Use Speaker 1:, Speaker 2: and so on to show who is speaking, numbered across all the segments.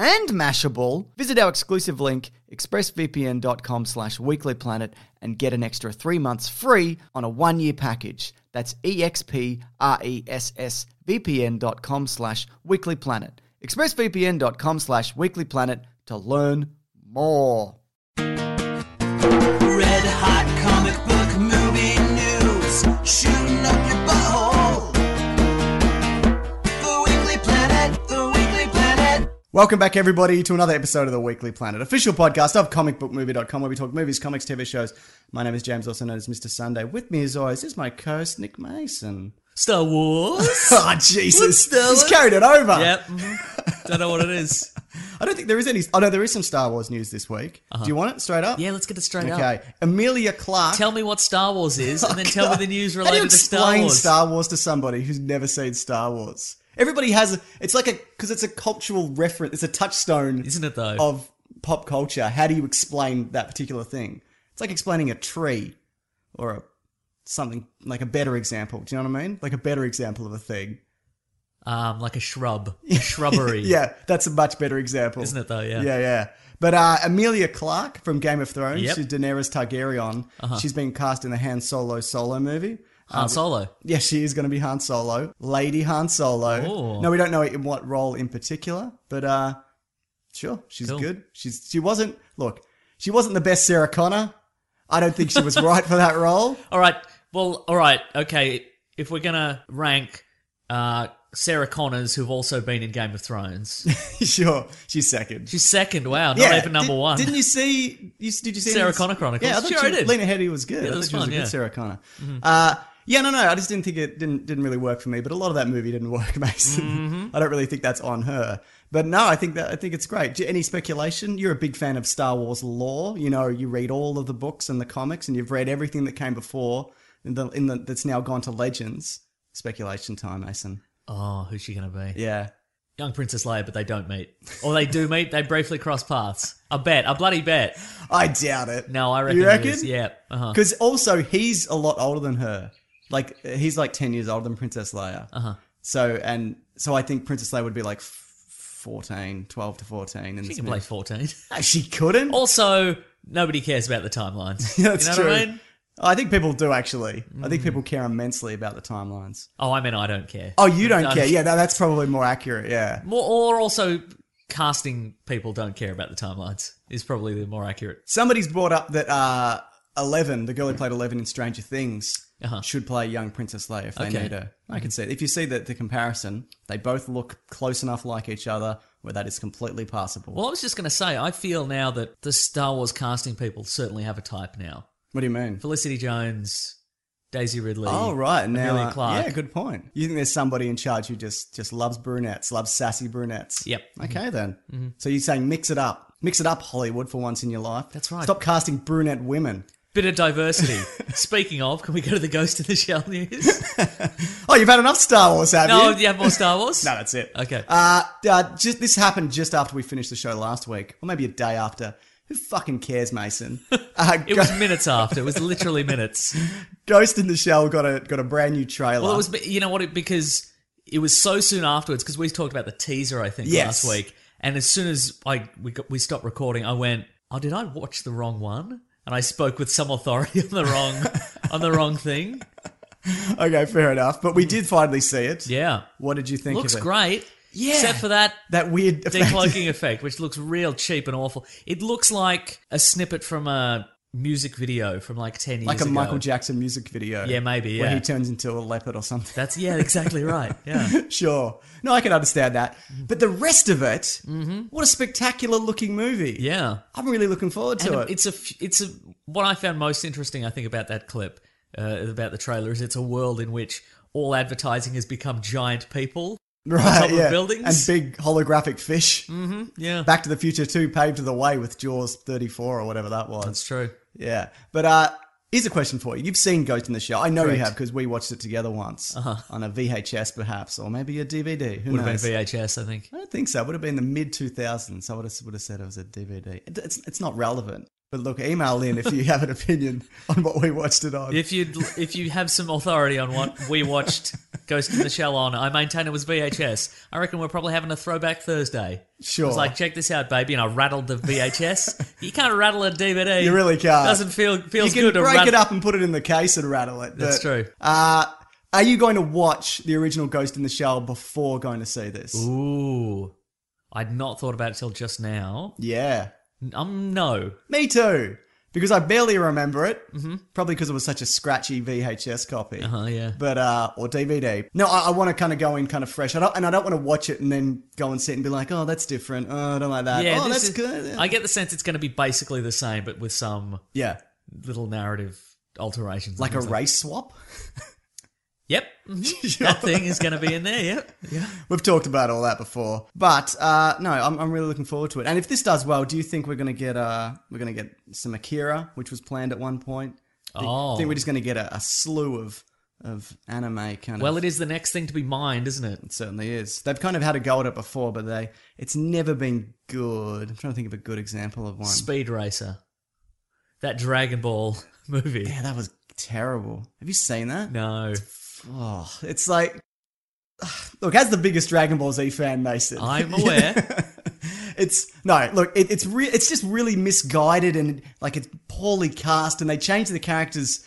Speaker 1: and Mashable, visit our exclusive link, expressvpn.com slash weeklyplanet, and get an extra three months free on a one-year package. That's E expressvpn.com slash weeklyplanet. expressvpn.com slash weeklyplanet to learn more.
Speaker 2: Red hot comic book movie news, shooting up your butthole. The Weekly Planet, the Weekly Planet.
Speaker 1: Welcome back, everybody, to another episode of the Weekly Planet, official podcast of comicbookmovie.com, where we talk movies, comics, TV shows. My name is James, also known as Mr. Sunday. With me, as always, is my co host, Nick Mason.
Speaker 3: Star Wars.
Speaker 1: Oh, Jesus.
Speaker 3: What's that
Speaker 1: He's
Speaker 3: one?
Speaker 1: carried it over.
Speaker 3: yep. Mhm. Don't know what it is.
Speaker 1: I don't think there is any. Oh, no, there is some Star Wars news this week. Do you want it straight up?
Speaker 3: Uh-huh. Yeah, let's get it straight
Speaker 1: Okay.
Speaker 3: up.
Speaker 1: Amelia Clark.
Speaker 3: Tell me what Star Wars is, and then tell me the news
Speaker 1: How do you
Speaker 3: related to Star
Speaker 1: explain
Speaker 3: Wars.
Speaker 1: Star Wars to somebody who's never seen Star Wars? Everybody has. A, it's like a. Because it's a cultural reference, it's a touchstone.
Speaker 3: Isn't it though?
Speaker 1: of pop culture. How do you explain that particular thing? It's like explaining a tree or a something like a better example. Do you know what I mean? Like a better example of a thing.
Speaker 3: Um, like a shrub, a shrubbery.
Speaker 1: Yeah, that's a much better example.
Speaker 3: Isn't it though? Yeah.
Speaker 1: Yeah, yeah. But uh, Amelia Clark from Game of Thrones,
Speaker 3: Yep. Uh-huh.
Speaker 1: she's Daenerys Targaryen. She's been cast in the Han Solo solo movie.
Speaker 3: Han Solo.
Speaker 1: Yeah, she is going to be Han Solo, Lady Han Solo.
Speaker 3: Ooh.
Speaker 1: No, we don't know in what role in particular, but uh, sure, she's
Speaker 3: Cool.
Speaker 1: good. She's she wasn't look, she wasn't the best Sarah Connor. I don't think she was right for that role.
Speaker 3: All right. Well, all right. Okay. If we're gonna rank uh, Sarah Connors, who've also been in Game of Thrones,
Speaker 1: sure, she's second.
Speaker 3: she's second. Wow, not even number
Speaker 1: did-
Speaker 3: one.
Speaker 1: Didn't you see? You, did you see
Speaker 3: Sarah
Speaker 1: any-
Speaker 3: Connor Chronicles?
Speaker 1: Yeah, I thought
Speaker 3: Sure,
Speaker 1: she,
Speaker 3: I did.
Speaker 1: Lena Headey was good. I
Speaker 3: Yeah, that
Speaker 1: thought
Speaker 3: was
Speaker 1: she was
Speaker 3: fun,
Speaker 1: a good
Speaker 3: yeah. Mm-hmm.
Speaker 1: Sarah Connor. Uh, yeah, no, no, I just didn't think it didn't didn't really work for me. But a lot of that movie didn't work, Mason.
Speaker 3: Mm-hmm.
Speaker 1: I don't really think that's on her. But no, I think that I think it's great. Do- Any speculation? You're a big fan of Star Wars lore. You know, you read all of the books and the comics, and you've read everything that came before in the, in the that's now gone to legends. Speculation time, Mason.
Speaker 3: Oh, who's she gonna be?
Speaker 1: Yeah.
Speaker 3: Young Princess Leia, but they don't meet, or they do meet. They briefly cross paths. I bet. I bloody bet.
Speaker 1: I doubt it.
Speaker 3: No, I reckon.
Speaker 1: You
Speaker 3: it is.
Speaker 1: reckon?
Speaker 3: Yeah. Uh-huh.
Speaker 1: Because also he's a lot older than her. Like he's like ten years older than Princess Leia.
Speaker 3: Uh-huh.
Speaker 1: So and so I think Princess Leia would be like f- 14, 12 to fourteen. In
Speaker 3: She
Speaker 1: this
Speaker 3: can play Oh.
Speaker 1: movie.
Speaker 3: fourteen.
Speaker 1: Ah, She couldn't.
Speaker 3: Also, nobody cares about the timelines.
Speaker 1: That's
Speaker 3: you know
Speaker 1: true.
Speaker 3: what I mean?
Speaker 1: I think people do actually. I
Speaker 3: Mm.
Speaker 1: think people care immensely about the timelines.
Speaker 3: Oh, I mean, I don't care.
Speaker 1: Oh, you don't
Speaker 3: I-
Speaker 1: care? Yeah, no, that's probably more accurate. Yeah.
Speaker 3: More, or also, casting people don't care about the timelines is probably the more accurate.
Speaker 1: Somebody's brought up that uh, Eleven, the girl who played Eleven in Stranger Things,
Speaker 3: Uh-huh.
Speaker 1: should play young Princess Leia if they
Speaker 3: Okay.
Speaker 1: need her. I can see it. if you see the, the comparison, they both look close enough like each other where that is completely passable.
Speaker 3: Well, I was just going to say, I feel now that the Star Wars casting people certainly have a type now.
Speaker 1: What do you mean?
Speaker 3: Felicity Jones, Daisy Ridley.
Speaker 1: Oh right, now
Speaker 3: Amelia
Speaker 1: uh,
Speaker 3: Clark.
Speaker 1: yeah, good point. You think there's somebody in charge who just just loves brunettes, loves sassy brunettes?
Speaker 3: Yep. Mm-hmm.
Speaker 1: Okay then. So you're saying mix it up. Mix it up, Hollywood, for once in your life.
Speaker 3: That's right.
Speaker 1: Stop casting brunette women.
Speaker 3: Bit of diversity. Speaking of, can we go to the Ghost in the Shell news?
Speaker 1: Oh, you've had enough Star Wars, have
Speaker 3: no,
Speaker 1: you?
Speaker 3: do you have more Star Wars?
Speaker 1: No, that's it.
Speaker 3: Okay.
Speaker 1: Uh, uh, just this happened just after we finished the show last week, or maybe a day after. Who fucking cares, Mason? Uh,
Speaker 3: It was minutes after. It was literally minutes.
Speaker 1: Ghost in the Shell got a got a brand new trailer.
Speaker 3: Well, it was you know what it because it was so soon afterwards because we talked about the teaser I think
Speaker 1: Yes.
Speaker 3: last week, and as soon as I we got, we stopped recording, I went, "Oh, did I watch the wrong one?" And I spoke with some authority on the wrong on the wrong thing.
Speaker 1: okay, fair enough. But we did finally see it.
Speaker 3: Mm. Yeah,
Speaker 1: What did you think
Speaker 3: looks
Speaker 1: of it?
Speaker 3: great.
Speaker 1: Yeah.
Speaker 3: except for that
Speaker 1: That weird effect.
Speaker 3: decloaking effect, which looks real cheap and awful. It looks like a snippet from a music video from like ten years
Speaker 1: like a
Speaker 3: ago.
Speaker 1: Michael Jackson music video.
Speaker 3: Yeah, maybe,
Speaker 1: Where
Speaker 3: yeah.
Speaker 1: he turns into a leopard or something.
Speaker 3: That's yeah, exactly right. Yeah.
Speaker 1: sure. No, I can understand that.
Speaker 3: Mm-hmm.
Speaker 1: But the rest of it, what a spectacular looking movie.
Speaker 3: Yeah.
Speaker 1: I'm really looking forward to
Speaker 3: And
Speaker 1: it.
Speaker 3: It's a f- it's a what I found most interesting. I think about that clip uh, about the trailer is it's a world in which all advertising has become giant people.
Speaker 1: right,
Speaker 3: top of
Speaker 1: yeah.
Speaker 3: buildings.
Speaker 1: And big holographic fish.
Speaker 3: Yeah,
Speaker 1: Back to the Future 2 paved the way with Jaws 34 or whatever that was.
Speaker 3: that's true.
Speaker 1: Yeah. But uh, here's a question for you. You've seen Ghost in the Shell. I know you
Speaker 3: Correct.
Speaker 1: have because we watched it together once on a VHS perhaps or maybe a DVD. Who
Speaker 3: Would
Speaker 1: knows?
Speaker 3: have Uh-huh. been VHS, I think.
Speaker 1: I don't think so. It would have been the mid 2000s. I would have, would have said it was a DVD. It- It's, it's not relevant. But look, email in if you have an opinion on what we watched it on.
Speaker 3: If you if you have some authority on what we watched Ghost in the Shell on, I maintain it was VHS. I reckon we're probably having a throwback Thursday.
Speaker 1: Sure.
Speaker 3: I was like, check this out, baby, and I rattled the VHS. you can't rattle a DVD.
Speaker 1: You really can't.
Speaker 3: Doesn't feel
Speaker 1: you
Speaker 3: feels
Speaker 1: can
Speaker 3: good to
Speaker 1: break
Speaker 3: rat-
Speaker 1: it up and put it in the case and rattle it.
Speaker 3: That's
Speaker 1: but,
Speaker 3: true.
Speaker 1: Uh, are you going to watch the original Ghost in the Shell before going to see this?
Speaker 3: Ooh, I'd not thought about it till just now.
Speaker 1: Yeah.
Speaker 3: Um, no.
Speaker 1: Me too. Because I barely remember it. Mm-hmm. Probably because it was such a scratchy VHS copy.
Speaker 3: Uh huh. Yeah.
Speaker 1: But uh, or DVD. No, I, I want to kind of go in kind of fresh. I don't, and I don't want to watch it and then go and sit and be like, oh, that's different. Oh, I don't like that.
Speaker 3: Yeah.
Speaker 1: oh,
Speaker 3: this
Speaker 1: that's
Speaker 3: is-
Speaker 1: good.
Speaker 3: I get the sense it's going to be basically the same, but with some
Speaker 1: yeah,
Speaker 3: little narrative alterations. and
Speaker 1: like a
Speaker 3: things
Speaker 1: race swap.
Speaker 3: Yep. mhm. that thing is going to be in there. Yep.
Speaker 1: We've talked about all that before, but uh, no, I'm, I'm really looking forward to it. And if this does well, do you think we're gonna get uh, we're gonna get some Akira, which was planned at one point? I
Speaker 3: Oh.
Speaker 1: think we're just gonna get a, a slew of of anime kind
Speaker 3: Well,
Speaker 1: of.
Speaker 3: it is the next thing to be mined, isn't it?
Speaker 1: It certainly is. They've kind of had a go at it before, but they it's never been good. I'm trying to think of a good example of one.
Speaker 3: Speed Racer. That Dragon Ball movie.
Speaker 1: yeah, that was terrible. Have you seen that?
Speaker 3: No.
Speaker 1: Oh, it's like, look, as the biggest Dragon Ball Z fan, Mason,
Speaker 3: I'm aware.
Speaker 1: it's no, look, it, it's re- it's just really misguided and like it's poorly cast, and they change the characters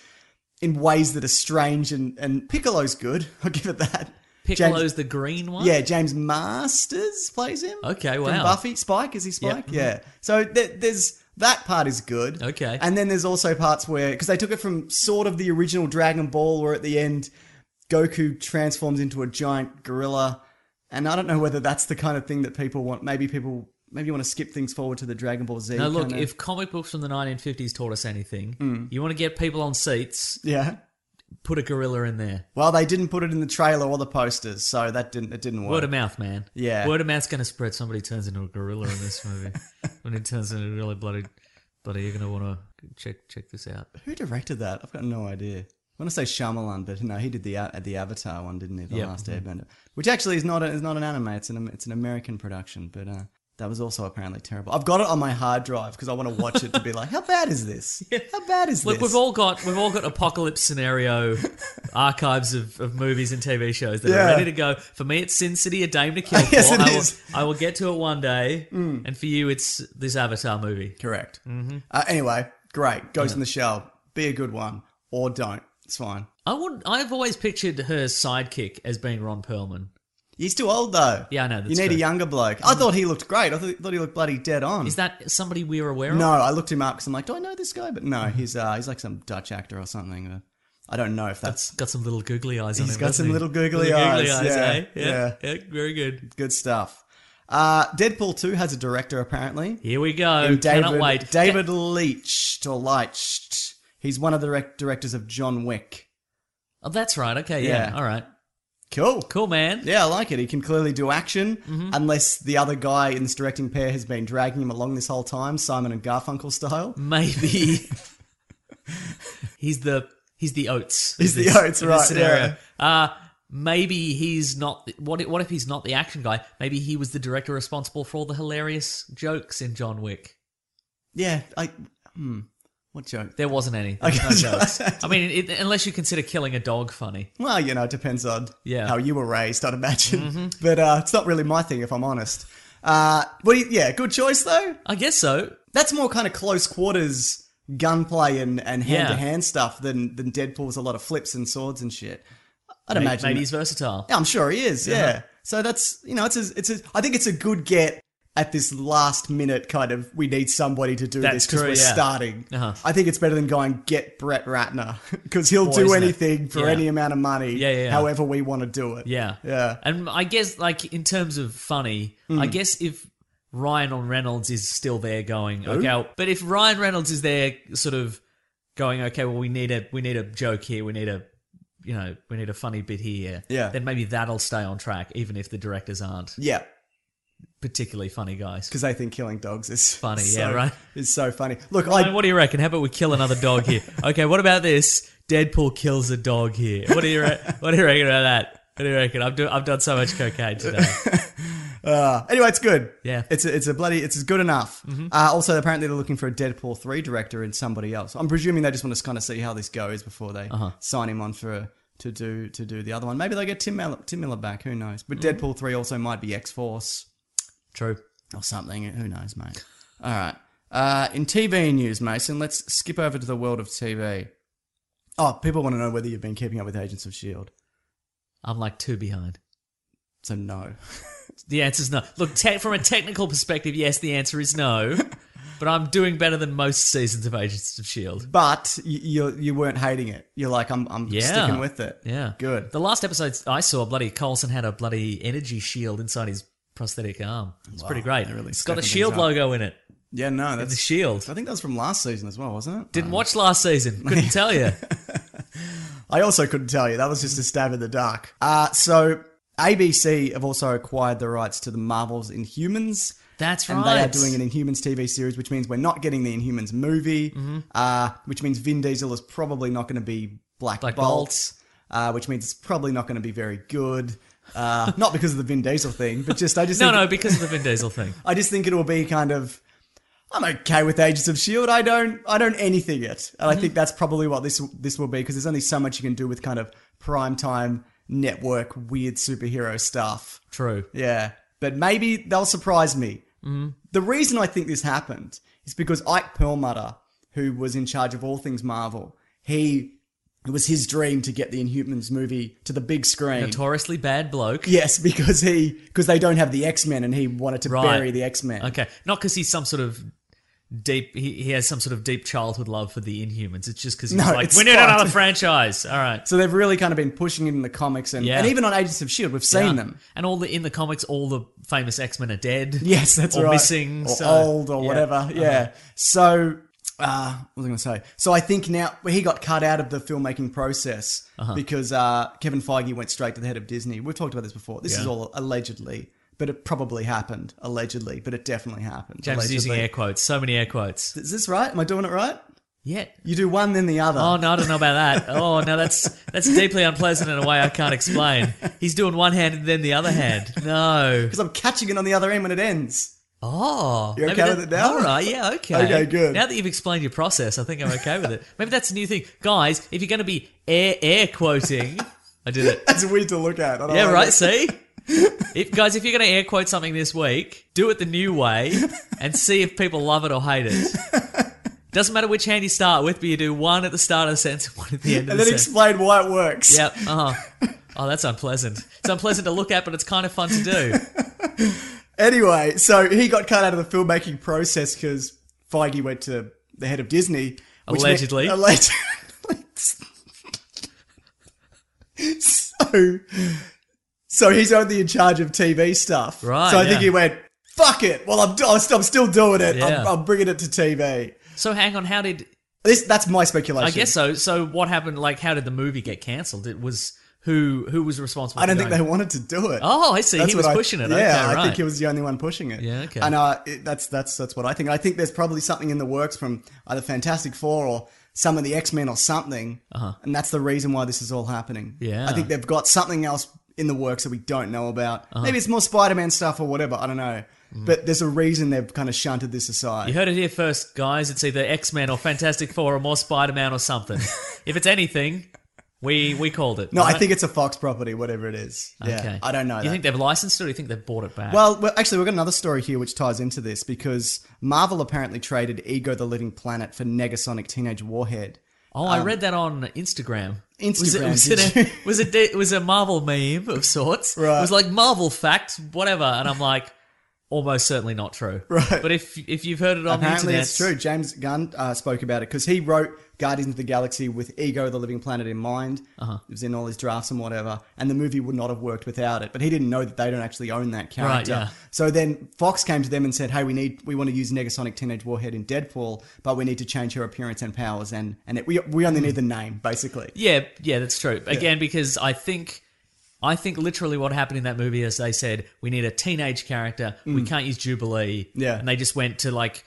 Speaker 1: in ways that are strange. And and Piccolo's good, I'll give it that.
Speaker 3: Piccolo's the green one?
Speaker 1: James, yeah, James Masters plays him.
Speaker 3: Okay,
Speaker 1: From
Speaker 3: wow.
Speaker 1: Buffy Spike is he Spike?
Speaker 3: mhm.
Speaker 1: Yeah. So th- there's that part is good.
Speaker 3: Okay.
Speaker 1: And then there's also parts where because they took it from sort of the original Dragon Ball, where at the end Goku transforms into a giant gorilla, and I don't know whether that's the kind of thing that people want. Maybe people maybe you want to skip things forward to the Dragon Ball Z.
Speaker 3: Now, look,
Speaker 1: kinda- Mm.
Speaker 3: if comic books from the 1950s taught us anything, you want to get people on seats,
Speaker 1: yeah.
Speaker 3: put a gorilla in there.
Speaker 1: Well, they didn't put it in the trailer or the posters, so that didn't it didn't work.
Speaker 3: Word of mouth, man.
Speaker 1: Yeah.
Speaker 3: Word of mouth's going to spread. Somebody turns into a gorilla in this movie. when it turns into a really bloody, bloody, you're going to want to check check this out.
Speaker 1: Who directed that? I've got no idea. I want to say Shyamalan, but no, he did the A- the Avatar one, didn't he? The
Speaker 3: Yep. Mm-hmm.
Speaker 1: Last Airbender, which actually is not a, is not an anime. It's an it's an American production, but uh, that was also apparently terrible. I've got it on my hard drive because I want to watch it to be like, how bad is this? How bad is
Speaker 3: Look,
Speaker 1: this?
Speaker 3: we've all got we've all got apocalypse scenario archives of, of movies and TV shows that
Speaker 1: Yeah.
Speaker 3: are ready to go. For me, it's Sin City, A Dame to Kill For.
Speaker 1: Yes, it
Speaker 3: I, will,
Speaker 1: is. Mm.
Speaker 3: I will get to it one day, and for you, it's this Avatar movie.
Speaker 1: correct.
Speaker 3: Mm-hmm.
Speaker 1: Uh, anyway, great. Ghost in the Shell, be a good one or don't. It's fine.
Speaker 3: I would. I've always pictured her sidekick as being Ron Perlman.
Speaker 1: He's too old though.
Speaker 3: Yeah, I know, that's
Speaker 1: you need
Speaker 3: true.
Speaker 1: a younger bloke. I thought he looked great. I thought, thought he looked bloody dead on.
Speaker 3: Is that somebody we're aware
Speaker 1: No,
Speaker 3: of?
Speaker 1: I looked him up because I'm like, do I know this guy? But no, he's uh, he's like some Dutch actor or something. But I don't know if that's
Speaker 3: Got some little googly eyes on him.
Speaker 1: He's got
Speaker 3: doesn't
Speaker 1: some
Speaker 3: he?
Speaker 1: little googly eyes, yeah,
Speaker 3: eh? Yeah, yeah. Very good.
Speaker 1: good stuff. Uh, Deadpool 2 has a director apparently.
Speaker 3: Here we go.
Speaker 1: And
Speaker 3: Cannot wait.
Speaker 1: David Leitch or Leitch. He's one of the direct- directors of John Wick.
Speaker 3: Oh, that's right. Okay. Yeah.
Speaker 1: Yeah.
Speaker 3: All right.
Speaker 1: Cool. Mm-hmm.
Speaker 3: Cool, man.
Speaker 1: Yeah, I like it. He can clearly do action, unless the other guy in this directing pair has been dragging him along this whole time, Simon and Garfunkel style.
Speaker 3: Maybe he's the he's the oats.
Speaker 1: He's the oats,
Speaker 3: in
Speaker 1: right,
Speaker 3: scenario. Uh, maybe he's not. What if, what if he's not the action guy? Maybe he was the director responsible for all the hilarious jokes in John Wick.
Speaker 1: Yeah, I. Hmm. What joke?
Speaker 3: There wasn't any. There was
Speaker 1: Okay.
Speaker 3: no jokes. I mean, it, unless you consider killing a dog funny.
Speaker 1: Well, you know, it depends on
Speaker 3: Yeah. Mm-hmm.
Speaker 1: how you were raised, I'd imagine. But uh, it's not really my thing, if I'm honest. Uh, but he- yeah, good choice though.
Speaker 3: I guess so.
Speaker 1: That's more kind of close quarters gunplay and and
Speaker 3: Yeah.
Speaker 1: hand to hand stuff than than Deadpool's a lot of flips and swords and shit. I'd
Speaker 3: Maybe,
Speaker 1: imagine.
Speaker 3: maybe he's versatile.
Speaker 1: Yeah, I'm sure he is. Yeah. So that's you know, it's a, it's a, I think it's a good get at this last minute kind of we need somebody to do
Speaker 3: That's
Speaker 1: this because
Speaker 3: true,
Speaker 1: we're
Speaker 3: yeah.
Speaker 1: starting.
Speaker 3: Uh-huh.
Speaker 1: I think it's better than going get Brett Ratner because he'll
Speaker 3: Or
Speaker 1: do
Speaker 3: isn't it?
Speaker 1: anything for
Speaker 3: Yeah.
Speaker 1: any amount of money,
Speaker 3: Yeah, yeah, yeah.
Speaker 1: however we want to do it.
Speaker 3: Yeah.
Speaker 1: Yeah. Hmm.
Speaker 3: And I guess, like, in terms of funny, I guess if Ryan on Reynolds is still there going, okay, well- but if Ryan Reynolds is there sort of going, okay, well, we need a, we need a joke here, we need a, you know, we need a funny bit here.
Speaker 1: Yeah.
Speaker 3: Then maybe that'll stay on track, even if the directors aren't
Speaker 1: Yeah,
Speaker 3: particularly funny guys.
Speaker 1: because they think killing dogs is
Speaker 3: Funny,
Speaker 1: so-
Speaker 3: yeah, right?
Speaker 1: Is so funny. Look,
Speaker 3: I
Speaker 1: I
Speaker 3: mean, what do you reckon? How about we kill another dog here? Okay, what about this? Deadpool kills a dog here. What do you re- what do you reckon about that? What do you reckon? I've, do- I've done so much cocaine today.
Speaker 1: uh, anyway, it's good.
Speaker 3: Yeah.
Speaker 1: it's a, it's a bloody it's good enough. Uh, also, apparently they're looking for a Deadpool three director and somebody else. I'm presuming they just want to kind of see how this goes before they sign him on for to do to do the other one. Maybe they get Tim Miller, Tim Miller back. Who knows? But Deadpool three also might be X Force
Speaker 3: True.
Speaker 1: or something. Who knows, mate? All right. Uh, in TV news, Mason, let's skip over to the world of TV. Oh, people want to know whether you've been keeping up with Agents of Shield.
Speaker 3: I'm like two behind.
Speaker 1: So no.
Speaker 3: The answer's no. Look, te- from a technical perspective, yes, the answer is no. But I'm doing better than most seasons of Agents of Shield.
Speaker 1: But you you, you weren't hating it. You're like, I'm I'm
Speaker 3: Yeah.
Speaker 1: sticking with it.
Speaker 3: Yeah,
Speaker 1: Good.
Speaker 3: The last episode I saw, bloody Colson had a bloody energy shield inside his prosthetic arm. It's pretty great.
Speaker 1: they're really
Speaker 3: it's got the
Speaker 1: stepping
Speaker 3: shield
Speaker 1: things up.
Speaker 3: E logo in it.
Speaker 1: Yeah, no, that's
Speaker 3: The shield.
Speaker 1: I think that was from last season as well, wasn't it?
Speaker 3: E Didn't watch last season. Couldn't tell you.
Speaker 1: I also couldn't tell you. That was just a stab in the dark. Uh, so ABC have also acquired the rights to the Marvels Inhumans.
Speaker 3: That's right.
Speaker 1: And they are doing an Inhumans TV series, which means we're not getting the Inhumans movie,
Speaker 3: Mm-hmm.
Speaker 1: uh, which means Vin Diesel is probably not going to be Black,
Speaker 3: Black
Speaker 1: Bolt, uh, which means it's probably not going to be very good. Uh, not because of the Vin Diesel thing, but just I just
Speaker 3: No,
Speaker 1: think
Speaker 3: no, because of the Vin Diesel thing.
Speaker 1: I just think it will be kind of I'm okay with Agents of Shield. I don't I don't anything it, and I
Speaker 3: Mm-hmm.
Speaker 1: think that's probably what this this will be because there's only so much you can do with kind of prime time network weird superhero stuff.
Speaker 3: True.
Speaker 1: Yeah, but maybe they'll surprise me.
Speaker 3: Mm-hmm.
Speaker 1: The reason I think this happened is because Ike Perlmutter, who was in charge of all things Marvel, he it was his dream to get the Inhumans movie to the big screen.
Speaker 3: Notoriously bad bloke.
Speaker 1: Yes, because he because they don't have the X Men, and he wanted to
Speaker 3: Right.
Speaker 1: bury the X Men.
Speaker 3: Okay. Not because he's some sort of deep, he, he has some sort of deep childhood love for the Inhumans. It's just because he's
Speaker 1: No,
Speaker 3: like,
Speaker 1: it's
Speaker 3: we need
Speaker 1: fine."
Speaker 3: another franchise. All right.
Speaker 1: So they've really kind of been pushing it in the comics and,
Speaker 3: Yeah.
Speaker 1: and even on Agents of Shield, E we've seen
Speaker 3: Yeah.
Speaker 1: them.
Speaker 3: And all the in the comics, all the famous X Men are dead.
Speaker 1: Yes, that's
Speaker 3: or
Speaker 1: right.
Speaker 3: missing,
Speaker 1: or
Speaker 3: so-
Speaker 1: old or
Speaker 3: yeah. Uh-huh.
Speaker 1: whatever. Yeah. So uh, what was I going to say? So I think now well, he got cut out of the filmmaking process
Speaker 3: Uh-huh.
Speaker 1: because uh, Kevin Feige went straight to the head of Disney. We've talked about this before. This is
Speaker 3: Yeah.
Speaker 1: all allegedly, but it probably happened allegedly, but it definitely happened.
Speaker 3: James is using
Speaker 1: allegedly.
Speaker 3: air quotes. So many air quotes.
Speaker 1: Is this right? Am I doing it right?
Speaker 3: Yet.
Speaker 1: You do one, then the other.
Speaker 3: Oh no, I don't know about that. Oh no, that's that's deeply unpleasant in a way I can't explain. He's doing one hand and then the other hand. No.
Speaker 1: Because I'm catching it on the other end when it ends.
Speaker 3: Oh,
Speaker 1: You
Speaker 3: maybe
Speaker 1: okay with
Speaker 3: that-
Speaker 1: it now?
Speaker 3: All right, yeah, okay.
Speaker 1: Okay, good.
Speaker 3: Now that you've explained your process, I think I'm okay with it. Maybe that's a new thing, guys. If you're going to be air air quoting, I did it.
Speaker 1: That's weird to look at. I don't
Speaker 3: Yeah,
Speaker 1: like
Speaker 3: right.
Speaker 1: it.
Speaker 3: See, if guys, if you're going to air quote something this week, do it the new way and see if people love it or hate it. Doesn't matter which hand you start with, but you do one at the start of the sentence and one at the end of
Speaker 1: and
Speaker 3: the
Speaker 1: then
Speaker 3: sentence.
Speaker 1: explain why it works.
Speaker 3: Yep. Uh-huh. Oh, that's unpleasant. It's unpleasant to look at, but it's kind of fun to do.
Speaker 1: Anyway, so he got cut out of the filmmaking process because Feige went to the head of Disney. which meant-
Speaker 3: Allegedly.
Speaker 1: allegedly. so, so he's only in charge of TV stuff.
Speaker 3: Right,
Speaker 1: So I think
Speaker 3: yeah.
Speaker 1: he went, fuck it. Well, I'm, do- I'm st- I'm still doing it.
Speaker 3: Yeah.
Speaker 1: I'm, I'm bringing it to TV.
Speaker 3: So, hang on. How did
Speaker 1: This, that's my speculation.
Speaker 3: I guess so. So what happened? Like, how did the movie get cancelled? It was who who was responsible.
Speaker 1: I don't
Speaker 3: for
Speaker 1: think they
Speaker 3: going-
Speaker 1: wanted to do it.
Speaker 3: Oh, I see.
Speaker 1: That's
Speaker 3: he
Speaker 1: what
Speaker 3: was
Speaker 1: I-
Speaker 3: pushing it.
Speaker 1: Yeah,
Speaker 3: okay,
Speaker 1: I
Speaker 3: right.
Speaker 1: think he was the only one pushing it.
Speaker 3: Yeah, okay.
Speaker 1: And uh, it, that's that's that's what I think. I think there's probably something in the works from either Fantastic Four or some of the X Men or something, uh-huh. and that's the reason why this is all happening.
Speaker 3: Yeah.
Speaker 1: I think they've got something else in the works that we don't know about.
Speaker 3: Uh-huh.
Speaker 1: Maybe it's more Spider Man stuff or whatever. I don't know. But there's a reason they've kind of shunted this aside.
Speaker 3: Mm. You heard it here first, guys. It's either X Men or Fantastic Four or more Spider Man or something. if it's anything, we we called it.
Speaker 1: No, I
Speaker 3: right?
Speaker 1: think it's a Fox property, whatever it is. Yeah,
Speaker 3: Okay.
Speaker 1: I don't know.
Speaker 3: You
Speaker 1: that.
Speaker 3: think they've licensed it, or you think they've bought it back?
Speaker 1: Well, well, actually, we've got another story here which ties into this because Marvel apparently traded Ego the Living Planet for Negasonic Teenage Warhead.
Speaker 3: oh, I read that on Instagram. was it
Speaker 1: um, Instagram,
Speaker 3: was
Speaker 1: did
Speaker 3: it,
Speaker 1: you?
Speaker 3: a, was it it was a Marvel meme of sorts?
Speaker 1: Right.
Speaker 3: It was like Marvel fact, whatever, and I'm like, almost certainly not true.
Speaker 1: Right.
Speaker 3: But if if you've heard it on
Speaker 1: Apparently,
Speaker 3: the internet,
Speaker 1: it's true. James Gunn uh, spoke about it because he wrote Guardians of the Galaxy with Ego the Living Planet in mind. Uh-huh. It was in all his drafts and whatever, and the movie would not have worked without it. But he didn't know that they don't actually own that character.
Speaker 3: yeah.
Speaker 1: So then Fox came to them and said, "Hey, we need we want to use Negasonic Teenage Warhead in Deadpool, but we need to change her appearance and powers, and and it, we we only need the name basically."
Speaker 3: Yeah, yeah, that's true. Again, because I think I think literally what happened in that movie is they said we need a teenage character. We can't use Jubilee.
Speaker 1: Mm. Yeah.
Speaker 3: and they just went to like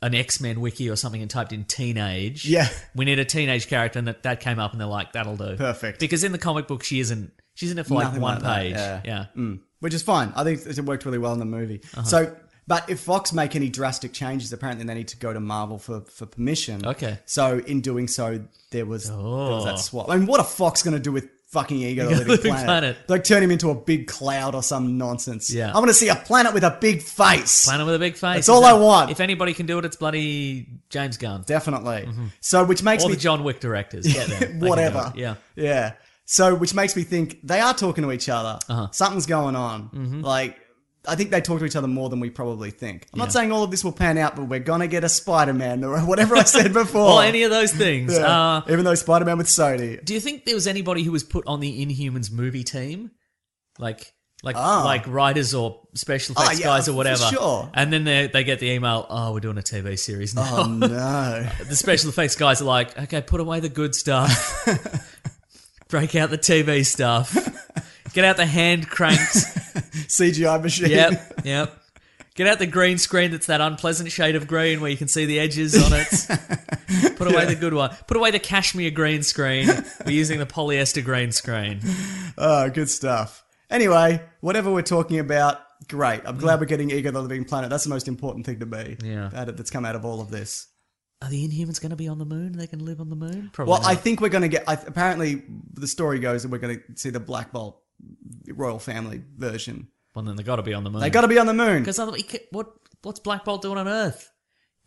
Speaker 3: an X Men wiki or something and typed in teenage.
Speaker 1: Yeah.
Speaker 3: we need a teenage character, and that, that came up, and they're like, "That'll do."
Speaker 1: Perfect.
Speaker 3: Because in the comic book, she isn't. She's in it for like
Speaker 1: Nothing
Speaker 3: one
Speaker 1: like that,
Speaker 3: page.
Speaker 1: yeah. Mm.
Speaker 3: yeah.
Speaker 1: which is fine. I think it worked really well in the movie.
Speaker 3: Uh-huh.
Speaker 1: So, but if Fox make any drastic changes, apparently they need to go to Marvel for, for permission.
Speaker 3: Okay. Oh.
Speaker 1: So in doing so, there was, there was that swap. I mean, what are Fox going to do with fucking Ego, the Living
Speaker 3: Living
Speaker 1: Planet?
Speaker 3: Planet.
Speaker 1: Like turn him into a big cloud or some nonsense.
Speaker 3: Yeah.
Speaker 1: I want to see a planet with a big face.
Speaker 3: Planet with a big face.
Speaker 1: That's all
Speaker 3: Is
Speaker 1: I want.
Speaker 3: If anybody can do it, it's bloody James Gunn
Speaker 1: Definitely. So, which makes
Speaker 3: Mm-hmm. or
Speaker 1: me
Speaker 3: the John Wick directors. Get them. They can do
Speaker 1: whatever.
Speaker 3: it. Yeah.
Speaker 1: Yeah. So, which makes me think they are talking to each other.
Speaker 3: Uh-huh.
Speaker 1: Something's going on.
Speaker 3: Mm-hmm.
Speaker 1: Like, I think they talk to each other more than we probably think. I'm not saying all of this will pan out, but we're going to get a Spider Man or whatever I said before.
Speaker 3: Or any of those things.
Speaker 1: Oh. Yeah.
Speaker 3: Uh,
Speaker 1: Even though Spider Man with Sony.
Speaker 3: Do you think there was anybody who was put on the Inhumans movie team, like like
Speaker 1: Ah.
Speaker 3: like writers or special
Speaker 1: Ah,
Speaker 3: effects
Speaker 1: yeah,
Speaker 3: guys
Speaker 1: for
Speaker 3: or whatever?
Speaker 1: sure.
Speaker 3: And then they they get the email, oh, we're doing a TV series now.
Speaker 1: Oh, no.
Speaker 3: The special effects guys are like, okay, put away the good stuff, break out the TV stuff, get out the hand cranks.
Speaker 1: CGI machine.
Speaker 3: yep, yep. Get out the green screen that's that unpleasant shade of green where you can see the edges on it. Put away the good one. Put away the cashmere green screen. We're using the polyester green screen.
Speaker 1: Oh, good stuff. Anyway, whatever we're talking about, great. I'm glad we're getting Ego the Living Planet. That's the most important thing to me
Speaker 3: Mm. Yeah.
Speaker 1: that, that's come out of all of this.
Speaker 3: Are the Inhumans going to be on the moon? They can live on the moon? Probably.
Speaker 1: Well,
Speaker 3: not.
Speaker 1: I think we're going to get. I, apparently, the story goes that we're going to see the Black Bolt royal family version.
Speaker 3: Well, then they got to be on the moon.
Speaker 1: They got to be on the moon.
Speaker 3: because otherwise, he ca- what what's Black Bolt doing on Earth?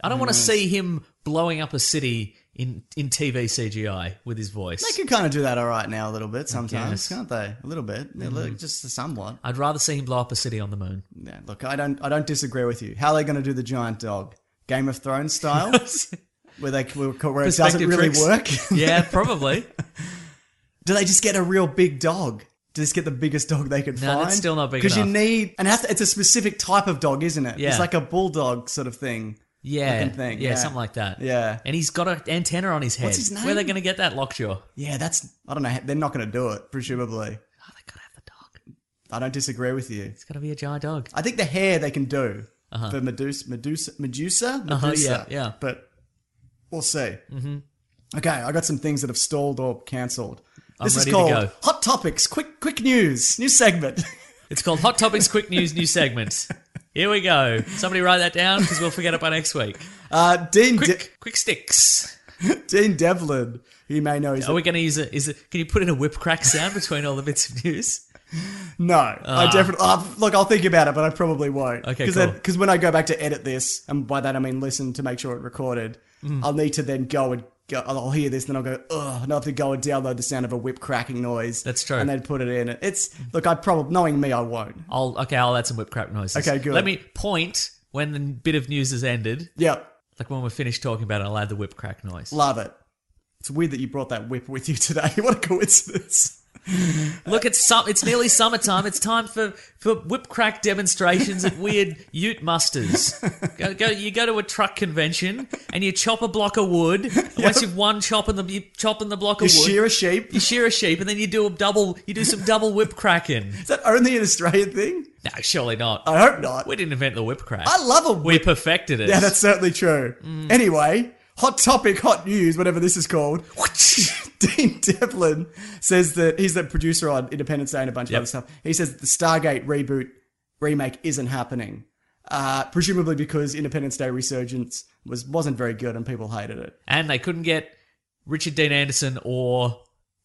Speaker 3: I don't want to see him blowing up a city in in TV CGI with his voice.
Speaker 1: They can kind of do that all right now a little bit sometimes,
Speaker 3: guess. Hmm.
Speaker 1: can't they? A little bit, A little- just somewhat.
Speaker 3: I'd rather see him blow up a city on the moon.
Speaker 1: Yeah, look, I don't, I don't disagree with you. How are they going to do the giant dog? Game of Thrones style, where they where it doesn't
Speaker 3: Perspective
Speaker 1: really
Speaker 3: tricks.
Speaker 1: work.
Speaker 3: yeah, probably.
Speaker 1: Do they just get a real big dog? Do they Just get the biggest dog they could
Speaker 3: No,
Speaker 1: find.
Speaker 3: that's still not big
Speaker 1: because you
Speaker 3: enough.
Speaker 1: need, and it has to- it's a specific type of dog, isn't it?
Speaker 3: Yeah.
Speaker 1: It's like a bulldog sort of thing.
Speaker 3: Yeah,
Speaker 1: Looking thing,
Speaker 3: yeah,
Speaker 1: yeah.
Speaker 3: something like that.
Speaker 1: Yeah.
Speaker 3: and he's got an antenna on his head.
Speaker 1: his
Speaker 3: Where are they
Speaker 1: name? Oh,
Speaker 3: going to get that lockjaw?
Speaker 1: Yeah, that's I don't know. They're not going to do it, presumably.
Speaker 3: Oh, they got to have the dog.
Speaker 1: I don't disagree with you.
Speaker 3: It's got to be a giant dog.
Speaker 1: I think the hair they can do for Medusa, Medusa, Medusa, Medusa.
Speaker 3: Uh-huh, yeah, yeah.
Speaker 1: But we'll see. Mm-hmm. Okay, I got some things that have stalled or cancelled. This is
Speaker 3: ready to
Speaker 1: called
Speaker 3: go.
Speaker 1: hot topics. Quick, quick news. New segment.
Speaker 3: It's called Hot Topics Quick News New Segment. Here we go. Somebody write that down because we'll forget it by next week.
Speaker 1: Uh, Dean
Speaker 3: Quick,
Speaker 1: De-
Speaker 3: quick sticks.
Speaker 1: Dean Devlin, who you may know, is
Speaker 3: Are we going to use it? Is it? Can you put in a whip crack sound between all the bits of news?
Speaker 1: No, I definitely oh, look. I'll think about it, but I probably won't.
Speaker 3: Ah. Okay, cool.
Speaker 1: Because when I go back to edit this, and by that I mean listen to make sure it recorded,
Speaker 3: Hmm.
Speaker 1: I'll need to then go and go. I'll hear this, then I'll go. Ugh, and I'll have to go and download the sound of a whip cracking noise.
Speaker 3: That's true.
Speaker 1: And then put it in. It's look. I probably knowing me, I won't.
Speaker 3: I'll okay. I'll add some whip crack noises.
Speaker 1: Okay, good.
Speaker 3: Let me point when the bit of news has ended.
Speaker 1: Yep,
Speaker 3: Like when we're finished talking about it, I'll add the whip crack noise.
Speaker 1: love it. It's weird that you brought that whip with you today. what a coincidence.
Speaker 3: Look, it's some, it's nearly summertime. It's time for, for whip crack demonstrations at weird Ute musters. Go, go, you go to a truck convention and you chop a block of wood. And Once you've one chop in the you chop in the block
Speaker 1: You
Speaker 3: of wood,
Speaker 1: shear a sheep.
Speaker 3: you shear a sheep, and then you do a double. You do some double whip cracking.
Speaker 1: Is that only an Australian thing?
Speaker 3: No, surely not.
Speaker 1: I hope not.
Speaker 3: we didn't invent the whip crack.
Speaker 1: I love a whip.
Speaker 3: We perfected it.
Speaker 1: Yeah, that's certainly true.
Speaker 3: Mm.
Speaker 1: Anyway, hot topic, hot news, whatever this is called. Dean Devlin says that he's the producer on Independence Day and a bunch
Speaker 3: Yep.
Speaker 1: of other stuff. He says that the Stargate reboot remake isn't happening, uh, presumably because Independence Day Resurgence was wasn't very good and people hated it.
Speaker 3: and they couldn't get Richard Dean Anderson or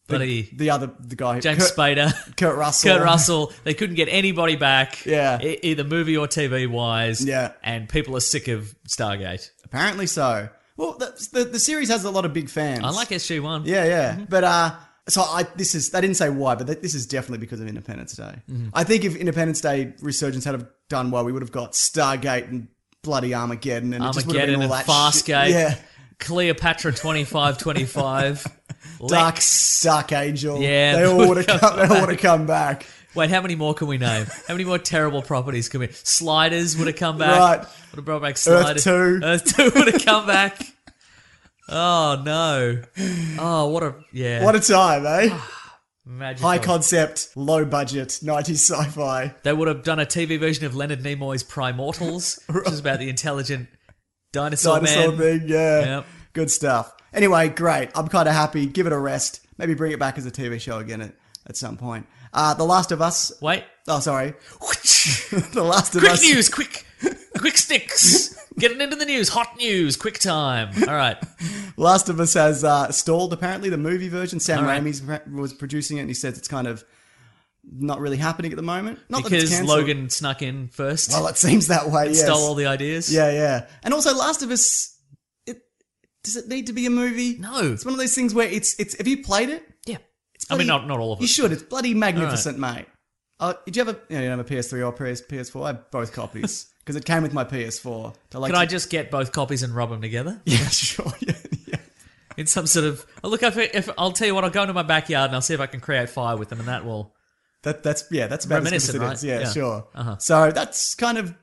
Speaker 3: bloody
Speaker 1: The other the guy
Speaker 3: James
Speaker 1: Kurt,
Speaker 3: Spader.
Speaker 1: Kurt Russell.
Speaker 3: Kurt Russell. They couldn't get anybody back.
Speaker 1: Yeah.
Speaker 3: e- either movie or TV wise.
Speaker 1: Yeah.
Speaker 3: and people are sick of Stargate.
Speaker 1: Apparently so. Well, the, the the series has a lot of big fans.
Speaker 3: I like SG One.
Speaker 1: Yeah, yeah.
Speaker 3: Mm-hmm.
Speaker 1: But uh, so I this is they didn't say why, but th- this is definitely because of Independence Day.
Speaker 3: Mm-hmm.
Speaker 1: I think if Independence Day Resurgence had have done well, we would have got Stargate and bloody Armageddon and it just would have been
Speaker 3: Armageddon
Speaker 1: all
Speaker 3: and
Speaker 1: that
Speaker 3: Farscape.
Speaker 1: shit. Yeah,
Speaker 3: Cleopatra twenty five twenty five.
Speaker 1: Dark Dark Angel.
Speaker 3: Yeah,
Speaker 1: they
Speaker 3: they
Speaker 1: all
Speaker 3: would
Speaker 1: want to
Speaker 3: come
Speaker 1: come. They all want to come back.
Speaker 3: Wait, how many more can we name? How many more terrible properties can we? Sliders would have come back.
Speaker 1: Right.
Speaker 3: Would have brought back Sliders.
Speaker 1: Two.
Speaker 3: Earth Two would have come back. Oh no! Oh, what a yeah. Oh.
Speaker 1: What a time, eh?
Speaker 3: magical.
Speaker 1: High concept, low budget, 90s sci-fi.
Speaker 3: They would have done a TV version of Leonard Nimoy's Primortals, which is about the intelligent dinosaur,
Speaker 1: dinosaur
Speaker 3: man.
Speaker 1: thing. Yeah.
Speaker 3: Yep.
Speaker 1: Good stuff. Anyway, great. I'm kind of happy. Give it a rest. Maybe bring it back as a TV show again at, at some point. Uh, the Last of Us.
Speaker 3: Wait,
Speaker 1: Oh, sorry. the Last of
Speaker 3: quick
Speaker 1: Us.
Speaker 3: news, quick, quick sticks. Getting into the news, hot news, quick time. All right,
Speaker 1: Last of Us has uh, stalled. Apparently, the movie version. Sam
Speaker 3: All right.
Speaker 1: Raimi's Raimi was producing it, and he says it's kind of not really happening at the moment. Not that it's
Speaker 3: because
Speaker 1: cancelled.
Speaker 3: Logan snuck in first,
Speaker 1: Well, it seems that way. yes.
Speaker 3: stole all the ideas.
Speaker 1: Yeah, yeah. And also, Last of Us. It does it need to be a movie?
Speaker 3: No.
Speaker 1: It's one of those things where it's it's. Have you played it?
Speaker 3: yeah. I
Speaker 1: bloody-
Speaker 3: mean, not not all of
Speaker 1: You
Speaker 3: it.
Speaker 1: should. It's bloody magnificent, mate. Uh, did you have a, you know, you have a PS3 or PS, PS4? I have both copies because it came with my PS4. So like
Speaker 3: Could I
Speaker 1: to-
Speaker 3: just get both copies and rub them together
Speaker 1: Yeah, sure. Yeah, yeah.
Speaker 3: in some sort of? Oh, look, if, if I'll tell you what, I'll go into my backyard and I'll see if I can create fire with them, and that will.
Speaker 1: That that's yeah. That's about as good
Speaker 3: Reminiscent,
Speaker 1: as it is.
Speaker 3: right?
Speaker 1: Yeah,
Speaker 3: Yeah. Uh-huh.
Speaker 1: sure. So that's kind of.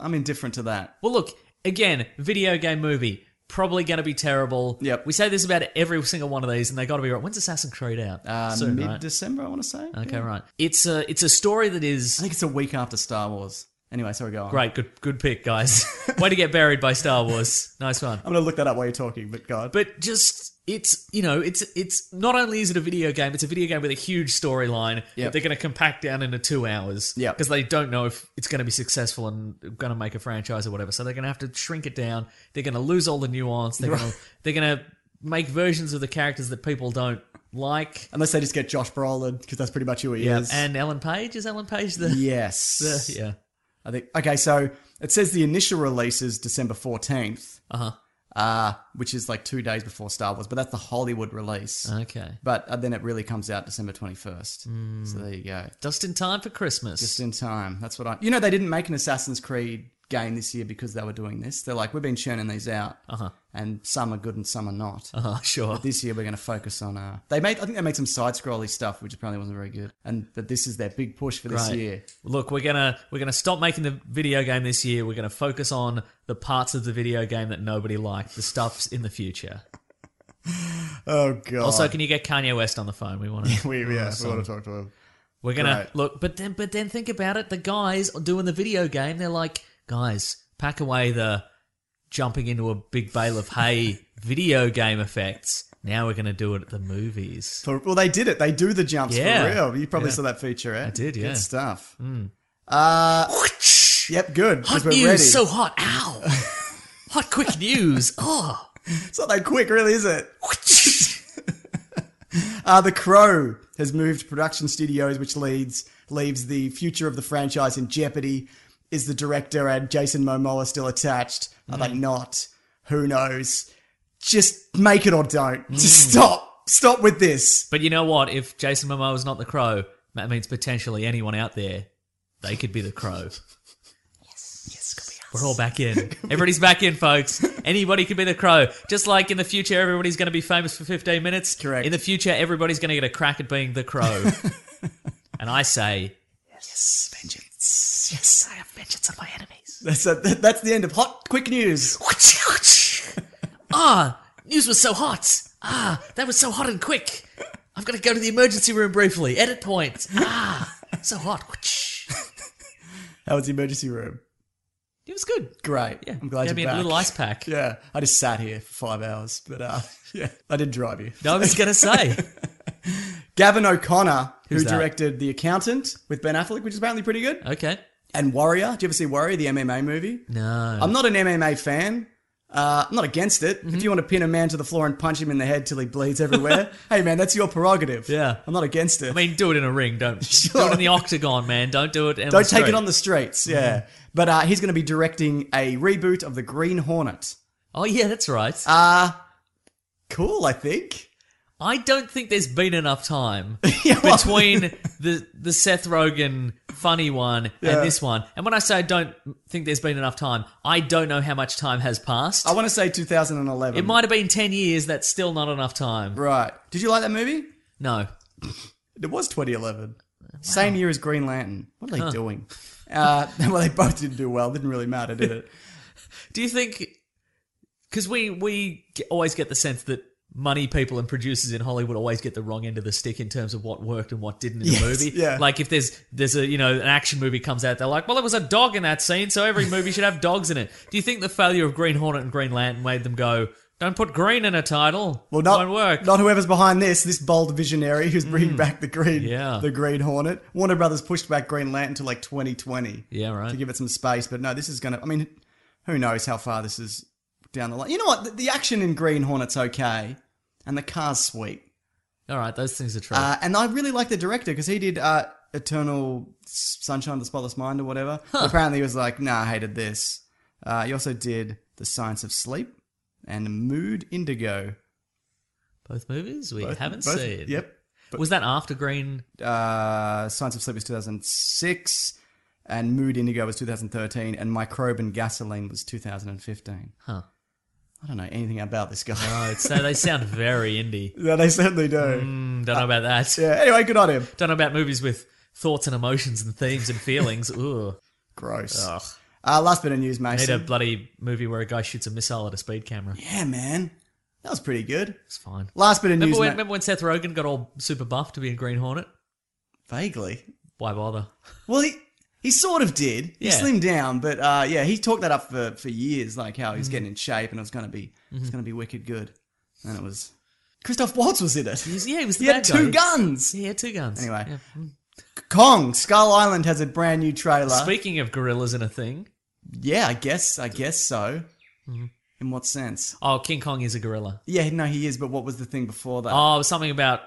Speaker 1: I'm indifferent to that.
Speaker 3: Well, look, again, video game movie. Probably going to be terrible.
Speaker 1: Yep.
Speaker 3: We say this about every single one of these, and they got to be right. When's Assassin's Creed out?
Speaker 1: Uh,
Speaker 3: Soon, right?
Speaker 1: Mid-December, I want to say.
Speaker 3: Okay,
Speaker 1: Yeah.
Speaker 3: right. It's a it's a story that
Speaker 1: I
Speaker 3: is
Speaker 1: think it's a week after Star Wars. Anyway, sorry, go on.
Speaker 3: great. Good good pick, guys. Way to get buried by Star Wars. Nice one.
Speaker 1: I'm gonna look that up while you're talking. But God,
Speaker 3: But just it's you know it's it's not only is it a video game, it's a video game with a huge storyline
Speaker 1: Yep.
Speaker 3: that they're going to compact down into two hours.
Speaker 1: Yep.
Speaker 3: because they don't know if it's going to be successful and going to make a franchise or whatever. So they're going to have to shrink it down. They're going to lose all the nuance. They're going to they're going to make versions of the characters that people don't like.
Speaker 1: unless they just get Josh Brolin because that's pretty much who he is.
Speaker 3: And Ellen Page is Ellen Page the,
Speaker 1: yes,
Speaker 3: the yeah.
Speaker 1: I think. Okay, so it says the initial release is December 14th,
Speaker 3: Uh
Speaker 1: uh, which is like two days before Star Wars, but that's the Hollywood release.
Speaker 3: huh. Okay.
Speaker 1: But uh, then it really comes out December 21st.
Speaker 3: Hmm.
Speaker 1: So there you go.
Speaker 3: Just in time for Christmas.
Speaker 1: Just in time. That's what I. You know, they didn't make an Assassin's Creed game this year because they were doing this. They're like, we've been churning these out,
Speaker 3: Uh-huh.
Speaker 1: and some are good and some are not.
Speaker 3: oh, sure.
Speaker 1: This year we're going to focus on. Uh, they made. I think they made some side-scrolly stuff, which apparently wasn't very good. And but this is their big push for this
Speaker 3: Right.
Speaker 1: year.
Speaker 3: Look, we're gonna we're gonna stop making the video game this year. We're gonna focus on the parts of the video game that nobody liked, the stuffs in the future.
Speaker 1: Oh god.
Speaker 3: Also, can you get Kanye West on the phone? We want to.
Speaker 1: we yeah, we want to talk to them.
Speaker 3: We're gonna
Speaker 1: Right.
Speaker 3: look, but then but then think about it. The guys doing the video game, they're like, guys, pack away the jumping into a big bale of hay video game effects. Now we're gonna do it at the movies.
Speaker 1: For, well, they did it. They do the jumps
Speaker 3: Yeah.
Speaker 1: for real. You probably
Speaker 3: Yeah.
Speaker 1: saw that feature, eh? I
Speaker 3: did, yeah. Hmm.
Speaker 1: Good stuff. Uh, yep, good. 'cause
Speaker 3: Hot
Speaker 1: we're
Speaker 3: news,
Speaker 1: ready.
Speaker 3: so hot. Ow! hot quick news. Oh.
Speaker 1: it's not that quick, really, is it? Uh, the Crow has moved production studios, which leads leaves the future of the franchise in jeopardy. Is the director and Jason Momoa still attached? Are
Speaker 3: Mm.
Speaker 1: they not? Who knows? Just make it or don't.
Speaker 3: Mm.
Speaker 1: Just stop. Stop with this.
Speaker 3: But you know what? If Jason Momoa is not the crow, that means potentially anyone out there, they could be the crow. yes. Yes, could be We're all back in. Everybody's back in, folks. Anybody can be the crow. Just like in the future, everybody's going to be famous for 15 minutes.
Speaker 1: Correct.
Speaker 3: In the future, everybody's going to get a crack at being the crow. and I say, yes, vengeance. Yes, I have vengeance on my enemies.
Speaker 1: That's that that's the end of hot quick news.
Speaker 3: ah, news was so hot. Ah, that was so hot and quick. I'm going to go to the emergency room briefly. Edit point. Ah, so hot.
Speaker 1: That was the emergency room.
Speaker 3: It was good.
Speaker 1: Great.
Speaker 3: Yeah,
Speaker 1: I'm glad
Speaker 3: Gave
Speaker 1: you're
Speaker 3: me
Speaker 1: back.
Speaker 3: a little ice pack.
Speaker 1: Yeah, I just sat here for five hours, but uh, yeah, I did drive you.
Speaker 3: No, I was going to say.
Speaker 1: Gavin O'Connor, who
Speaker 3: Who's that?
Speaker 1: directed The Accountant with Ben Affleck, which is apparently pretty good,
Speaker 3: Okay.
Speaker 1: and Warrior. Do you ever see Warrior, the MMA movie?
Speaker 3: No. Mm-hmm.
Speaker 1: I'm not an MMA fan. Uh, I'm not against it. If you want to pin a man to the floor and punch him in the head till he bleeds everywhere, hey man, that's your prerogative.
Speaker 3: Yeah.
Speaker 1: I'm not against it.
Speaker 3: I mean, do it in a ring. Don't do
Speaker 1: Sure.
Speaker 3: it in the octagon, man. Don't do it. In
Speaker 1: Don't take it on the streets. Yeah.
Speaker 3: Mm-hmm.
Speaker 1: But uh, he's going to be directing a reboot of The Green Hornet.
Speaker 3: Oh yeah, that's right.
Speaker 1: Uh, cool, I think.
Speaker 3: I don't think there's been enough time
Speaker 1: Yeah, well-
Speaker 3: between the the Seth Rogen funny one
Speaker 1: Yeah.
Speaker 3: and this one. And when I say I don't think there's been enough time, I don't know how much time has passed.
Speaker 1: I want to say 2011.
Speaker 3: it might have been ten years. That's still not enough time.
Speaker 1: Right. Did you like that movie?
Speaker 3: No.
Speaker 1: It was 2011. Same year as Green Lantern. What are they doing? Uh, well, they both didn't do well. Didn't really matter, did it?
Speaker 3: Do you think? Because we we g- always get the sense that money people and producers in Hollywood always get the wrong end of the stick in terms of what worked and what didn't in
Speaker 1: Yes,
Speaker 3: a movie.
Speaker 1: yeah.
Speaker 3: Like if there's there's a you know an action movie comes out, they're like, well, there was a dog in that scene, so every movie should have dogs in it. Do you think the failure of Green Hornet and Green Lantern made them go? Don't put green in a title.
Speaker 1: Well, not
Speaker 3: won't work. Mm.
Speaker 1: Not whoever's behind this, this bold visionary who's bringing back the green,
Speaker 3: Yeah.
Speaker 1: the Green Hornet. Warner Brothers pushed back Green Lantern to like 2020
Speaker 3: yeah,
Speaker 1: to
Speaker 3: right.
Speaker 1: give it some space. But no, this is gonna. I mean, who knows how far this is down the line? You know what? The, the action in Green Hornet's okay, and the car's sweet.
Speaker 3: All right, those things are true.
Speaker 1: Uh, and I really like the director because he did uh, Eternal Sunshine of the Spotless Mind or whatever. Apparently, he was like, "Nah, I hated this." Uh, he also did The Science of Sleep and Mood Indigo.
Speaker 3: both movies we
Speaker 1: Both-
Speaker 3: haven't
Speaker 1: both-
Speaker 3: seen.
Speaker 1: Yep.
Speaker 3: was that after Green?
Speaker 1: Uh, Science of Sleep was 2006, and Mood Indigo was 2013, and Microbe and Gasoline was 2015.
Speaker 3: Huh.
Speaker 1: I don't know anything about this guy.
Speaker 3: Oh, it's, they sound very indie.
Speaker 1: yeah, they certainly do.
Speaker 3: Mm, don't know about that.
Speaker 1: Yeah. Anyway, good on him.
Speaker 3: Don't know about movies with thoughts and emotions and themes and feelings. Ooh.
Speaker 1: Gross.
Speaker 3: Ugh.
Speaker 1: Uh, last bit of news,
Speaker 3: Need a
Speaker 1: Mason.
Speaker 3: bloody movie where a guy shoots a missile at a speed camera.
Speaker 1: yeah, man, that was pretty good.
Speaker 3: It's fine.
Speaker 1: Last bit of news,
Speaker 3: Remember when,
Speaker 1: Ma-
Speaker 3: remember when Seth Rogen got all super buff to be in Green Hornet?
Speaker 1: Vaguely.
Speaker 3: Why bother?
Speaker 1: Well, he he sort of did. He
Speaker 3: Yeah.
Speaker 1: slimmed down, but uh, yeah, he talked that up for, for years, like how
Speaker 3: Mm.
Speaker 1: he was getting in shape and it was gonna be it
Speaker 3: Mm-hmm.
Speaker 1: was gonna be wicked good. And it was Christoph Waltz was in it.
Speaker 3: He's, yeah, he was the
Speaker 1: He had
Speaker 3: bad
Speaker 1: two
Speaker 3: guy.
Speaker 1: guns.
Speaker 3: He had two guns.
Speaker 1: Anyway.
Speaker 3: Yeah.
Speaker 1: Kong Skull Island has a brand new trailer.
Speaker 3: Speaking of gorillas in a thing,
Speaker 1: yeah, I guess I guess so.
Speaker 3: Mm-hmm.
Speaker 1: In what sense?
Speaker 3: oh, King Kong is a gorilla.
Speaker 1: Yeah, no, he is. But what was the thing before that?
Speaker 3: Oh, it was something about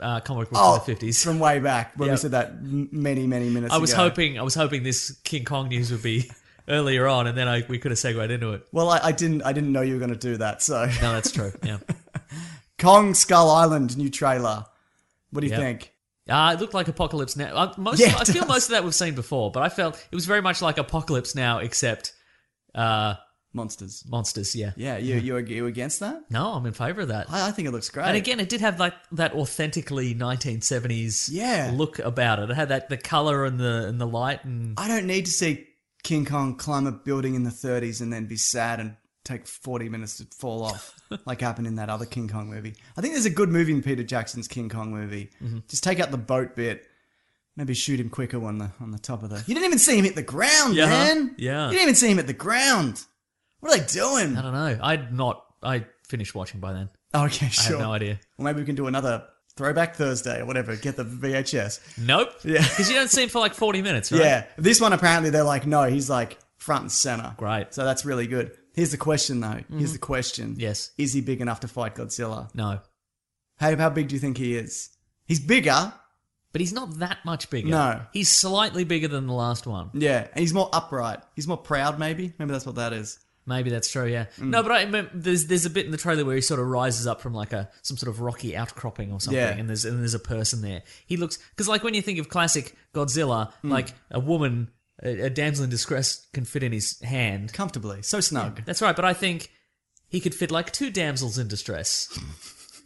Speaker 3: uh, comic books
Speaker 1: Oh,
Speaker 3: in the fifties.
Speaker 1: from way back when we
Speaker 3: Yeah.
Speaker 1: said that m- many many minutes.
Speaker 3: I was
Speaker 1: ago.
Speaker 3: hoping, I was hoping this King Kong news would be earlier on, and then I, we could have segued into it.
Speaker 1: Well, I, I didn't. I didn't know you were going to do that. So
Speaker 3: No, that's true. Yeah.
Speaker 1: Kong Skull Island new trailer. What do you
Speaker 3: Yeah.
Speaker 1: think?
Speaker 3: Ah, it looked like Apocalypse Now. Uh, most,
Speaker 1: Yeah, it
Speaker 3: I feel
Speaker 1: does.
Speaker 3: most of that we've seen before, but I felt it was very much like Apocalypse Now, except uh,
Speaker 1: Monsters.
Speaker 3: monsters. Yeah.
Speaker 1: Yeah, you you you against that?
Speaker 3: No, I'm in favor of that.
Speaker 1: I, I think it looks great.
Speaker 3: And again, it did have like that authentically 1970s
Speaker 1: Yeah.
Speaker 3: look about it. It had that the color and the and the light and
Speaker 1: I don't need to see King Kong climb a building in the 30s and then be sad and take 40 minutes to fall off, like happened in that other King Kong movie. I think there's a good movie in Peter Jackson's King Kong movie.
Speaker 3: Mm-hmm.
Speaker 1: Just take out the boat bit. Maybe shoot him quicker on the on the top of the. You didn't even see him hit the ground,
Speaker 3: Yeah,
Speaker 1: man.
Speaker 3: yeah.
Speaker 1: You didn't even see him hit the ground. What are they doing?
Speaker 3: I don't know. I'd not. I finished watching by then.
Speaker 1: Oh, okay,
Speaker 3: I
Speaker 1: sure.
Speaker 3: have no idea.
Speaker 1: Well, maybe we can do another Throwback Thursday or whatever. Get the VHS.
Speaker 3: Nope.
Speaker 1: Yeah.
Speaker 3: Because you don't see him for like 40 minutes, right?
Speaker 1: Yeah. This one apparently they're like, no, he's like front and center.
Speaker 3: Great.
Speaker 1: So that's really good. Here's the question though. Here's the question.
Speaker 3: Yes.
Speaker 1: Is he big enough to fight Godzilla?
Speaker 3: No.
Speaker 1: How how big do you think he is? He's bigger.
Speaker 3: But he's not that much bigger.
Speaker 1: No.
Speaker 3: He's slightly bigger than the last one.
Speaker 1: Yeah. And he's more upright. He's more proud, maybe. Maybe that's what that is.
Speaker 3: Maybe that's true. Yeah.
Speaker 4: Mm.
Speaker 3: No, but I mean, there's there's a bit in the trailer where he sort of rises up from like a some sort of rocky outcropping or something,
Speaker 1: Yeah.
Speaker 3: and
Speaker 4: Mm.
Speaker 3: there's and there's a person there. He looks because like when you think of classic Godzilla, like a woman. a, a damsel in distress can fit in his hand.
Speaker 4: Comfortably. So snug.
Speaker 3: That's right, but I think he could fit like two damsels in distress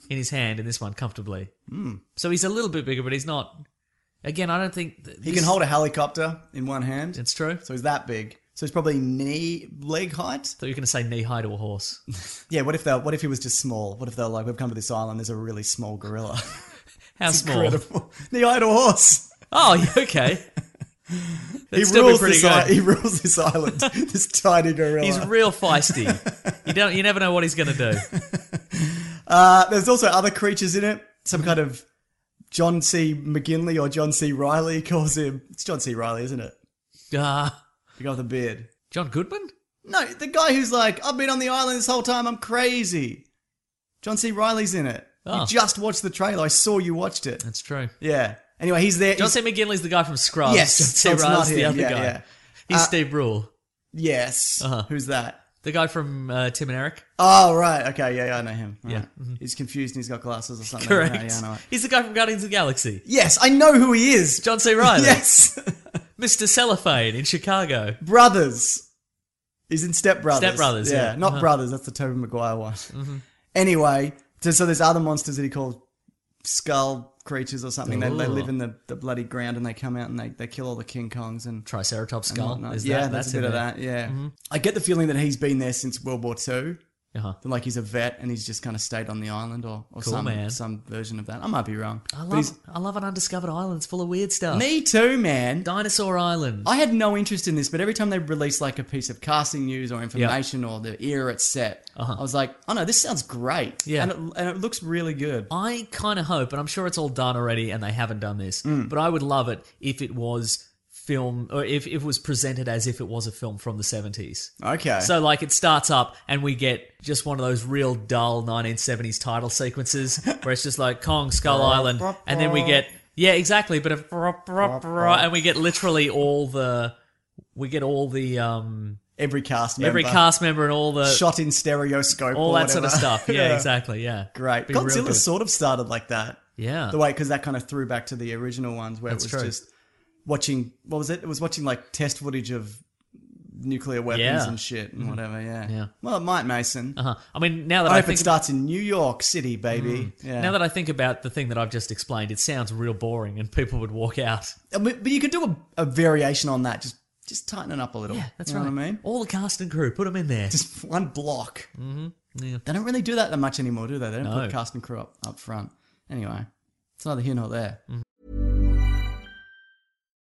Speaker 3: in his hand in this one comfortably.
Speaker 4: Mm.
Speaker 3: So he's a little bit bigger, but he's not. Again, I don't think th-
Speaker 4: He
Speaker 3: this-
Speaker 4: can hold a helicopter in one hand.
Speaker 3: It's true.
Speaker 4: So he's that big. So he's probably knee leg height.
Speaker 3: So you're going to say knee high to a horse.
Speaker 4: Yeah, what if they what if he was just small? What if they're like, we've come to this island, there's a really small gorilla.
Speaker 3: How small?
Speaker 4: Incredible. The idle horse.
Speaker 3: Oh, yeah, okay. That'd
Speaker 4: He
Speaker 3: still be
Speaker 4: rules,
Speaker 3: pretty
Speaker 4: this I-
Speaker 3: good.
Speaker 4: he rules this island. this tiny gorilla.
Speaker 3: He's real feisty. you don't. You never know what he's going to do.
Speaker 4: Uh, there's also other creatures in it. Some kind of John C. McGinley or John C. Riley calls him. It's John C. Riley, isn't it?
Speaker 3: Uh,
Speaker 4: The guy with the beard.
Speaker 3: John Goodman.
Speaker 4: No, the guy who's like, I've been on the island this whole time. I'm crazy. John C. Riley's in it.
Speaker 3: Oh.
Speaker 4: You just watched the trailer. I saw you watched it.
Speaker 3: That's true.
Speaker 4: Yeah. Anyway, he's there.
Speaker 3: John
Speaker 4: He's-
Speaker 3: C. McGinley's the guy from Scrubs.
Speaker 4: Yes,
Speaker 3: John
Speaker 4: so
Speaker 3: C.
Speaker 4: it's
Speaker 3: Riley's
Speaker 4: not
Speaker 3: the
Speaker 4: him.
Speaker 3: other
Speaker 4: Yeah,
Speaker 3: guy. Uh-huh.
Speaker 4: yeah. Uh,
Speaker 3: He's Steve Brule,
Speaker 4: yes. Who's that?
Speaker 3: the guy from uh, Tim and Eric.
Speaker 4: Oh, right. Okay. Yeah, yeah I know him. Right.
Speaker 3: Yeah. Mm-hmm.
Speaker 4: He's confused and he's got glasses or something.
Speaker 3: Correct.
Speaker 4: Yeah, yeah, I know it.
Speaker 3: he's the guy from Guardians of the Galaxy.
Speaker 4: Yes, I know who he is.
Speaker 3: John C. Riley.
Speaker 4: Yes.
Speaker 3: Mr. Cellophane in Chicago.
Speaker 4: Brothers. He's in Step Brothers.
Speaker 3: Step Brothers, yeah.
Speaker 4: Not
Speaker 3: Uh-huh. Mm-hmm.
Speaker 4: Brothers. That's the Tobey Maguire one. Anyway, so, so there's other monsters that he called skull creatures or something. They, they
Speaker 3: Ooh.
Speaker 4: live in the, the bloody ground and they come out and they, they kill all the King Kongs and.
Speaker 3: Triceratops
Speaker 4: and
Speaker 3: skull.
Speaker 4: whatnot.
Speaker 3: Is
Speaker 4: yeah,
Speaker 3: that,
Speaker 4: that's, a
Speaker 3: in
Speaker 4: bit of
Speaker 3: there. Mm-hmm.
Speaker 4: that. Yeah, I get the feeling that he's been there since World War Two.
Speaker 3: Uh-huh.
Speaker 4: That, Like he's a vet and he's just kind of stayed on the island or, or
Speaker 3: Cool,
Speaker 4: some
Speaker 3: man.
Speaker 4: some version of that. I might be wrong.
Speaker 3: I
Speaker 4: But he's-
Speaker 3: love, I love an undiscovered island. It's full of weird stuff.
Speaker 4: me too, man.
Speaker 3: Dinosaur Island.
Speaker 4: I had no interest in this, but every time they release like a piece of casting news or information or the era it's set, I was like, oh no, this sounds great.
Speaker 3: Uh-huh. Yeah.
Speaker 4: and it, and it looks really good.
Speaker 3: I kind of hope, and I'm sure it's all done already, and they haven't done this,
Speaker 4: Mm.
Speaker 3: but I would love it if it was film or if, if it was presented as if it was a film from the 70s.
Speaker 4: Okay,
Speaker 3: So like it starts up and we get just one of those real dull 1970s title sequences where it's just like Kong Skull Island and then we get yeah exactly but if, and we get literally all the we get all the um
Speaker 4: every cast, member,
Speaker 3: every cast member and all the
Speaker 4: shot in stereoscope,
Speaker 3: all
Speaker 4: or
Speaker 3: that sort of
Speaker 4: whatever.
Speaker 3: stuff yeah, exactly yeah
Speaker 4: Great.
Speaker 3: Be real
Speaker 4: Godzilla
Speaker 3: good.
Speaker 4: sort of started like that.
Speaker 3: yeah
Speaker 4: The way because that kind of threw back to the original ones where
Speaker 3: Uh, That's
Speaker 4: it was
Speaker 3: true.
Speaker 4: just watching. What was it? It was watching like test footage of nuclear weapons
Speaker 3: Yeah. Mm.
Speaker 4: and shit and whatever. Yeah.
Speaker 3: Yeah.
Speaker 4: Well, it might, Mason.
Speaker 3: uh-huh. I mean now that
Speaker 4: I
Speaker 3: I
Speaker 4: hope it
Speaker 3: think Mm.
Speaker 4: starts in New York City, baby. Yeah.
Speaker 3: now that I think about the thing that I've just explained it sounds real boring and people would walk out
Speaker 4: Uh, But but you could do a, a variation on that. Just just tighten it up a little.
Speaker 3: yeah that's
Speaker 4: you
Speaker 3: right
Speaker 4: Know what I mean,
Speaker 3: all the cast and crew put them in there
Speaker 4: just one block.
Speaker 3: Yeah.
Speaker 4: They don't really do that that much anymore, do they? They don't
Speaker 3: No.
Speaker 4: put cast and crew up, up front. Anyway, it's neither here nor there.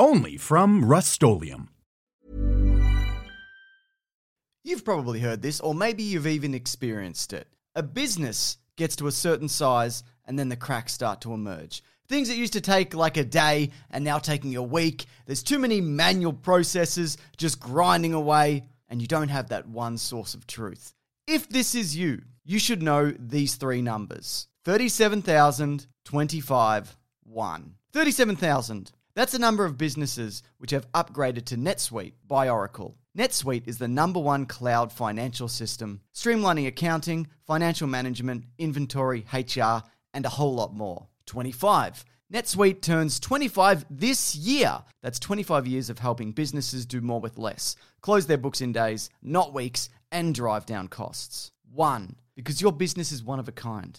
Speaker 5: Only from Rust
Speaker 1: You've probably heard this, or maybe you've even experienced it. A business gets to a certain size, and then the cracks start to emerge. Things that used to take like a day are now taking a week. There's too many manual processes just grinding away, and you don't have that one source of truth. If this is you, you should know these three numbers 37,025, 1. 37,000. That's the number of businesses which have upgraded to NetSuite by Oracle. NetSuite is the number one cloud financial system, streamlining accounting, financial management, inventory, HR, and a whole lot more. 25. NetSuite turns 25 this year. That's 25 years of helping businesses do more with less, close their books in days, not weeks, and drive down costs. One, because your business is one of a kind.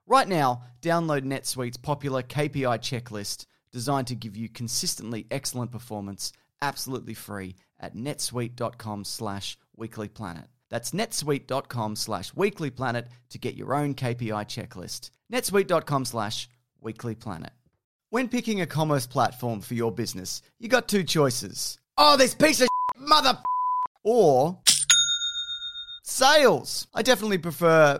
Speaker 1: Right now, download NetSuite's popular KPI checklist designed to give you consistently excellent performance absolutely free at netsuite.com slash weeklyplanet. That's netsuite.com slash weeklyplanet to get your own KPI checklist. netsuite.com slash weeklyplanet. When picking a commerce platform for your business, you got two choices. Oh, this piece of shit, mother f- or sales. I definitely prefer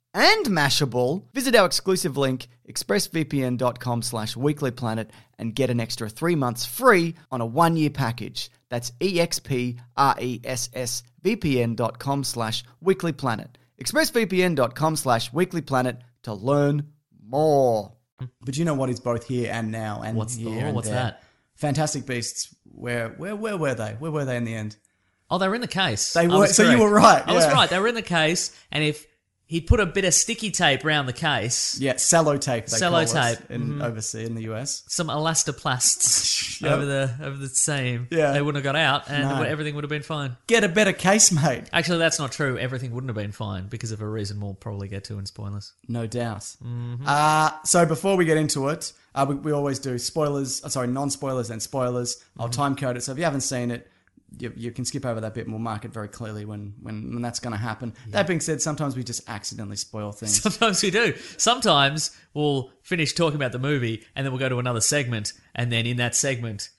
Speaker 1: and Mashable, visit our exclusive link, expressvpn.com slash weeklyplanet, and get an extra three months free on a one-year package. That's E expressvpn.com slash weeklyplanet. expressvpn.com slash weeklyplanet to learn more.
Speaker 4: But you know what is both here and now and
Speaker 3: What's the
Speaker 4: here
Speaker 3: law?
Speaker 4: and
Speaker 3: What's
Speaker 4: there.
Speaker 3: that?
Speaker 4: Fantastic Beasts. Where where where were they? Where were they in the end?
Speaker 3: Oh, they were in the case.
Speaker 4: They
Speaker 3: I
Speaker 4: were-
Speaker 3: was
Speaker 4: so you
Speaker 3: correct.
Speaker 4: were right,
Speaker 3: I was
Speaker 4: yeah.
Speaker 3: right. They were in the case, and if he put a bit of sticky tape around the case,
Speaker 4: Yeah, sellotape. They call us
Speaker 3: Sellotape,
Speaker 4: in overseas in the US.
Speaker 3: some elastoplasts
Speaker 4: Yep.
Speaker 3: over the over the seam,
Speaker 4: Yeah.
Speaker 3: they wouldn't have got out, and
Speaker 4: No.
Speaker 3: everything would have been fine.
Speaker 4: Get a better case, mate.
Speaker 3: Actually, that's not true. Everything wouldn't have been fine because of a reason we'll probably get to in spoilers.
Speaker 4: No doubt. Uh, so before we get into it, uh, we, we always do spoilers. uh, sorry, non-spoilers and spoilers. I'll time code it. So if you haven't seen it, you, you can skip over that bit. And we'll mark it very clearly when when, when that's going to happen. That being said, sometimes we just accidentally spoil things.
Speaker 3: Sometimes we do. Sometimes we'll finish talking about the movie, and then we'll go to another segment, and then in that segment,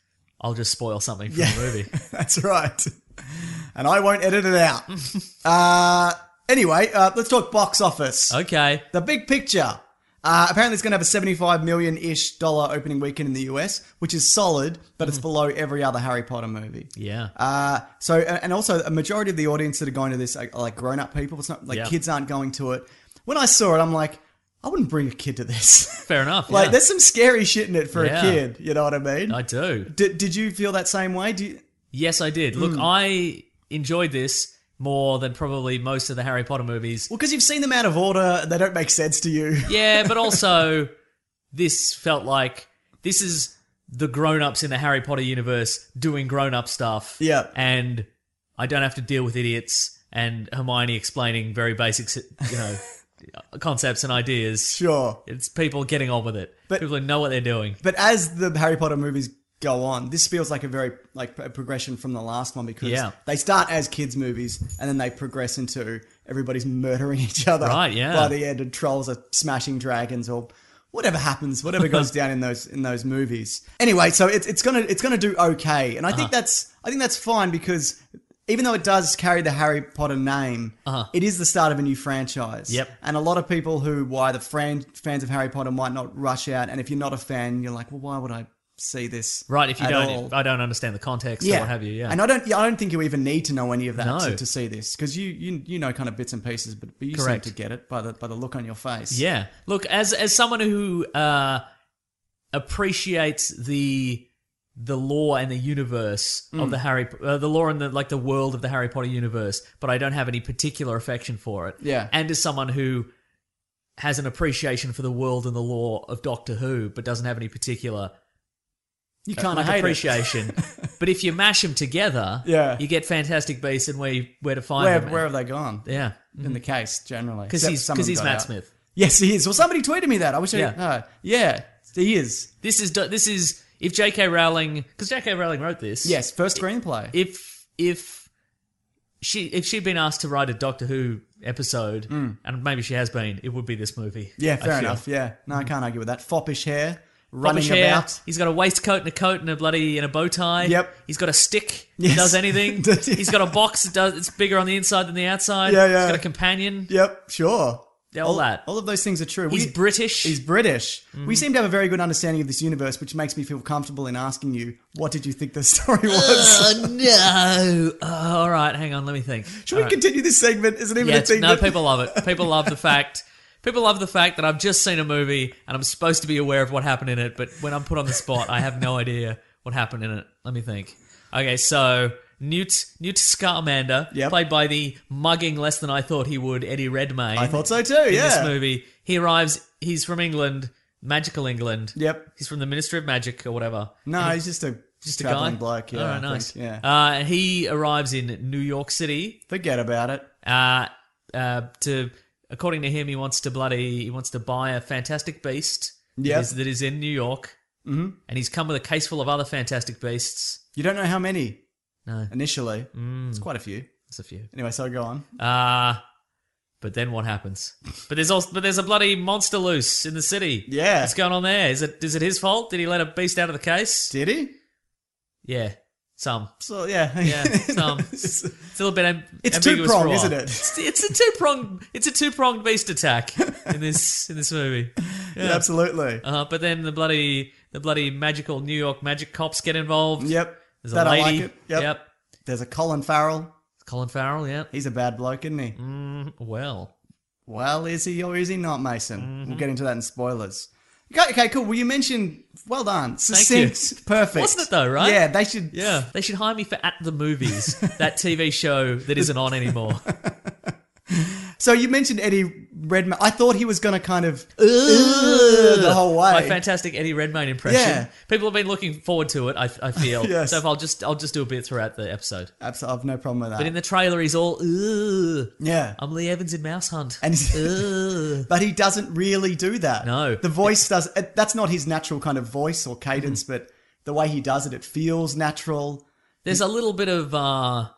Speaker 3: I'll just spoil something from the movie.
Speaker 4: that's right. And I won't edit it out. uh, anyway, uh, let's talk box office.
Speaker 3: Oh, Okay.
Speaker 4: The big picture. Uh, apparently, it's going to have a 75 million ish dollar opening weekend in the US, which is solid, but
Speaker 3: Mm.
Speaker 4: it's below every other Harry Potter movie.
Speaker 3: Yeah.
Speaker 4: Uh, so, a- and also, a majority of the audience that are going to this are, are like grown up people. It's not like
Speaker 3: Yeah.
Speaker 4: kids aren't going to it. When I saw it, I'm like, I wouldn't bring a kid to this.
Speaker 3: Fair enough.
Speaker 4: like,
Speaker 3: yeah.
Speaker 4: there's some scary shit in it for
Speaker 3: Yeah.
Speaker 4: a kid. You know what I mean?
Speaker 3: I do.
Speaker 4: Did, did you feel that same way? Do you,
Speaker 3: Yes, I did.
Speaker 4: Hmm.
Speaker 3: Look, I enjoyed this more than probably most of the Harry Potter movies.
Speaker 4: Well, because you've seen them out of order, and they don't make sense to you.
Speaker 3: Yeah, but also this felt like this is the grown-ups in the Harry Potter universe doing grown-up stuff.
Speaker 4: Yeah.
Speaker 3: And I don't have to deal with idiots and Hermione explaining very basic, you know, concepts and ideas.
Speaker 4: Sure.
Speaker 3: It's people getting on with it.
Speaker 4: But-
Speaker 3: people who know what they're doing.
Speaker 4: But as the Harry Potter movies go on, this feels like a very like a progression from the last one because
Speaker 3: Yeah.
Speaker 4: they start as kids movies and then they progress into everybody's murdering each other.
Speaker 3: Right, yeah.
Speaker 4: By the end, and trolls are smashing dragons or whatever happens, whatever goes down in those in those movies. Anyway, so it's it's gonna it's gonna do okay, and I
Speaker 3: Uh-huh.
Speaker 4: think that's I think that's fine because. Even though it does carry the Harry Potter name, it is the start of a new franchise.
Speaker 3: Uh-huh. Yep.
Speaker 4: And a lot of people who, why the fran- fans of Harry Potter might not rush out. And if you're not a fan, you're like, well, why would I see this?
Speaker 3: Right, if you
Speaker 4: at
Speaker 3: don't,
Speaker 4: all?"
Speaker 3: I don't understand the context or what have you. Yeah,
Speaker 4: And I don't, yeah, I don't think you even need to know any of that
Speaker 3: No.
Speaker 4: to, to see this because you, you, you know, kind of bits and pieces, but, but you
Speaker 3: Correct.
Speaker 4: seem to get it by the by the look on your face.
Speaker 3: Yeah. Look, as as someone who uh, appreciates the the lore and the universe of
Speaker 4: Mm.
Speaker 3: the Harry uh, the lore and the like the world of the Harry Potter universe, but I don't have any particular affection for it.
Speaker 4: Yeah.
Speaker 3: And as someone who has an appreciation for the world and the lore of Doctor Who, but doesn't have any particular
Speaker 4: you can't
Speaker 3: like
Speaker 4: hate it.
Speaker 3: appreciation. but if you mash them together,
Speaker 4: Yeah.
Speaker 3: you get Fantastic Beasts and where you, where to find
Speaker 4: Where,
Speaker 3: them.
Speaker 4: where have they gone?
Speaker 3: yeah,
Speaker 4: In the case, generally,
Speaker 3: because
Speaker 4: Except
Speaker 3: he's
Speaker 4: some of
Speaker 3: because
Speaker 4: them
Speaker 3: he's
Speaker 4: got
Speaker 3: Matt
Speaker 4: out.
Speaker 3: Smith.
Speaker 4: Yes, he is. Well, somebody tweeted me that. I wish.
Speaker 3: Yeah.
Speaker 4: I, uh, yeah, he is.
Speaker 3: This is this is if J.K. Rowling because J.K. Rowling wrote this.
Speaker 4: Yes, first screenplay.
Speaker 3: If if she if she'd been asked to write a Doctor Who episode, and maybe she has been, it would be this movie.
Speaker 4: Mm. yeah,
Speaker 3: I
Speaker 4: fair
Speaker 3: feel.
Speaker 4: enough. Yeah, no, I can't argue with that. Foppish hair, running
Speaker 3: Rubbish hair.
Speaker 4: about.
Speaker 3: He's got a waistcoat and a coat and a bloody and a bow tie.
Speaker 4: Yep.
Speaker 3: He's got a stick.
Speaker 4: Yes.
Speaker 3: That does anything.
Speaker 4: Does-
Speaker 3: He's got a box. That does. It's bigger on the inside than the outside.
Speaker 4: Yeah, yeah.
Speaker 3: He's got a companion.
Speaker 4: Yep, sure.
Speaker 3: Yeah, all that.
Speaker 4: All of those things are true.
Speaker 3: He's Mm.
Speaker 4: We-
Speaker 3: British.
Speaker 4: He's British. We seem to have a very good understanding of this universe, which makes me feel comfortable in asking you, what did you think the story was?
Speaker 3: Oh no! Oh, all right, hang on. Let me think.
Speaker 4: Should we continue this segment? Isn't even a
Speaker 3: Yes,
Speaker 4: thing.
Speaker 3: no,
Speaker 4: that-
Speaker 3: people love it. People love the fact. People love the fact that I've just seen a movie and I'm supposed to be aware of what happened in it, but when I'm put on the spot, I have no idea what happened in it. Let me think. Okay, so Newt Newt Scamander,
Speaker 4: Yep.
Speaker 3: played by the mugging less than I thought he would Eddie Redmayne.
Speaker 4: I thought so too.
Speaker 3: in this
Speaker 4: Yeah.
Speaker 3: movie, he arrives. He's from England, magical England.
Speaker 4: Yep.
Speaker 3: He's from the Ministry of Magic or whatever.
Speaker 4: No, he's just a
Speaker 3: Just a guy.
Speaker 4: traveling bloke. Yeah,
Speaker 3: All
Speaker 4: I
Speaker 3: right,
Speaker 4: think.
Speaker 3: nice.
Speaker 4: Yeah.
Speaker 3: Uh, he arrives in New York City
Speaker 4: Forget about it.
Speaker 3: uh, uh, to according to him, he wants to bloody he wants to buy a fantastic beast
Speaker 4: Yeah.
Speaker 3: that, is, that is in New York, mm-hmm. and he's come with a case full of other fantastic beasts.
Speaker 4: You don't know how many.
Speaker 3: No. Hmm.
Speaker 4: Initially, it's quite a few.
Speaker 3: There's a few.
Speaker 4: Anyway, so go on.
Speaker 3: Uh but then what happens? But there's also but there's a bloody monster loose in the city.
Speaker 4: Yeah.
Speaker 3: what's going on there? Is it is it his fault? Did he let a beast out of the case?
Speaker 4: Did he?
Speaker 3: yeah, some.
Speaker 4: So yeah,
Speaker 3: Yeah, some. it's a little bit. Amb-
Speaker 4: It's
Speaker 3: ambiguous
Speaker 4: two-pronged,
Speaker 3: for a while.
Speaker 4: isn't it?
Speaker 3: It's, it's a two pronged. It's a two pronged beast attack in this in this movie.
Speaker 4: Yeah, absolutely.
Speaker 3: Uh, but then the bloody the bloody magical New York magic cops get involved.
Speaker 4: Yep.
Speaker 3: There's a
Speaker 4: That I
Speaker 3: lady.
Speaker 4: like it. Yep.
Speaker 3: yep.
Speaker 4: There's a Colin Farrell.
Speaker 3: Colin Farrell. Yep.
Speaker 4: He's a bad bloke, isn't he?
Speaker 3: Mm. Well.
Speaker 4: Well, is he or is he not, Mason?
Speaker 3: Mm-hmm.
Speaker 4: We'll get into that in spoilers. Okay, okay, cool. Well, you mentioned. Well done.
Speaker 3: you.
Speaker 4: Succinct. Perfect.
Speaker 3: Wasn't it though, right?
Speaker 4: Yeah, they should.
Speaker 3: Yeah. They should hire me for At the Movies, that TV show that isn't on anymore.
Speaker 4: So you mentioned Eddie Redmayne. I thought he was going to kind of Ugh, the whole way.
Speaker 3: My fantastic Eddie Redmayne impression.
Speaker 4: Yeah.
Speaker 3: People have been looking forward to it. I, I feel.
Speaker 4: Yes.
Speaker 3: So if I'll just I'll just do a bit throughout the episode.
Speaker 4: Abs- I've no problem with that.
Speaker 3: But in the trailer, he's all. Ugh,
Speaker 4: yeah,
Speaker 3: I'm Lee Evans in Mouse Hunt.
Speaker 4: and he's-
Speaker 3: Ugh.
Speaker 4: but he doesn't really do that.
Speaker 3: No.
Speaker 4: the voice does. it- That's not his natural kind of voice or cadence, but the way he does it, it feels natural.
Speaker 3: There's a little bit of uh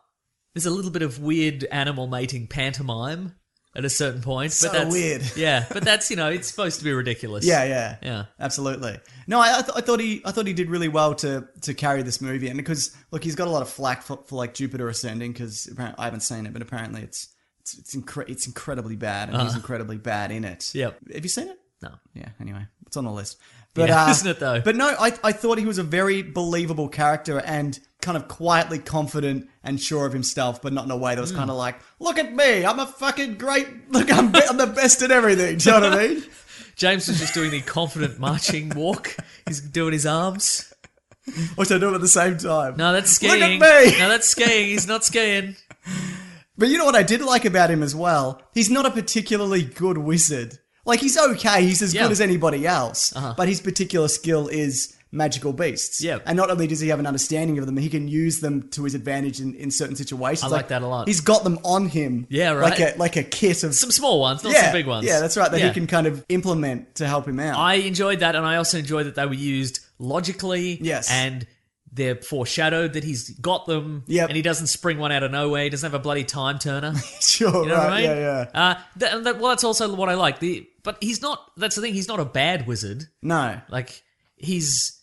Speaker 3: there's a little bit of weird animal mating pantomime at a certain point.
Speaker 4: So
Speaker 3: but that's
Speaker 4: weird.
Speaker 3: Yeah, but that's you know, it's supposed to be ridiculous.
Speaker 4: Yeah, yeah,
Speaker 3: Yeah.
Speaker 4: absolutely. No, I, I, th- I thought he, I thought he did really well to to carry this movie, and because look, he's got a lot of flack for, for like Jupiter Ascending because I haven't seen it, but apparently it's it's it's, incre- it's incredibly bad, and he's incredibly bad in it.
Speaker 3: Uh-huh. Yep.
Speaker 4: Have you seen it?
Speaker 3: No.
Speaker 4: Yeah. Anyway, it's on the list. But
Speaker 3: Yeah,
Speaker 4: uh,
Speaker 3: isn't it though?
Speaker 4: But no, I I thought he was a very believable character and kind of quietly confident and sure of himself, but not in a way that
Speaker 3: Hmm.
Speaker 4: was kind of like, look at me, I'm a fucking great, look, I'm be- I'm the best at everything. Do you know what I mean?
Speaker 3: James was just doing the confident marching walk. He's doing his arms.
Speaker 4: Which I do them at the same time.
Speaker 3: No, that's
Speaker 4: Look at
Speaker 3: skiing.
Speaker 4: me!
Speaker 3: No, that's skiing. He's not skiing.
Speaker 4: But you know what I did like about him as well? He's not a particularly good wizard. Like he's okay, he's as
Speaker 3: Yeah. Uh-huh.
Speaker 4: good as anybody else. But his particular skill is magical beasts.
Speaker 3: Yeah.
Speaker 4: And not only does he have an understanding of them, he can use them to his advantage in, in certain situations.
Speaker 3: I like that a lot.
Speaker 4: He's got them on him.
Speaker 3: Yeah,
Speaker 4: Like
Speaker 3: right.
Speaker 4: a like a kit of
Speaker 3: Some small ones, not
Speaker 4: yeah,
Speaker 3: some big ones.
Speaker 4: Yeah, that's right. That
Speaker 3: Yeah.
Speaker 4: he can kind of implement to help him out.
Speaker 3: I enjoyed that, and I also enjoyed that they were used logically.
Speaker 4: Yes.
Speaker 3: And they're foreshadowed that he's got them.
Speaker 4: Yep.
Speaker 3: And he doesn't spring one out of nowhere. He doesn't have a bloody time turner.
Speaker 4: sure,
Speaker 3: You know
Speaker 4: right.
Speaker 3: what I mean?
Speaker 4: Yeah, yeah.
Speaker 3: Uh, that, and that, well, that's also what I like. The but he's not. That's the thing. He's not a bad wizard.
Speaker 4: No.
Speaker 3: Like he's.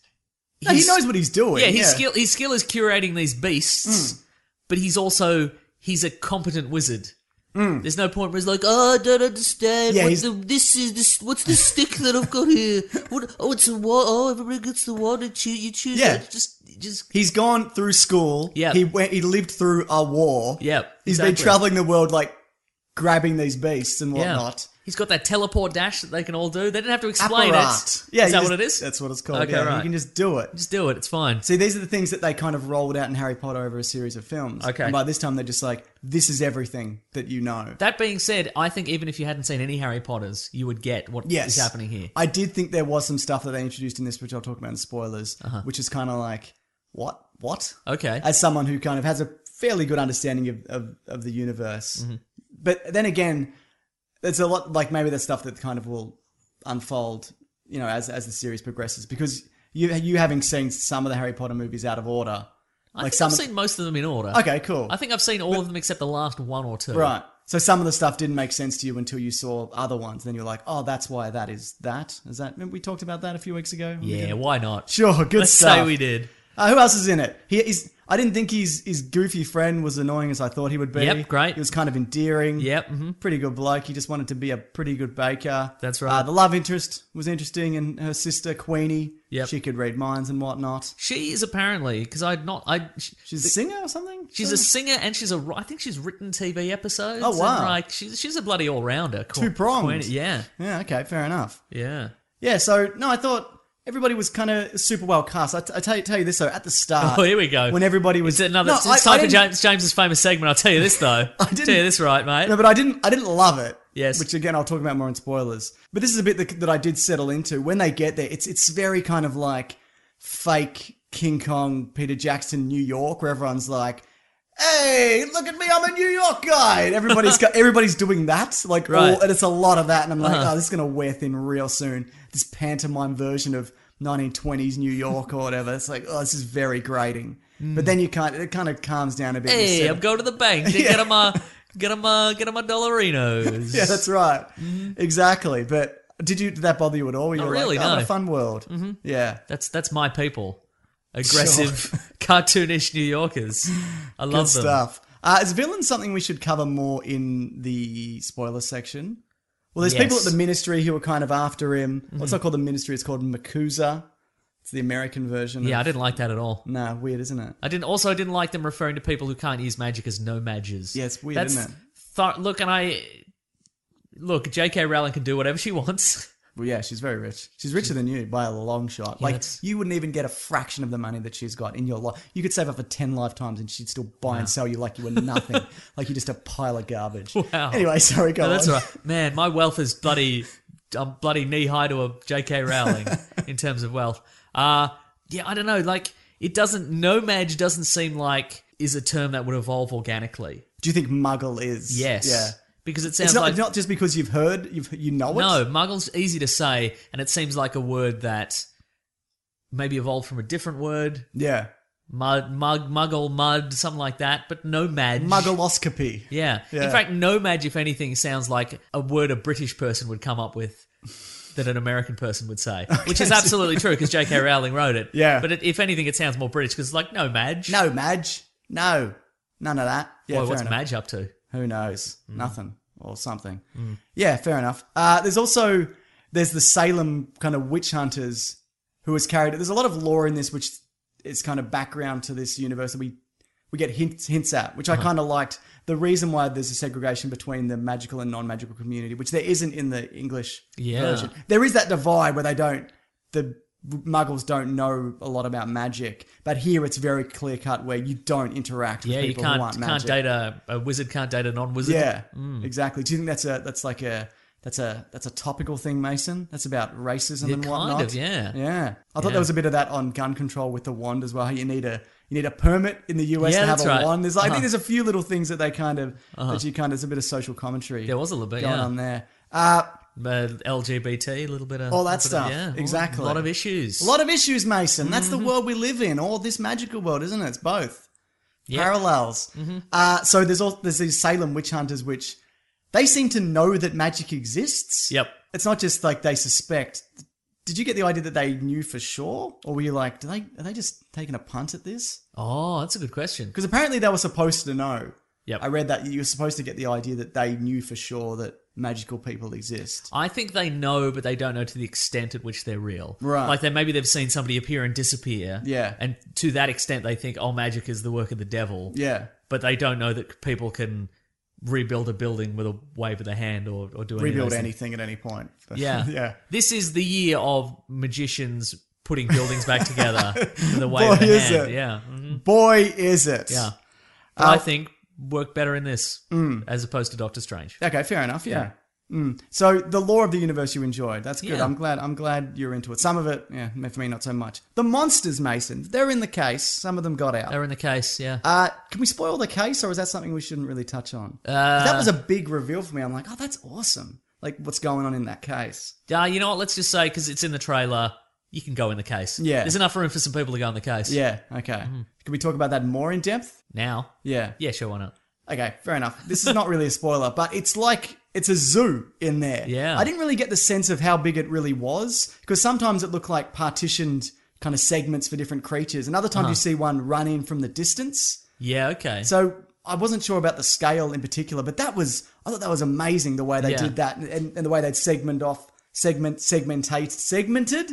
Speaker 4: No, he Hmm.
Speaker 3: he's-
Speaker 4: knows what he's doing.
Speaker 3: Yeah, his skill. His skill is curating these beasts, but he's also he's a competent wizard. There's no point where he's like, oh, I don't understand.
Speaker 4: Hmm. Yeah,
Speaker 3: what
Speaker 4: he's-
Speaker 3: the, this is this. What's the stick that I've got here? What? Oh, it's a water. Oh, everybody gets the water. Choo- you choose.
Speaker 4: Yeah.
Speaker 3: it. just, just.
Speaker 4: He's gone through school.
Speaker 3: Yeah.
Speaker 4: He went he lived through a war.
Speaker 3: Yeah,
Speaker 4: He's been
Speaker 3: exactly.
Speaker 4: traveling the world like grabbing these beasts and
Speaker 3: Yeah.
Speaker 4: whatnot.
Speaker 3: He's got that teleport dash that they can all do. They didn't have to explain
Speaker 4: Apparat.
Speaker 3: it.
Speaker 4: Yeah,
Speaker 3: is that
Speaker 4: you just-
Speaker 3: what it is?
Speaker 4: That's what it's called.
Speaker 3: Okay,
Speaker 4: yeah. You
Speaker 3: right.
Speaker 4: can just do it.
Speaker 3: Just do it. It's fine.
Speaker 4: See, these are the things that they kind of rolled out in Harry Potter over a series of films.
Speaker 3: Okay.
Speaker 4: And by this time, they're just like, this is everything that you know.
Speaker 3: That being said, I think even if you hadn't seen any Harry Potters, you would get what is
Speaker 4: Yes.
Speaker 3: happening here.
Speaker 4: I did think there was some stuff that they introduced in this, which I'll talk about in spoilers,
Speaker 3: Uh-huh.
Speaker 4: which is kind of like, what? What?
Speaker 3: Okay.
Speaker 4: as someone who kind of has a fairly good understanding of, of, of the universe.
Speaker 3: Mm-hmm.
Speaker 4: But then again, there's a lot like maybe that's stuff that kind of will unfold, you know, as as the series progresses because you you having seen some of the Harry Potter movies out of order.
Speaker 3: I
Speaker 4: like
Speaker 3: think
Speaker 4: some
Speaker 3: I've seen most of them in order.
Speaker 4: Okay, cool.
Speaker 3: I think I've seen all of them except the last one or two.
Speaker 4: right. So some of the stuff didn't make sense to you until you saw other ones. Then you're like, oh, that's why that is that. Is that? remember we talked about that a few weeks ago.
Speaker 3: Yeah, why not?
Speaker 4: Sure. Good
Speaker 3: Let's
Speaker 4: stuff.
Speaker 3: say we did.
Speaker 4: Uh, who else is in it? He is. I didn't think his his goofy friend was annoying as I thought he would be.
Speaker 3: Yep, great.
Speaker 4: He was kind of endearing.
Speaker 3: Yep. hmm
Speaker 4: Pretty good bloke. He just wanted to be a pretty good baker.
Speaker 3: That's right.
Speaker 4: Uh, the love interest was interesting, and her sister Queenie.
Speaker 3: Yep.
Speaker 4: She could read minds and whatnot.
Speaker 3: She is apparently because I'd not. I sh-
Speaker 4: She's a singer or something.
Speaker 3: she's a singer and she's a. wri- I think she's written TV episodes.
Speaker 4: Oh, wow.
Speaker 3: And like she's she's a bloody all rounder.
Speaker 4: Two-pronged.
Speaker 3: Yeah.
Speaker 4: Yeah. Okay. Fair enough.
Speaker 3: Yeah.
Speaker 4: Yeah. So no, I thought everybody was kind of super well cast. I, t- I tell you, tell you this though, at the start.
Speaker 3: Oh, here we go.
Speaker 4: When everybody was
Speaker 3: It's another.
Speaker 4: Uh, No,
Speaker 3: it's
Speaker 4: I- I
Speaker 3: time for
Speaker 4: didn't-
Speaker 3: James, James's famous segment. I'll tell you this though. I
Speaker 4: didn't-
Speaker 3: tell you this right, mate.
Speaker 4: No, but I didn't. I didn't love it.
Speaker 3: Yes.
Speaker 4: Which again, I'll talk about more in spoilers. But this is a bit that, that I did settle into. When they get there, it's it's very kind of like fake King Kong, Peter Jackson, New York, where everyone's like, "Hey, look at me, I'm a New York guy." And everybody's got, everybody's doing that. Like,
Speaker 3: Right. Uh-huh.
Speaker 4: all, and it's a lot of that. And I'm like, "Oh, this is gonna wear thin real soon." This pantomime version of 1920s New York or whatever. It's like, oh, this is very grating. But then you kind it kind of calms down a bit. and you
Speaker 3: Hmm. hey,
Speaker 4: settle-
Speaker 3: I'm going to the bank to get him a get him a get him a dollarinos.
Speaker 4: Yeah, that's right. Exactly. But did you did that bother you at all? Were you
Speaker 3: Mm-hmm. Not
Speaker 4: like,
Speaker 3: really,
Speaker 4: oh, what
Speaker 3: no.
Speaker 4: a fun world. Mm-hmm. Yeah.
Speaker 3: That's that's my people. Aggressive, cartoonish New Yorkers. I love them.
Speaker 4: Good stuff. Uh, is villain something we should cover more in the spoiler section? Well, there's people at
Speaker 3: Yes. Mm-hmm.
Speaker 4: the ministry who are kind of after him. Well, it's not called the ministry, it's called Makusa. It's the American version.
Speaker 3: Yeah, I
Speaker 4: Of,
Speaker 3: didn't like that at all.
Speaker 4: nah, weird, isn't it?
Speaker 3: I didn't. Also, I didn't like them referring to people who can't use magic as no mages.
Speaker 4: Yeah, it's weird,
Speaker 3: That's
Speaker 4: isn't it?
Speaker 3: thought- look, and I look. J.K. Rowling can do whatever she wants.
Speaker 4: Well, yeah, she's very rich. She's richer than you by a long shot. like,
Speaker 3: that's-
Speaker 4: you wouldn't even get a fraction of the money that she's got in your life. You could save up for 10 lifetimes and she'd still buy and sell you like you were nothing. like you're just a pile of garbage.
Speaker 3: Wow.
Speaker 4: Anyway, sorry, go
Speaker 3: No, that's
Speaker 4: on.
Speaker 3: all right. Man, my wealth is bloody. I'm bloody knee high to a J.K. Rowling in terms of wealth. Uh yeah, I don't know. Like, it doesn't. No mage doesn't seem like is a term that would evolve organically.
Speaker 4: Do you think muggle is?
Speaker 3: Yes.
Speaker 4: Yeah.
Speaker 3: Because it sounds
Speaker 4: It's not,
Speaker 3: like
Speaker 4: not just because you've heard, you've, you know it.
Speaker 3: No, muggle's easy to say, and it seems like a word that maybe evolved from a different word.
Speaker 4: Yeah.
Speaker 3: Mud, mug, muggle, mud, something like that, but nomad.
Speaker 4: Muggloscopy.
Speaker 3: Yeah.
Speaker 4: Yeah.
Speaker 3: In fact, nomad, if anything, sounds like a word a British person would come up with that an American person would say, which is absolutely true because J.K. Rowling wrote it.
Speaker 4: Yeah.
Speaker 3: But it, if anything, it sounds more British because it's like nomad.
Speaker 4: No, Madge. No. None of that. Yeah,
Speaker 3: Boy,
Speaker 4: fair
Speaker 3: what's
Speaker 4: enough.
Speaker 3: Madge up to?
Speaker 4: Who knows?
Speaker 3: Mm.
Speaker 4: Nothing or something. Yeah, fair enough. Uh, there's also there's the Salem kind of witch hunters who is carried. There's a lot of lore in this, which is kind of background to this universe that we we get hints hints at, which
Speaker 3: Uh-huh.
Speaker 4: I kind of liked. The reason why there's a segregation between the magical and non-magical community, which there isn't in the English
Speaker 3: Yeah.
Speaker 4: version, there is that divide where they don't the muggles don't know a lot about magic, but here it's very clear cut where you don't interact with
Speaker 3: Yeah, you
Speaker 4: people who
Speaker 3: can't
Speaker 4: aren't
Speaker 3: can't
Speaker 4: magic.
Speaker 3: date a, a wizard, can't date a non-wizard.
Speaker 4: yeah,
Speaker 3: mm.
Speaker 4: exactly. Do you think that's a that's like a that's a that's a topical thing, Mason? That's about racism
Speaker 3: Yeah,
Speaker 4: and
Speaker 3: kind
Speaker 4: whatnot.
Speaker 3: of, yeah.
Speaker 4: yeah. I thought there was a bit of that on gun control with the wand as well. how You need a you need a permit in the US
Speaker 3: Yeah,
Speaker 4: to have
Speaker 3: that's
Speaker 4: a
Speaker 3: right.
Speaker 4: wand. There's I
Speaker 3: Uh-huh.
Speaker 4: think there's a few little things that they kind of that you kind of there's a bit of social commentary.
Speaker 3: There was a little bit,
Speaker 4: going
Speaker 3: yeah.
Speaker 4: on there. Uh,
Speaker 3: Uh, LGBT, a little bit of little
Speaker 4: All that
Speaker 3: bit of-
Speaker 4: stuff.
Speaker 3: yeah,
Speaker 4: Exactly.
Speaker 3: A lot of issues.
Speaker 4: a lot of issues, Mason. That's
Speaker 3: Mm-hmm.
Speaker 4: the world we live in, or this magical world, isn't it? It's both
Speaker 3: Yeah. Mm-hmm.
Speaker 4: parallels. Uh, so there's all there's these Salem witch hunters, which they seem to know that magic exists.
Speaker 3: Yep.
Speaker 4: it's not just like they suspect. Did you get the idea that they knew for sure, or were you like, do they are they just taking a punt at this?
Speaker 3: Oh, that's a good question.
Speaker 4: Because apparently they were supposed to know.
Speaker 3: Yep.
Speaker 4: I read that you were supposed to get the idea that they knew for sure that magical people exist.
Speaker 3: I think they know, but they don't know to the extent at which they're real.
Speaker 4: Right.
Speaker 3: Like they maybe they've seen somebody appear and disappear.
Speaker 4: Yeah.
Speaker 3: And to that extent, they think, oh, magic is the work of the devil.
Speaker 4: Yeah,
Speaker 3: But they don't know that people can rebuild a building with a wave of the hand or, or do any of
Speaker 4: rebuild
Speaker 3: those
Speaker 4: anything at any point. But-
Speaker 3: Yeah.
Speaker 4: yeah.
Speaker 3: This is the year of magicians putting buildings back together in the way
Speaker 4: Boy,
Speaker 3: of the
Speaker 4: is
Speaker 3: hand.
Speaker 4: it. Uh,
Speaker 3: Yeah. Mhm.
Speaker 4: Boy, is it.
Speaker 3: Yeah. But I think work better in this
Speaker 4: mm.
Speaker 3: as opposed to Doctor Strange.
Speaker 4: Okay, fair enough. Yeah. Mm. So the law of the universe you enjoyed. That's good.
Speaker 3: Yeah.
Speaker 4: I'm glad. I'm glad you're into it. Some of it, yeah, for me not so much. The monsters, Mason. They're in the case. Some of them got out.
Speaker 3: They're in the case, yeah.
Speaker 4: Uh, can we spoil the case, or is that something we shouldn't really touch on? Uh, that was a big reveal for me. I'm like, oh, that's awesome. Like, what's going on in that case?
Speaker 3: Uh, you know what? Let's just say because it's in the trailer, you can go in the case.
Speaker 4: Yeah.
Speaker 3: there's enough room for some people to go in the case.
Speaker 4: Yeah. Okay. Can we talk about that more in depth?
Speaker 3: Now,
Speaker 4: Yeah.
Speaker 3: yeah, sure, why not?
Speaker 4: Okay, fair enough. This is not really a spoiler, but it's like it's a zoo in there.
Speaker 3: Yeah.
Speaker 4: I didn't really get the sense of how big it really was because sometimes it looked like partitioned kind of segments for different creatures, and other times you see one run in from the distance.
Speaker 3: Yeah, okay.
Speaker 4: So I wasn't sure about the scale in particular, but that was I thought that was amazing the way they
Speaker 3: Yeah.
Speaker 4: did that and, and the way they'd segment off segment segmentate segmented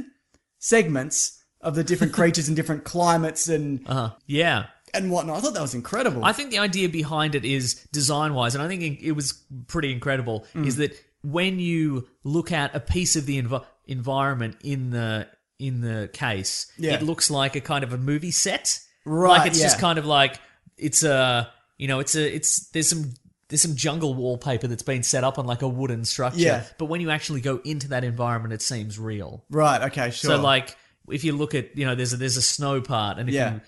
Speaker 4: segments of the different creatures in different climates and
Speaker 3: Uh-huh. yeah,
Speaker 4: and whatnot. I thought that was incredible.
Speaker 3: I think the idea behind it is design wise, and I think it- it was pretty incredible.
Speaker 4: Hmm.
Speaker 3: Is that when you look at a piece of the env- environment in the in the case,
Speaker 4: Yeah.
Speaker 3: it looks like a kind of a movie set.
Speaker 4: Right,
Speaker 3: Like it's just
Speaker 4: yeah.
Speaker 3: kind of like it's a you know it's a it's there's some. There's some jungle wallpaper that's been set up on like a wooden structure,
Speaker 4: Yeah.
Speaker 3: but when you actually go into that environment, it seems real.
Speaker 4: right, okay, sure.
Speaker 3: So like if you look at you know there's a there's a snow part and if
Speaker 4: Yeah.
Speaker 3: you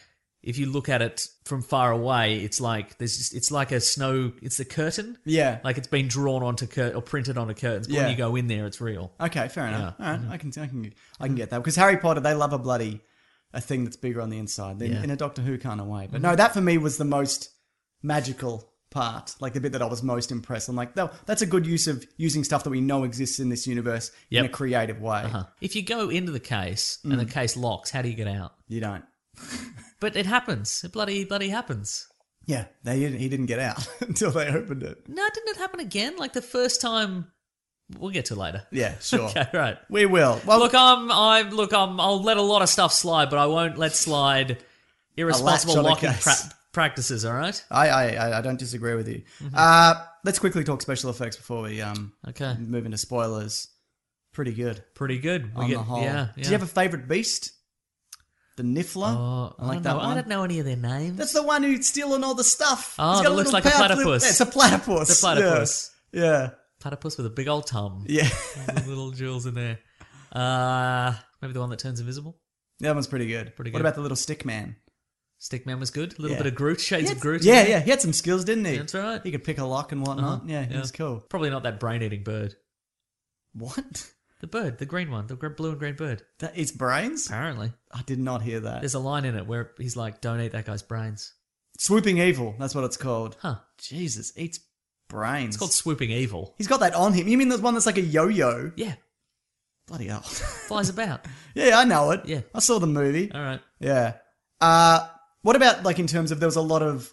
Speaker 3: if you look at it from far away it's like there's just, it's like a snow it's a curtain
Speaker 4: yeah.
Speaker 3: like it's been drawn onto cur- or printed onto curtains but
Speaker 4: Yeah.
Speaker 3: when you go in there it's real.
Speaker 4: Okay, fair enough. All right, I can, I can, I can get that because Harry Potter, they love a bloody a thing that's bigger on the inside than in a Doctor Who kind of way. But no, that for me was the most magical part, like the bit that I was most impressed. I'm like, no, that's a good use of using stuff that we know exists in this universe in
Speaker 3: Yep. Uh-huh.
Speaker 4: a creative way.
Speaker 3: Huh. If you go into the case and
Speaker 4: Mm.
Speaker 3: the case locks, how do you get out?
Speaker 4: You don't.
Speaker 3: But it happens. It bloody bloody happens.
Speaker 4: Yeah, they didn't, he didn't get out until they opened it.
Speaker 3: No, didn't it happen again? Like the first time we'll get to it later.
Speaker 4: Yeah, sure.
Speaker 3: Okay, right.
Speaker 4: We will. Well,
Speaker 3: Oh, Look, I'm, I'm, look, I'm, I'll let a lot of stuff slide, but I won't let slide irresponsible
Speaker 4: on a
Speaker 3: locking
Speaker 4: case.
Speaker 3: pra- practices. All right.
Speaker 4: I, I, I- I don't disagree with you. Uh, let's quickly talk special effects before we um,
Speaker 3: Okay.
Speaker 4: move into spoilers. Pretty good.
Speaker 3: Pretty good. We
Speaker 4: on
Speaker 3: get,
Speaker 4: the whole.
Speaker 3: Yeah.
Speaker 4: Do you have a favorite beast? The Niffler.
Speaker 3: Oh,
Speaker 4: I like
Speaker 3: don't
Speaker 4: that
Speaker 3: know. I
Speaker 4: one.
Speaker 3: don't know any of their names.
Speaker 4: That's the one who's stealing all the stuff.
Speaker 3: Oh,
Speaker 4: He's
Speaker 3: that
Speaker 4: got a
Speaker 3: looks
Speaker 4: little
Speaker 3: like a
Speaker 4: pouch- little-
Speaker 3: platypus.
Speaker 4: It's a platypus.
Speaker 3: It's a platypus.
Speaker 4: Yeah.
Speaker 3: Platypus with a big old tum.
Speaker 4: Yeah.
Speaker 3: With little jewels in there. Uh, maybe the one that turns invisible.
Speaker 4: that one's pretty good.
Speaker 3: Pretty
Speaker 4: What
Speaker 3: good.
Speaker 4: about the little stick man?
Speaker 3: Stickman was good. A little
Speaker 4: Yeah.
Speaker 3: bit of Groot. Shades of Groot. in
Speaker 4: Yeah,
Speaker 3: there.
Speaker 4: yeah. He had some skills, didn't he?
Speaker 3: That's right.
Speaker 4: He could pick a lock and whatnot.
Speaker 3: Uh-huh.
Speaker 4: Yeah, he
Speaker 3: Yeah.
Speaker 4: was cool.
Speaker 3: Probably not that brain-eating bird.
Speaker 4: What?
Speaker 3: The bird, the green one, the gr- blue and green bird.
Speaker 4: That eats brains?
Speaker 3: Apparently,
Speaker 4: I did not hear that.
Speaker 3: there's a line in it where he's like, "Don't eat that guy's brains."
Speaker 4: Swooping Evil. That's what it's called.
Speaker 3: Huh?
Speaker 4: Jesus, eats brains.
Speaker 3: It's called swooping evil.
Speaker 4: He's got that on him. You mean the one that's like a yo-yo?
Speaker 3: Yeah,
Speaker 4: Bloody hell.
Speaker 3: flies about.
Speaker 4: yeah, I know it.
Speaker 3: Yeah.
Speaker 4: I saw the movie.
Speaker 3: All right.
Speaker 4: Yeah. Uh, what about like in terms of there was a lot of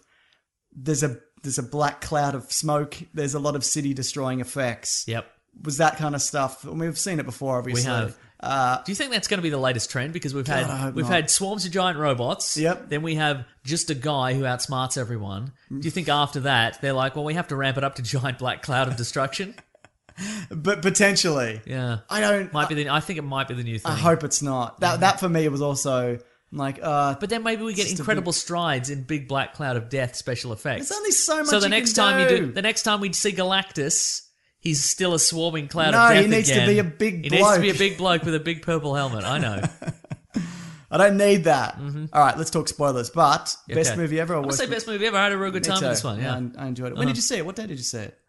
Speaker 4: there's a there's a black cloud of smoke. There's a lot of city destroying effects.
Speaker 3: Yep.
Speaker 4: Was that kind of stuff? And we've seen it before, obviously.
Speaker 3: have.
Speaker 4: Uh,
Speaker 3: Do you think that's going to be the latest trend? Because we've had
Speaker 4: God, I hope
Speaker 3: we've
Speaker 4: not.
Speaker 3: had swarms of giant robots.
Speaker 4: Yep.
Speaker 3: Then we have just a guy who outsmarts everyone. Do you think after that they're like, well, we have to ramp it up to giant black cloud of destruction?
Speaker 4: but potentially.
Speaker 3: Yeah.
Speaker 4: I don't.
Speaker 3: Might be the. I think it might be the new thing.
Speaker 4: I hope it's not. That that for me was also like uh
Speaker 3: But then maybe we get
Speaker 4: just a
Speaker 3: incredible strides in Big Black Cloud of Death special effects.
Speaker 4: There's only so much
Speaker 3: So the
Speaker 4: you
Speaker 3: next
Speaker 4: can
Speaker 3: time you
Speaker 4: do.
Speaker 3: do, the next time we see Galactus, he's still a swarming cloud
Speaker 4: No,
Speaker 3: of
Speaker 4: he
Speaker 3: death.
Speaker 4: needs to
Speaker 3: again.
Speaker 4: be a big
Speaker 3: He needs to be a
Speaker 4: bloke.
Speaker 3: big bloke with a big purple helmet. I know.
Speaker 4: I don't need that. All right, let's talk spoilers. But best
Speaker 3: Mm-hmm. Okay.
Speaker 4: movie ever.
Speaker 3: I
Speaker 4: Or
Speaker 3: would
Speaker 4: worst
Speaker 3: say
Speaker 4: mo-
Speaker 3: best movie ever. I had a real good
Speaker 4: Me
Speaker 3: time
Speaker 4: too. Um,
Speaker 3: with this one. Yeah. Uh-huh.
Speaker 4: I, I enjoyed it. When did you see it? What day did you see it?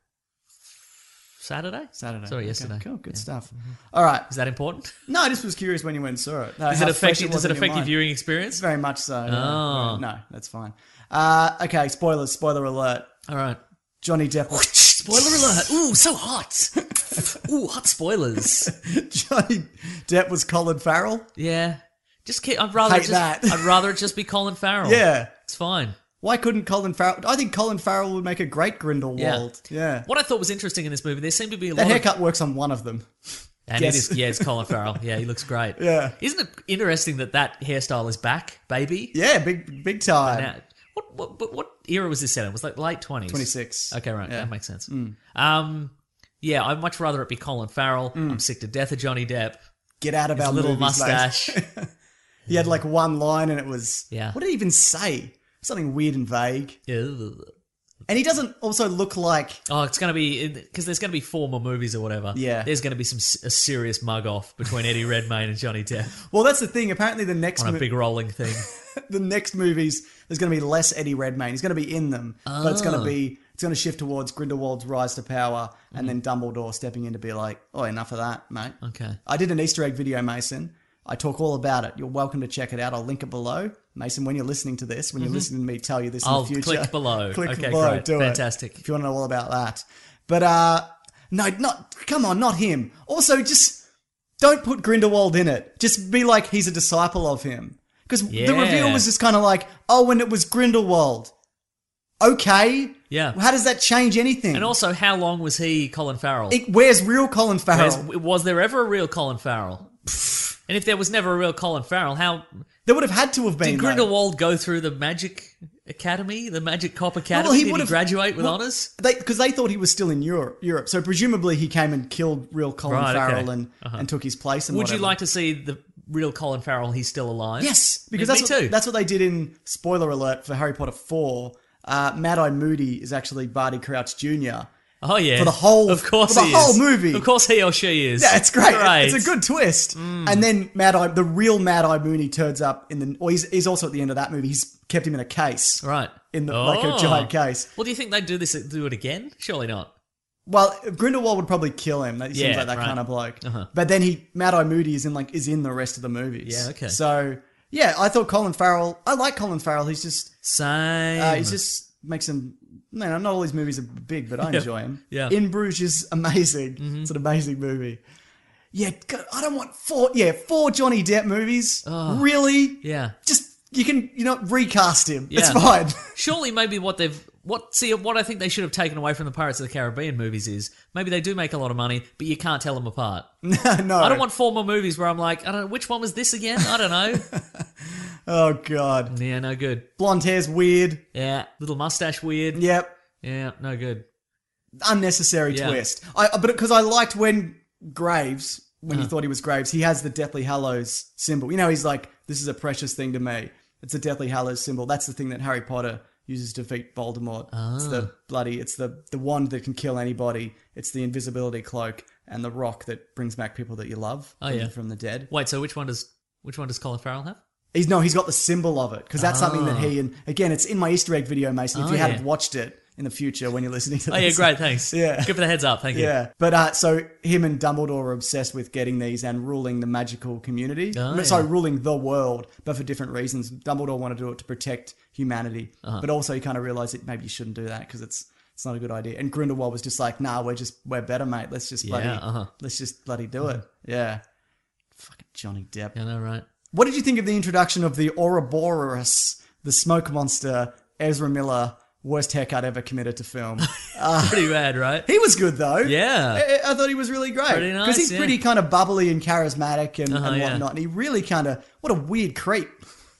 Speaker 3: Saturday.
Speaker 4: Saturday.
Speaker 3: Sorry,
Speaker 4: Okay,
Speaker 3: yesterday.
Speaker 4: Cool, good
Speaker 3: Yeah. Mm-hmm.
Speaker 4: stuff. All right.
Speaker 3: Is that important?
Speaker 4: No, I just was curious when you went and saw it. Uh,
Speaker 3: Does
Speaker 4: how
Speaker 3: it
Speaker 4: fresh
Speaker 3: affect?
Speaker 4: was
Speaker 3: does it
Speaker 4: in your
Speaker 3: affect your
Speaker 4: mind.
Speaker 3: viewing experience?
Speaker 4: Very much so. yeah.
Speaker 3: Oh.
Speaker 4: Yeah, No, that's fine. Uh, okay, spoilers. Spoiler alert.
Speaker 3: All right.
Speaker 4: Johnny Depp. was-
Speaker 3: Spoiler alert! Ooh, so hot. Ooh, hot spoilers.
Speaker 4: Johnny Depp was Colin Farrell.
Speaker 3: Yeah. Just kid. I'd rather
Speaker 4: Hate
Speaker 3: it just,
Speaker 4: that.
Speaker 3: I'd rather it just be Colin Farrell.
Speaker 4: Yeah.
Speaker 3: It's fine.
Speaker 4: Why couldn't Colin Farrell? I think Colin Farrell would make a great Grindelwald. Yeah.
Speaker 3: What I thought was interesting in this movie, there seemed to be a
Speaker 4: That
Speaker 3: lot of
Speaker 4: haircut works on one of them.
Speaker 3: And
Speaker 4: Yes.
Speaker 3: it is, yeah, it's Colin Farrell. Yeah, he looks great.
Speaker 4: Yeah.
Speaker 3: Isn't it interesting that that hairstyle is back, baby?
Speaker 4: Yeah, big big time.
Speaker 3: Now, what, what, but what era was this set in? Was like late 20s?
Speaker 4: 26.
Speaker 3: Okay, right.
Speaker 4: Yeah. Mm.
Speaker 3: That makes sense. Um, yeah, I'd much rather it be Colin Farrell. I'm sick to death of Johnny Depp.
Speaker 4: Get out of
Speaker 3: His
Speaker 4: our
Speaker 3: little
Speaker 4: Mm. movies, mate.
Speaker 3: mustache.
Speaker 4: He had like one line, and it was
Speaker 3: Yeah.
Speaker 4: What did he even say? Something weird and vague.
Speaker 3: Ew.
Speaker 4: And he doesn't also look like
Speaker 3: oh, it's going to be, because there's going to be four more movies or whatever.
Speaker 4: Yeah.
Speaker 3: There's going to be some s- a serious mug off between Eddie Redmayne and Johnny Depp
Speaker 4: Well, that's the thing. Apparently, the next
Speaker 3: on
Speaker 4: mo-
Speaker 3: a big rolling thing.
Speaker 4: the next movies there's going to be less Eddie Redmayne. He's going to be in them, but it's going to be it's going to shift towards Grindelwald's rise to power, and then Dumbledore stepping in to be like, "Oh, enough of that, mate."
Speaker 3: Okay.
Speaker 4: I did an Easter egg video, Mason. I talk all about it. You're welcome to check it out. I'll link it below, Mason. When you're listening to this, when you're listening to me tell you this
Speaker 3: Mm-hmm. I'll
Speaker 4: in the future,
Speaker 3: click below.
Speaker 4: click
Speaker 3: Okay,
Speaker 4: below.
Speaker 3: great.
Speaker 4: Do it.
Speaker 3: Fantastic.
Speaker 4: If you want to know all about that, but uh, no, not come on, not him. Also, just don't put Grindelwald in it. Just be like he's a disciple of him. Because the
Speaker 3: Yeah.
Speaker 4: reveal was just kind of like, oh, and it was Grindelwald. Okay.
Speaker 3: Yeah.
Speaker 4: How does that change anything?
Speaker 3: and also, how long was he, Colin Farrell?
Speaker 4: it, where's real Colin Farrell?
Speaker 3: Whereas, was there ever a real Colin Farrell? and if there was never a real Colin Farrell, how
Speaker 4: there would have had to have been.
Speaker 3: did
Speaker 4: though.
Speaker 3: Grindelwald go through the Magic Academy, the Magic Cop Academy?
Speaker 4: he
Speaker 3: did he
Speaker 4: would've-
Speaker 3: graduate with
Speaker 4: well,
Speaker 3: honors?
Speaker 4: because they, thought he was still in Europe. Europe, so presumably he came and killed real Colin
Speaker 3: Right, okay. Uh-huh.
Speaker 4: Farrell and, and took his place. And
Speaker 3: Would you
Speaker 4: whatever.
Speaker 3: like to see the real Colin Farrell? He's still alive.
Speaker 4: Yes, because
Speaker 3: Yeah,
Speaker 4: that's
Speaker 3: me
Speaker 4: what,
Speaker 3: too.
Speaker 4: that's what they did in spoiler alert for Harry Potter four. Uh, Mad Eye Moody is actually Barty Crouch Jr.
Speaker 3: Oh yeah.
Speaker 4: for the whole-
Speaker 3: of course,
Speaker 4: for the
Speaker 3: he
Speaker 4: whole
Speaker 3: is.
Speaker 4: movie.
Speaker 3: Of course, he or she is.
Speaker 4: Yeah, it's great.
Speaker 3: Right.
Speaker 4: It's a good twist.
Speaker 3: Mm.
Speaker 4: And then Mad Eye, the real Mad Eye Mooney, turns up in the. Or he's, he's also at the end of that movie. He's kept him in a case,
Speaker 3: Right.
Speaker 4: in the, like a
Speaker 3: Oh.
Speaker 4: giant case.
Speaker 3: Well, do you think they'd do this? Do it again? Surely not.
Speaker 4: Well, Grindelwald would probably kill him. That he seems
Speaker 3: Yeah,
Speaker 4: like that
Speaker 3: right. Uh-huh.
Speaker 4: kind of bloke. But then he, Mad Eye Moody, is in like is in the rest of the movies.
Speaker 3: Yeah, okay.
Speaker 4: So yeah, I thought Colin Farrell. I like Colin Farrell. He's just
Speaker 3: Same.
Speaker 4: Uh, he just makes him. Man, not all these movies are big, but I enjoy him.
Speaker 3: yeah. Mm-hmm.
Speaker 4: In Bruges is amazing. It's an amazing movie. Yeah, God, I don't want four. Yeah, four Johnny Depp movies. Really?
Speaker 3: Oh. yeah.
Speaker 4: Just you can you know recast him. It's
Speaker 3: Yeah.
Speaker 4: fine.
Speaker 3: surely maybe what they've what see what I think they should have taken away from the Pirates of the Caribbean movies is maybe they do make a lot of money, but you can't tell them apart.
Speaker 4: no,
Speaker 3: I don't want four more movies where I'm like, I don't know which one was this again. I don't know.
Speaker 4: Oh God,
Speaker 3: yeah, no good.
Speaker 4: blonde hair's weird.
Speaker 3: Yeah, little mustache weird. Yeah,
Speaker 4: Yep,
Speaker 3: no good.
Speaker 4: unnecessary
Speaker 3: Yeah.
Speaker 4: twist. I but because I liked when Graves when
Speaker 3: Mm.
Speaker 4: he thought he was Graves, he has the Deathly Hallows symbol. You know, he's like, this is a precious thing to me. It's a Deathly Hallows symbol. That's the thing that Harry Potter uses to defeat Voldemort. It's
Speaker 3: Ah.
Speaker 4: the bloody, it's the the wand that can kill anybody. It's the invisibility cloak and the rock that brings back people that you love
Speaker 3: Oh,
Speaker 4: from,
Speaker 3: yeah.
Speaker 4: from the dead.
Speaker 3: Wait, so which one does which one does Colin Farrell have?
Speaker 4: He's no, he's got the symbol of it because that's something that he and again, it's in my Easter egg video, Mason. If
Speaker 3: Ah. Oh,
Speaker 4: you
Speaker 3: yeah.
Speaker 4: hadn't watched it in the future when you're listening to
Speaker 3: Oh yeah,
Speaker 4: this,
Speaker 3: great, thanks.
Speaker 4: Yeah.
Speaker 3: good for the heads up. Thank you.
Speaker 4: Yeah, but uh, so him and Dumbledore are obsessed with getting these and ruling the magical community.
Speaker 3: Oh,
Speaker 4: so
Speaker 3: yeah.
Speaker 4: ruling the world, but for different reasons. Dumbledore wanted to do it to protect humanity,
Speaker 3: Uh-huh.
Speaker 4: but also he kind of realized that maybe you shouldn't do that because it's it's not a good idea. And Grindelwald was just like, "Nah, we're just we're better, mate. Let's just bloody
Speaker 3: Yeah, uh-huh. Mm-hmm.
Speaker 4: let's just bloody do it." Yeah, fucking Johnny Depp.
Speaker 3: Yeah, no, right.
Speaker 4: What did you think of the introduction of the Ouroboros, the smoke monster, Ezra Miller? Worst haircut ever committed to film.
Speaker 3: Pretty rad, right?
Speaker 4: He was good though.
Speaker 3: Yeah.
Speaker 4: I, I- I thought he was really great
Speaker 3: Pretty
Speaker 4: because
Speaker 3: nice,
Speaker 4: he's
Speaker 3: yeah.
Speaker 4: pretty kind of bubbly and charismatic and,
Speaker 3: Uh-huh,
Speaker 4: and
Speaker 3: yeah.
Speaker 4: whatnot. And he really kind of what a weird creep.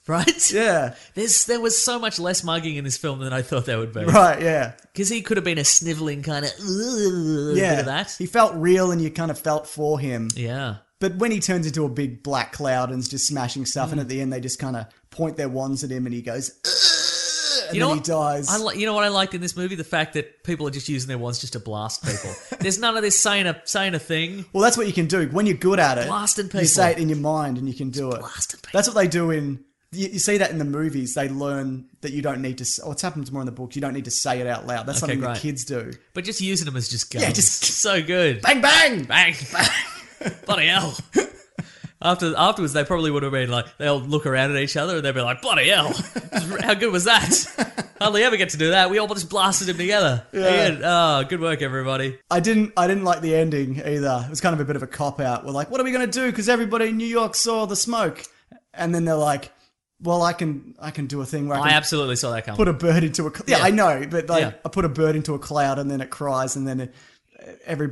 Speaker 3: right?
Speaker 4: Yeah.
Speaker 3: There's there was so much less mugging in this film than I thought there would be.
Speaker 4: Right, yeah.
Speaker 3: Because he could have been a sniveling kind of
Speaker 4: Yeah.
Speaker 3: bit of that.
Speaker 4: He felt real and you kind of felt for him.
Speaker 3: yeah.
Speaker 4: But when he turns into a big black cloud and is just smashing stuff,
Speaker 3: Hmm.
Speaker 4: and at the end they just kind of point their wands at him and he goes, "Ugh," and
Speaker 3: You know
Speaker 4: then
Speaker 3: what?
Speaker 4: he dies.
Speaker 3: I li- you know what I liked in this movie? The fact that people are just using their wands just to blast people. There's none of this saying a saying a thing.
Speaker 4: well, that's what you can do. When you're good at it,
Speaker 3: Blasting
Speaker 4: you say it
Speaker 3: people.
Speaker 4: in your mind and you can do it.
Speaker 3: blasting people.
Speaker 4: That's what they do in. You, you see that in the movies. They learn that you don't need to. s- Oh, it's happened more in the books. You don't need to say it out loud. That's something that
Speaker 3: great.
Speaker 4: kids do.
Speaker 3: But just using them as just guns. Yeah,
Speaker 4: just-
Speaker 3: just so good.
Speaker 4: Bang, bang!
Speaker 3: Bang, bang. bloody hell. After afterwards, they probably would have been like they'll look around at each other and they'll be like, bloody hell, how good was that? Hardly ever get to do that. We all just blasted him together. Yeah. Oh, good work, everybody.
Speaker 4: I didn't. I didn't like the ending either. It was kind of a bit of a cop out. We're like, what are we gonna do? Because everybody in New York saw the smoke, and then they're like, well, I can. I can do a thing where I
Speaker 3: I
Speaker 4: can
Speaker 3: absolutely saw that coming.
Speaker 4: put a bird into a. Cl- yeah,
Speaker 3: Yeah.
Speaker 4: I know, but like,
Speaker 3: Yeah.
Speaker 4: I put a bird into a cloud, and then it cries, and then it, every.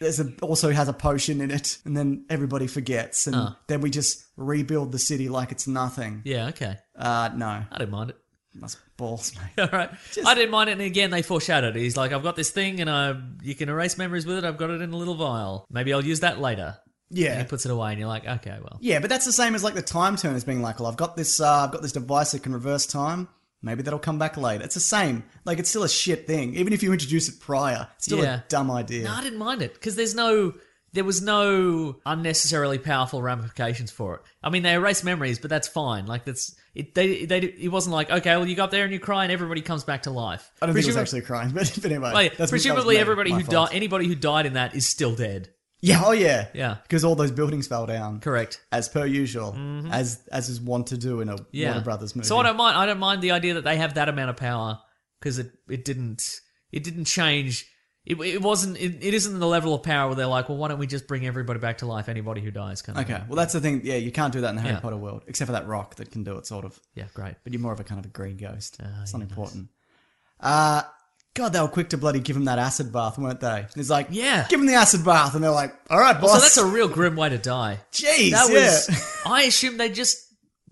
Speaker 4: There's a, also has a potion in it, and then everybody forgets, and then we just rebuild the city like it's nothing.
Speaker 3: Ah. yeah, okay.
Speaker 4: Uh, no,
Speaker 3: I didn't mind it.
Speaker 4: that's balls, mate.
Speaker 3: All right. I didn't mind it. And again, they foreshadowed it. He's like, I've got this thing and I, you can erase memories with it. I've got it in a little vial. Maybe I'll use that later. And
Speaker 4: Yeah,
Speaker 3: he puts it away and you're like, okay, well.
Speaker 4: Yeah, but that's the same as like the time turners being like, well, I've got this, uh, I've got this device that can reverse time. Maybe that'll come back later. It's the same. Like it's still a shit thing. Even if you introduce it prior, it's still
Speaker 3: Yeah.
Speaker 4: a dumb idea.
Speaker 3: No, I didn't mind it because there's no, there was no unnecessarily powerful ramifications for it. I mean, they erase memories, but that's fine. Like that's it. They, they, it wasn't like okay, well, you go up there and you cry and everybody comes back to life.
Speaker 4: I don't think it was
Speaker 3: Presumably-
Speaker 4: actually crying, but, but
Speaker 3: like,
Speaker 4: anyway, that's- that was
Speaker 3: presumably,
Speaker 4: me,
Speaker 3: everybody
Speaker 4: my
Speaker 3: who
Speaker 4: fault.
Speaker 3: died, anybody who died in that is still dead.
Speaker 4: Yeah, oh yeah,
Speaker 3: Yeah.
Speaker 4: because all those buildings fell down,
Speaker 3: Correct. Mm-hmm.
Speaker 4: as per usual, as as is wont to do in a
Speaker 3: Yeah.
Speaker 4: Warner Brothers movie.
Speaker 3: So I don't mind. I don't mind the idea that they have that amount of power because it it didn't it didn't change. It, it wasn't. It, it isn't the level of power where they're like, well, why don't we just bring everybody back to life? Anybody who dies, kind of.
Speaker 4: Okay, well that's the thing. Yeah, you can't do that in the Harry
Speaker 3: Yeah.
Speaker 4: Potter world, except for that rock that can do it, sort of.
Speaker 3: Yeah, Ah, great.
Speaker 4: but you're more of a kind of a green ghost. it's not important. Uh, God, they were quick to bloody give him that acid bath, weren't they? It's like,
Speaker 3: Yeah.
Speaker 4: give him the acid bath, and they're like, all right, boss.
Speaker 3: So that's a real grim way to die.
Speaker 4: jeez.
Speaker 3: That was.
Speaker 4: yeah.
Speaker 3: I assumed they just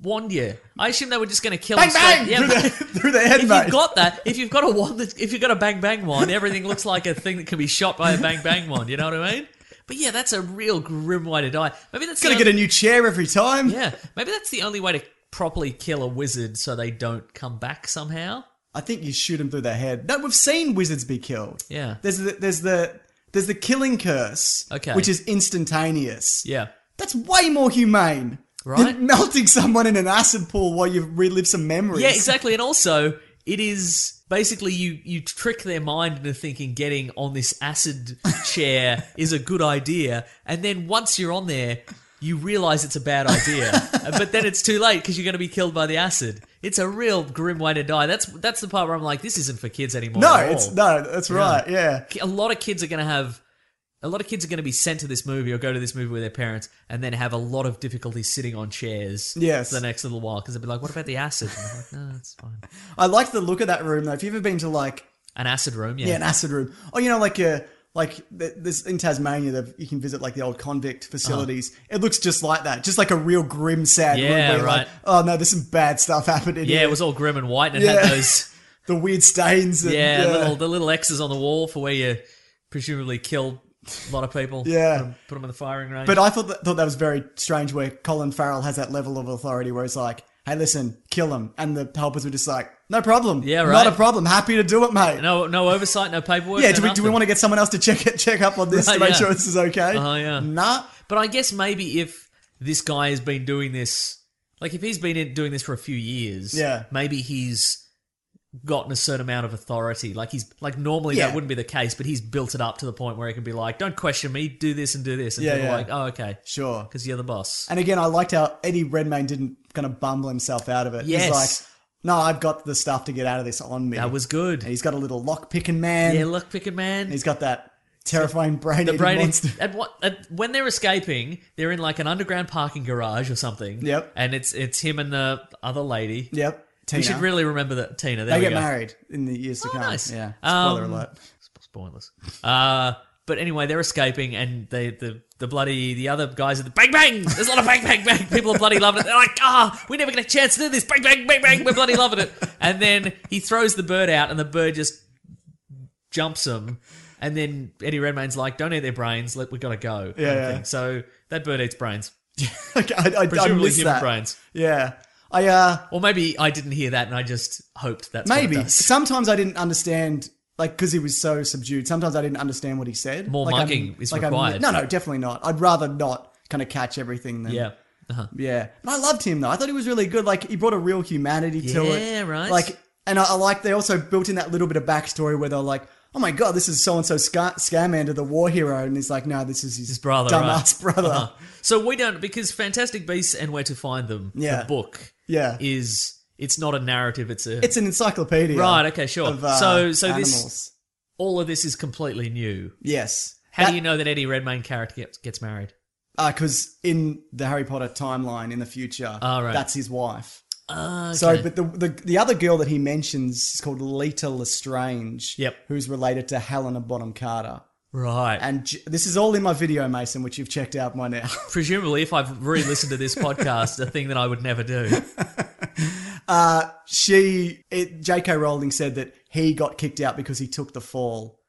Speaker 3: wand you. I assumed they were just going to kill
Speaker 4: bang
Speaker 3: him straight-
Speaker 4: bang
Speaker 3: Yeah,
Speaker 4: through,
Speaker 3: but
Speaker 4: the, through the head,
Speaker 3: if
Speaker 4: mate.
Speaker 3: you've got that, if you've got a wand, that, if you've got a bang bang wand, everything looks like a thing that can be shot by a bang bang wand. You know what I mean? But yeah, that's a real grim way to die. Maybe that's
Speaker 4: Gotta
Speaker 3: the
Speaker 4: get a new chair every time.
Speaker 3: Yeah, maybe that's the only way to properly kill a wizard so they don't come back somehow.
Speaker 4: I think you shoot him through the head. No, we've seen wizards be killed.
Speaker 3: Yeah.
Speaker 4: There's the there's the there's the killing curse,
Speaker 3: Okay.
Speaker 4: which is instantaneous.
Speaker 3: Yeah.
Speaker 4: That's way more humane.
Speaker 3: Right.
Speaker 4: Than melting someone in an acid pool while you relive some memories.
Speaker 3: Yeah, exactly. And also, it is basically you you trick their mind into thinking getting on this acid chair is a good idea, and then once you're on there, you realize it's a bad idea. Uh, but then it's too late because you're going to be killed by the acid. It's a real grim way to die. That's that's the part where I'm like, this isn't for kids anymore.
Speaker 4: No,
Speaker 3: at
Speaker 4: it's
Speaker 3: all.
Speaker 4: no, that's right. Yeah.
Speaker 3: a lot of kids are going to have a lot of kids are going to be sent to this movie or go to this movie with their parents and then have a lot of difficulty sitting on chairs
Speaker 4: Yes.
Speaker 3: for the next little while because they'll be like, what about the acid? And I'm like, no, that's fine.
Speaker 4: I like the look of that room though. If you've ever been to like
Speaker 3: An acid room, yeah.
Speaker 4: yeah, an acid room, oh, you know, like a like th- this in Tasmania, that you can visit like the old convict
Speaker 3: Uh-huh.
Speaker 4: facilities. It looks just like that, just like a real grim, sad room.
Speaker 3: Yeah,
Speaker 4: where you're Like,
Speaker 3: right.
Speaker 4: oh no, there's some bad stuff happening.
Speaker 3: yeah,
Speaker 4: here.
Speaker 3: it was all grim and white and it
Speaker 4: Yeah.
Speaker 3: had those
Speaker 4: the weird stains. And,
Speaker 3: yeah,
Speaker 4: yeah.
Speaker 3: Little, the little X's on the wall for where you presumably killed a lot of people.
Speaker 4: Yeah.
Speaker 3: Put them, in the firing range.
Speaker 4: But I thought that, thought that was very strange. Where Colin Farrell has that level of authority, where it's like, hey, listen, kill him, and the helpers were just like, no problem.
Speaker 3: Yeah,
Speaker 4: Not
Speaker 3: right.
Speaker 4: a problem. Happy to do it, mate.
Speaker 3: no no oversight, no paperwork.
Speaker 4: yeah,
Speaker 3: no
Speaker 4: do we, do we
Speaker 3: nothing.
Speaker 4: want to get someone else to check it, check up on this to
Speaker 3: Right,
Speaker 4: make
Speaker 3: yeah.
Speaker 4: sure this is okay?
Speaker 3: Uh-huh, yeah.
Speaker 4: Nah.
Speaker 3: But I guess maybe if this guy has been doing this, like if he's been in- doing this for a few years,
Speaker 4: Yeah.
Speaker 3: maybe he's gotten a certain amount of authority. Like he's like normally
Speaker 4: Yeah.
Speaker 3: that wouldn't be the case, but he's built it up to the point where he can be like, "Don't question me, do this and do this," and
Speaker 4: Yeah,
Speaker 3: people
Speaker 4: yeah.
Speaker 3: are like, "Oh, okay,
Speaker 4: Sure.
Speaker 3: because you're the boss."
Speaker 4: And again, I liked how Eddie Redmayne didn't kind of bumble himself out of it. He's
Speaker 3: Yes.
Speaker 4: like, no, I've got the stuff to get out of this on me.
Speaker 3: that was
Speaker 4: And
Speaker 3: good.
Speaker 4: he's got a little lock picking man.
Speaker 3: Yeah, look, Picket Man.
Speaker 4: and he's got that terrifying brain
Speaker 3: the
Speaker 4: eating
Speaker 3: brain
Speaker 4: monster.
Speaker 3: at what at, when they're escaping they're in like an underground parking garage or something
Speaker 4: Yep.
Speaker 3: and it's it's him and the other lady
Speaker 4: Yep. Tina.
Speaker 3: we should really remember that tina there
Speaker 4: they
Speaker 3: we
Speaker 4: get
Speaker 3: go. Oh,
Speaker 4: married in the years to come.
Speaker 3: nice.
Speaker 4: Yeah. Spoiler
Speaker 3: Um,
Speaker 4: alert.
Speaker 3: Sp- spoilers. Uh, But anyway, they're escaping, and they the the bloody the other guys are the bang bang. There's a lot of bang bang bang. People are bloody loving it. They're like, ah, we never get a chance to do this. Bang bang bang bang. We're bloody loving it. And then he throws the bird out, and the bird just jumps him. And then Eddie Redmayne's like, don't eat their brains. Let we gotta go. kind of
Speaker 4: Yeah, yeah.
Speaker 3: thing. So that bird eats brains,
Speaker 4: Like, I, I, I
Speaker 3: presumably
Speaker 4: missed
Speaker 3: human
Speaker 4: that.
Speaker 3: brains.
Speaker 4: Yeah. I uh
Speaker 3: Or maybe I didn't hear that, and I just hoped that's what it
Speaker 4: maybe
Speaker 3: does.
Speaker 4: sometimes I didn't understand like because he was so subdued. Sometimes I didn't understand what he said.
Speaker 3: More
Speaker 4: like,
Speaker 3: mugging is
Speaker 4: I'm-
Speaker 3: required.
Speaker 4: no, no, definitely not. I'd rather not kind of catch everything than
Speaker 3: Yeah. Uh-huh.
Speaker 4: Yeah, and I loved him though. I thought he was really good. Like he brought a real humanity to it.
Speaker 3: Yeah, right.
Speaker 4: Like, and I, I like they also built in that little bit of backstory where they're like, "Oh my god, this is so and so Scamander, the war hero," and he's like, "No, this is his,
Speaker 3: His brother,
Speaker 4: dumbass brother."
Speaker 3: Uh-huh. So we don't because Fantastic Beasts and Where to Find Them,
Speaker 4: Yeah.
Speaker 3: the book,
Speaker 4: Yeah.
Speaker 3: is it's not a narrative. It's a
Speaker 4: It's an encyclopedia,
Speaker 3: right. Okay, sure.
Speaker 4: Of, uh,
Speaker 3: so so this
Speaker 4: animals.
Speaker 3: all of this is completely new.
Speaker 4: yes.
Speaker 3: How do you know that Eddie Redmayne character gets, gets married?
Speaker 4: Because in the Harry Potter timeline in the future,
Speaker 3: Oh, right.
Speaker 4: that's his wife.
Speaker 3: Uh,
Speaker 4: So, but the, the the other girl that he mentions is called Lita Lestrange.
Speaker 3: Yep.
Speaker 4: Who's related to Helena Bonham Carter.
Speaker 3: right.
Speaker 4: And j- this is all in my video, Mason, which you've checked out by now.
Speaker 3: Presumably, if I've re-listened to this podcast, a thing that I would never do.
Speaker 4: she, it, J.K. Rowling said that he got kicked out because he took the fall,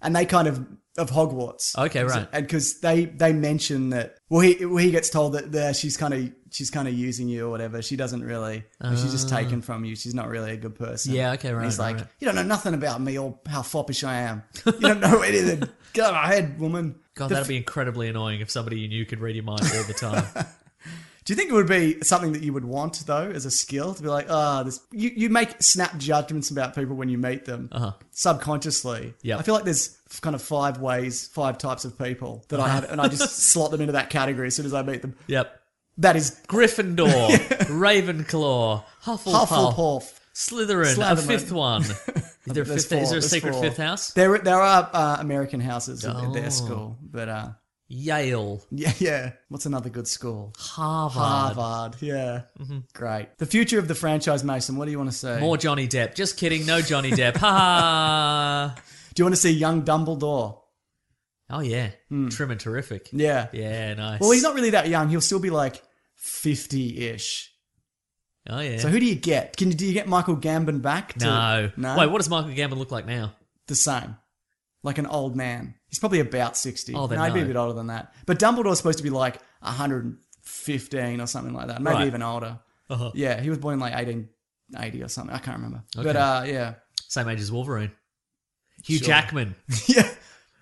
Speaker 4: and they kind of of Hogwarts.
Speaker 3: Okay, right.
Speaker 4: And because they they mention that, well, he well, he gets told that there she's kind of she's kind of using you or whatever. She doesn't really. she's just taken from you. She's not really a good person.
Speaker 3: Ah. Yeah, okay,
Speaker 4: And
Speaker 3: right,
Speaker 4: he's
Speaker 3: right,
Speaker 4: like,
Speaker 3: right.
Speaker 4: you don't know nothing about me or how foppish I am. You don't know anything. Get out of my head, woman.
Speaker 3: God, that'd be incredibly annoying if somebody you knew could read your mind all the time.
Speaker 4: Do you think it would be something that you would want though, as a skill, to be like, ah, this? You, you make snap judgments about people when you meet them, uh-huh. subconsciously.
Speaker 3: Yeah.
Speaker 4: I feel like there's f- kind of five ways, five types of people that I have, and I just slot them into that category as soon as I meet them.
Speaker 3: Yep.
Speaker 4: That is
Speaker 3: Gryffindor, Ravenclaw, Hufflepuff,
Speaker 4: Hufflepuff.
Speaker 3: Slytherin, a
Speaker 4: Slytherin.
Speaker 3: fifth one. Is there a,
Speaker 4: There's
Speaker 3: fifth, is there a
Speaker 4: four, there's
Speaker 3: secret
Speaker 4: four.
Speaker 3: fifth house?
Speaker 4: There, there are uh, American houses at- at
Speaker 3: Oh.
Speaker 4: their school, but uh,
Speaker 3: Yale,
Speaker 4: yeah, yeah. What's another good school?
Speaker 3: Harvard. Mm-hmm.
Speaker 4: Harvard. Yeah, great. The future of the franchise, Mason. What do you want to say?
Speaker 3: More Johnny Depp. Just kidding, no Johnny Depp. Ha ha.
Speaker 4: Do you want to see young Dumbledore?
Speaker 3: Oh yeah, trim and terrific.
Speaker 4: Hmm. Yeah.
Speaker 3: Yeah, nice.
Speaker 4: Well, he's not really that young. He'll still be like 50 ish.
Speaker 3: Oh yeah.
Speaker 4: So who do you get? Can you, do you get Michael Gambon back? To,
Speaker 3: no.
Speaker 4: No.
Speaker 3: Wait, what does Michael Gambon look like now?
Speaker 4: The same. Like an old man. He's probably about 60.
Speaker 3: Oh, then
Speaker 4: no, he'd be a
Speaker 3: no.
Speaker 4: bit older than that. But Dumbledore's supposed to be like 115 or something like that. Maybe
Speaker 3: Right.
Speaker 4: even older.
Speaker 3: Uh-huh.
Speaker 4: Yeah, he was born in like 1880 or something. I can't remember. But uh, yeah.
Speaker 3: Same age as Wolverine. Hugh Jackman.
Speaker 4: yeah.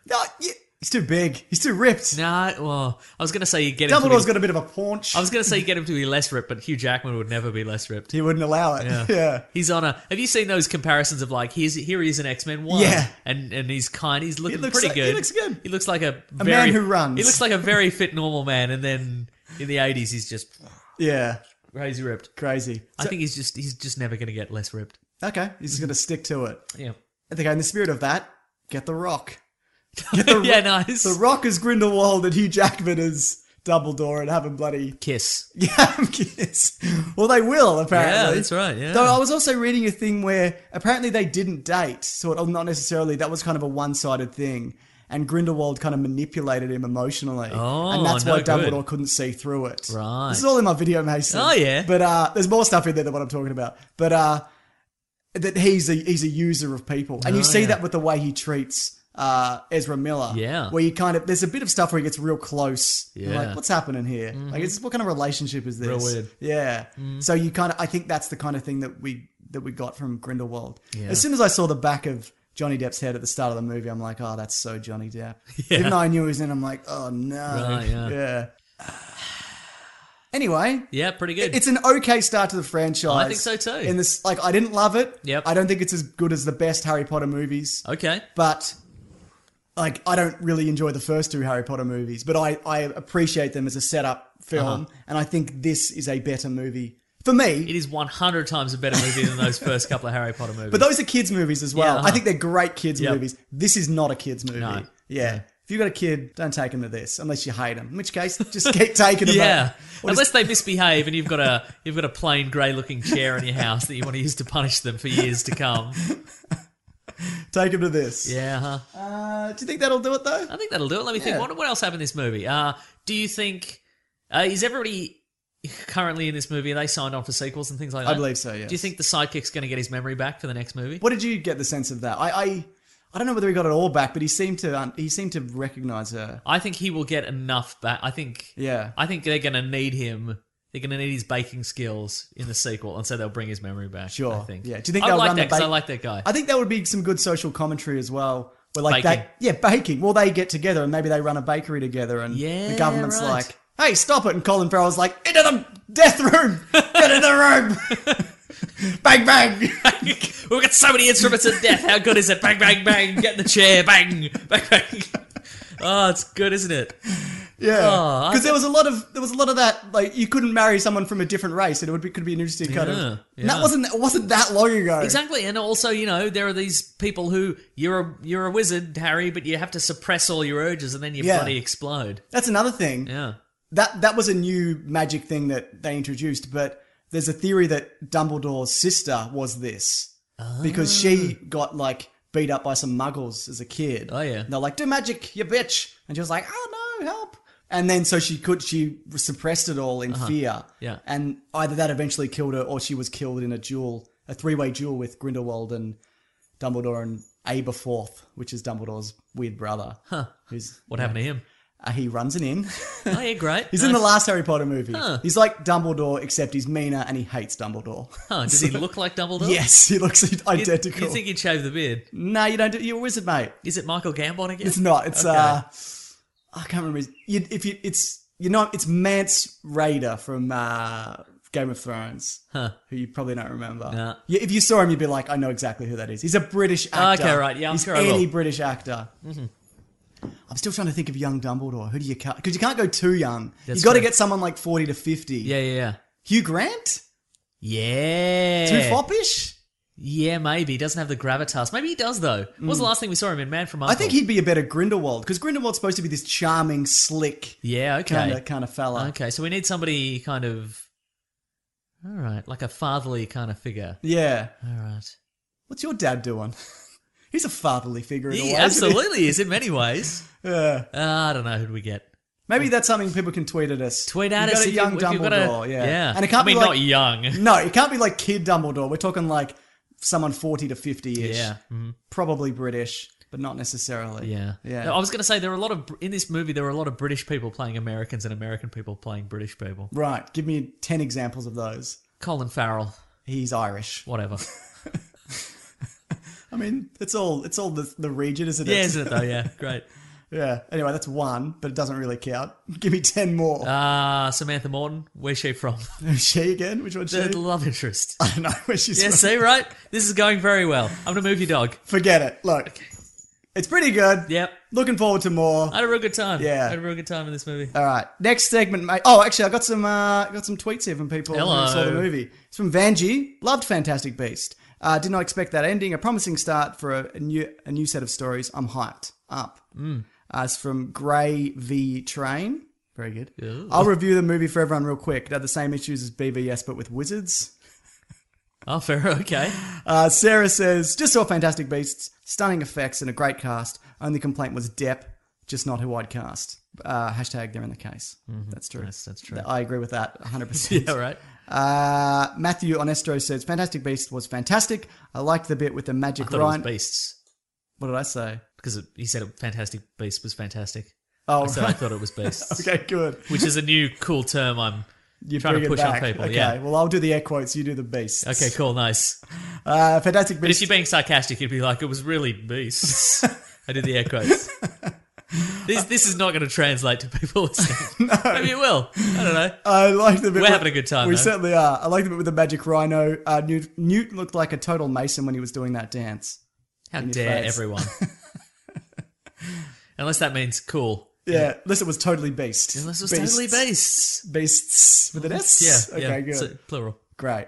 Speaker 4: No, yeah. He's too big. He's too ripped.
Speaker 3: no, well, I was gonna say you get him. to
Speaker 4: Dumbledore's
Speaker 3: be,
Speaker 4: got a bit of a paunch.
Speaker 3: I was gonna say you get him to be less ripped, but Hugh Jackman would never be less ripped.
Speaker 4: he wouldn't allow it.
Speaker 3: Yeah.
Speaker 4: yeah.
Speaker 3: He's on a. Have you seen those comparisons of like he's here he is in X Men One,
Speaker 4: Yeah.
Speaker 3: and and he's kind. He's looking
Speaker 4: looks
Speaker 3: pretty
Speaker 4: like-
Speaker 3: good.
Speaker 4: he looks good.
Speaker 3: He looks like a,
Speaker 4: A
Speaker 3: very-
Speaker 4: man who runs.
Speaker 3: He looks like a very fit normal man, and then in the eighties he's just
Speaker 4: Yeah.
Speaker 3: crazy ripped.
Speaker 4: Crazy.
Speaker 3: I think he's just he's just never going to get less ripped.
Speaker 4: Okay, he's just going to stick to it.
Speaker 3: Yeah,
Speaker 4: I think in the spirit of that, get the Rock. Get the,
Speaker 3: yeah, nice.
Speaker 4: the Rock is Grindelwald and Hugh Jackman is Dumbledore and have him bloody
Speaker 3: Kiss.
Speaker 4: yeah, kiss. Well, they will apparently.
Speaker 3: Yeah, that's right. Yeah.
Speaker 4: Though I was also reading a thing where apparently they didn't date, so it, not necessarily. That was kind of a one-sided thing, and Grindelwald kind of manipulated him emotionally,
Speaker 3: Oh,
Speaker 4: and that's
Speaker 3: no
Speaker 4: why
Speaker 3: good.
Speaker 4: Dumbledore couldn't see through it.
Speaker 3: Right.
Speaker 4: This is all in my video, Mason.
Speaker 3: Oh, yeah.
Speaker 4: But uh, there's more stuff in there than what I'm talking about. But uh, that he's a he's a user of people, and you
Speaker 3: Oh,
Speaker 4: see that with the way he treats. Uh, Ezra Miller.
Speaker 3: Yeah.
Speaker 4: Where you kind of, there's a bit of stuff where he gets real close.
Speaker 3: Yeah.
Speaker 4: You're
Speaker 3: Mm-hmm.
Speaker 4: Like, what's happening here? Like, it's, what kind of relationship is this?
Speaker 3: Real weird. Mm-hmm.
Speaker 4: Yeah. So you kind of, I think that's the kind of thing that we that we got from Grindelwald. As soon as I saw the back of Johnny Depp's head at the start of the movie, I'm like, oh, that's so Johnny Depp. Even though I knew he was in, I'm like, oh no.
Speaker 3: Right, yeah.
Speaker 4: Anyway,
Speaker 3: yeah, pretty good.
Speaker 4: it's an okay start to the franchise.
Speaker 3: I think so too.
Speaker 4: In this, like, I didn't love it.
Speaker 3: Yep.
Speaker 4: I don't think it's as good as the best Harry Potter movies
Speaker 3: okay.
Speaker 4: but like I don't really enjoy the first two Harry Potter movies, but I, I appreciate them as a setup film, and I think this is a better movie for
Speaker 3: Uh-huh. It
Speaker 4: me.
Speaker 3: is 100 times a better movie than those first couple of Harry Potter movies.
Speaker 4: But those are kids movies as well.
Speaker 3: Yeah, uh-huh.
Speaker 4: I think they're great kids
Speaker 3: Yep.
Speaker 4: movies. This is not a kids movie.
Speaker 3: No.
Speaker 4: Yeah. If you've got a kid, don't take him to this unless you hate him. In which case, just keep taking him.
Speaker 3: yeah.
Speaker 4: Or
Speaker 3: Unless
Speaker 4: just-
Speaker 3: they misbehave and you've got a you've got a plain grey looking chair in your house that you want to use to punish them for years to come.
Speaker 4: Take him to this.
Speaker 3: Yeah, huh?
Speaker 4: Uh, do you think that'll do it though?
Speaker 3: I think that'll do it. Let me think.
Speaker 4: Yeah.
Speaker 3: What, what else happened in this movie? Uh, do you think uh, is everybody currently in this movie? Are they signed on for sequels and things like that?
Speaker 4: I believe so, yes.
Speaker 3: Do you think the sidekick's going to get his memory back for the next movie?
Speaker 4: What did you get the sense of that? I, I, I don't know whether he got it all back, but he seemed to um, he seemed to recognize her.
Speaker 3: I think he will get enough back. I think.
Speaker 4: Yeah.
Speaker 3: I think they're going to need him. They're going to need his baking skills in the sequel, and so they'll bring his memory back.
Speaker 4: Sure.
Speaker 3: I think.
Speaker 4: Yeah. Do you think
Speaker 3: I
Speaker 4: they'll
Speaker 3: like
Speaker 4: run
Speaker 3: that
Speaker 4: the
Speaker 3: because I
Speaker 4: bake-
Speaker 3: like that guy?
Speaker 4: I think that would be some good social commentary as well. Where like
Speaker 3: Baking.
Speaker 4: that, yeah, baking. Well, they get together and maybe they run a bakery together, and
Speaker 3: Yeah,
Speaker 4: the government's
Speaker 3: right.
Speaker 4: like, "Hey, stop it!" And Colin Farrell's like, "Into the death room! Get in the room! bang bang!"
Speaker 3: We've got so many instruments of death. How good is it? Bang, bang, bang. Get in the chair. Bang, bang, bang. Oh, it's good, isn't it?
Speaker 4: Yeah,
Speaker 3: Oh, I
Speaker 4: because there was a lot of there was a lot of that. Like you couldn't marry someone from a different race, and it would be could be an interesting kind of.
Speaker 3: Yeah,
Speaker 4: and
Speaker 3: yeah.
Speaker 4: That wasn't it wasn't that long ago.
Speaker 3: Exactly, and also, you know, there are these people who you're a you're a wizard, Harry, but you have to suppress all your urges, and then you
Speaker 4: Yeah.
Speaker 3: bloody explode.
Speaker 4: That's another thing.
Speaker 3: Yeah,
Speaker 4: That that was a new magic thing that they introduced. But there's a theory that Dumbledore's sister was this because she got like beat up by some Muggles as a kid.
Speaker 3: Ah. Oh, yeah.
Speaker 4: And they're like, "Do magic, you bitch," and she was like, "Oh no, help!" And then so she could she suppressed it all in fear.
Speaker 3: Uh-huh. Yeah.
Speaker 4: and either that eventually killed her, or she was killed in a duel, a three-way duel with Grindelwald and Dumbledore and Aberforth, which is Dumbledore's weird brother. Huh. Who's
Speaker 3: what happened to him?
Speaker 4: uh, he runs an inn.
Speaker 3: Oh, yeah, great.
Speaker 4: He's in the last Harry Potter movie. He's like Dumbledore, except he's meaner and he hates Dumbledore.
Speaker 3: Huh, does he look like Dumbledore?
Speaker 4: yes, he looks
Speaker 3: You,
Speaker 4: identical.
Speaker 3: you think he'd shave the beard?
Speaker 4: no, you don't. Do, you're a wizard, mate.
Speaker 3: Is it Michael Gambon again?
Speaker 4: It's not. It's uh, I can't remember. His, you, if you, it's you know, it's Mance Raider from uh, Game of Thrones, who you probably don't remember.
Speaker 3: Nah.
Speaker 4: Yeah, if you saw him, you'd be like, I know exactly who that is. He's a British actor.
Speaker 3: Okay, right. Yeah, I'm
Speaker 4: he's
Speaker 3: sure I will. Mm-hmm.
Speaker 4: any British actor. I'm still trying to think of young Dumbledore. Who do you cut? Because you can't go too young.
Speaker 3: That's
Speaker 4: you got to
Speaker 3: true.
Speaker 4: get someone like forty to fifty.
Speaker 3: Yeah, yeah, yeah.
Speaker 4: Hugh Grant,
Speaker 3: Yeah.
Speaker 4: too foppish.
Speaker 3: Yeah, maybe. He doesn't have the gravitas. Maybe he does, though. What was the last thing we saw him in? Man from
Speaker 4: Hmm. I
Speaker 3: Uncle.
Speaker 4: think he'd be a better Grindelwald because Grindelwald's supposed to be this charming, slick
Speaker 3: Yeah, okay.
Speaker 4: kind of kind of fella.
Speaker 3: Okay, so we need somebody kind of. All right, like a fatherly kind of figure.
Speaker 4: Yeah.
Speaker 3: All right.
Speaker 4: What's your dad doing? He's a fatherly figure in a
Speaker 3: He
Speaker 4: way. isn't he?
Speaker 3: absolutely is in many ways.
Speaker 4: Yeah.
Speaker 3: Uh, I don't know who do we get.
Speaker 4: Maybe that's something people can tweet at us.
Speaker 3: Tweet at
Speaker 4: you
Speaker 3: us
Speaker 4: got a
Speaker 3: if
Speaker 4: young
Speaker 3: you, if you've
Speaker 4: Dumbledore.
Speaker 3: got a-
Speaker 4: yeah.
Speaker 3: yeah.
Speaker 4: And it can't
Speaker 3: I mean,
Speaker 4: be like
Speaker 3: not young.
Speaker 4: no, it can't be like kid Dumbledore. We're talking like someone forty to fifty ish.
Speaker 3: Yeah.
Speaker 4: Probably British, but not necessarily.
Speaker 3: Yeah,
Speaker 4: Yeah.
Speaker 3: No, I was going to say there are a lot of in this movie there are a lot of British people playing Americans and American people playing British people.
Speaker 4: Right. Give me ten examples of those.
Speaker 3: Colin Farrell,
Speaker 4: He's Irish.
Speaker 3: whatever.
Speaker 4: I mean, it's all it's all the, the region, isn't
Speaker 3: yeah,
Speaker 4: it?
Speaker 3: isn't it though? Yeah, great.
Speaker 4: yeah. Anyway, that's one, but it doesn't really count. Give me ten more.
Speaker 3: Uh, Samantha Morton, where's she from?
Speaker 4: Who's she again? Which one's she?
Speaker 3: The love interest.
Speaker 4: I don't know where she's
Speaker 3: Yeah,
Speaker 4: from.
Speaker 3: see, right? This is going very well. I'm going to move your dog.
Speaker 4: Forget it. Look. It's pretty good.
Speaker 3: Yep.
Speaker 4: Looking forward to more.
Speaker 3: I had a real good time.
Speaker 4: Yeah.
Speaker 3: I had a real good time in this movie.
Speaker 4: All right, next segment, mate. Oh, actually, I got some uh, got some tweets here from people
Speaker 3: Hello.
Speaker 4: who saw the movie. It's from Vanji. Loved Fantastic Beast. Uh, did not expect that ending. A promising start for a, a new a new set of stories. I'm hyped up.
Speaker 3: Hmm.
Speaker 4: Uh, it's from Grey V Train. Very good. I'll review the movie for everyone real quick. It had the same issues as BVS, but with wizards.
Speaker 3: Oh, fair. Okay.
Speaker 4: Uh, Sarah says, just saw Fantastic Beasts, stunning effects and a great cast. Only complaint was Depp, just not who I'd cast. Uh, hashtag they're in the case. That's true.
Speaker 3: Yes, Mm-hmm. that's true.
Speaker 4: I agree with that 100%.
Speaker 3: Yeah, right.
Speaker 4: uh, Matthew Onestro says, Fantastic Beasts was fantastic. I liked the bit with the
Speaker 3: I
Speaker 4: magic
Speaker 3: thought
Speaker 4: rhino.
Speaker 3: it was Beasts
Speaker 4: What did I say?
Speaker 3: because it, he said it, Fantastic Beast was fantastic.
Speaker 4: Oh,
Speaker 3: So I thought it was Beasts,
Speaker 4: okay, good.
Speaker 3: which is a new cool term I'm
Speaker 4: You're
Speaker 3: trying to push on people.
Speaker 4: Okay,
Speaker 3: Yeah.
Speaker 4: well, I'll do the air quotes. You do the beasts.
Speaker 3: Okay, cool, nice.
Speaker 4: Uh, Fantastic
Speaker 3: But if
Speaker 4: Beasts.
Speaker 3: you're being sarcastic, you'd be like, "It was really beasts." I did the air quotes. This this is not going to translate to people listening. Maybe it will. I don't know.
Speaker 4: I like the bit.
Speaker 3: We're
Speaker 4: with-
Speaker 3: having a good time,
Speaker 4: We
Speaker 3: though.
Speaker 4: certainly are. I like the bit with the magic rhino. Uh, Newt, Newt looked like a total mason when he was doing that dance.
Speaker 3: How
Speaker 4: your
Speaker 3: dare
Speaker 4: face.
Speaker 3: everyone? Unless that means cool.
Speaker 4: Yeah, unless it was totally beast.
Speaker 3: Unless it was totally beasts.
Speaker 4: Beasts with an S.
Speaker 3: Yeah.
Speaker 4: Okay,
Speaker 3: yeah.
Speaker 4: good.
Speaker 3: so- plural.
Speaker 4: Great.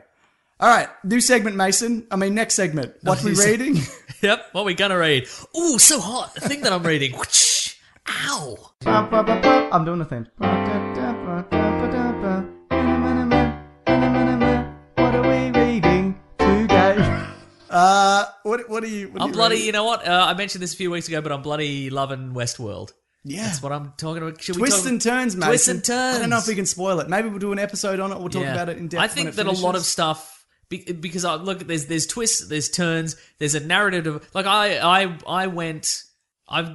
Speaker 4: All right, new segment, Mason. I mean, next segment. What we
Speaker 3: he's-
Speaker 4: reading?
Speaker 3: Yep. What we gonna read? Ooh, so hot. The thing that I'm reading. Whoosh. Ow.
Speaker 4: I'm doing the thing. What are we reading today? Uh, what What what are you? What are
Speaker 3: I'm bloody.
Speaker 4: you ready?
Speaker 3: You know what? Uh, I mentioned this a few weeks ago, but I'm bloody loving Westworld.
Speaker 4: Yeah.
Speaker 3: That's what I'm talking about. Should we
Speaker 4: Twists
Speaker 3: talk-
Speaker 4: and turns, man.
Speaker 3: Twists and turns.
Speaker 4: I don't know if we can spoil it. Maybe we'll do an episode on it. We'll talk
Speaker 3: Yeah.
Speaker 4: about it in depth.
Speaker 3: I
Speaker 4: when
Speaker 3: think
Speaker 4: it
Speaker 3: that a lot of
Speaker 4: finishes.
Speaker 3: stuff be- because I look there's there's twists, there's turns, there's a narrative of like I I I went I've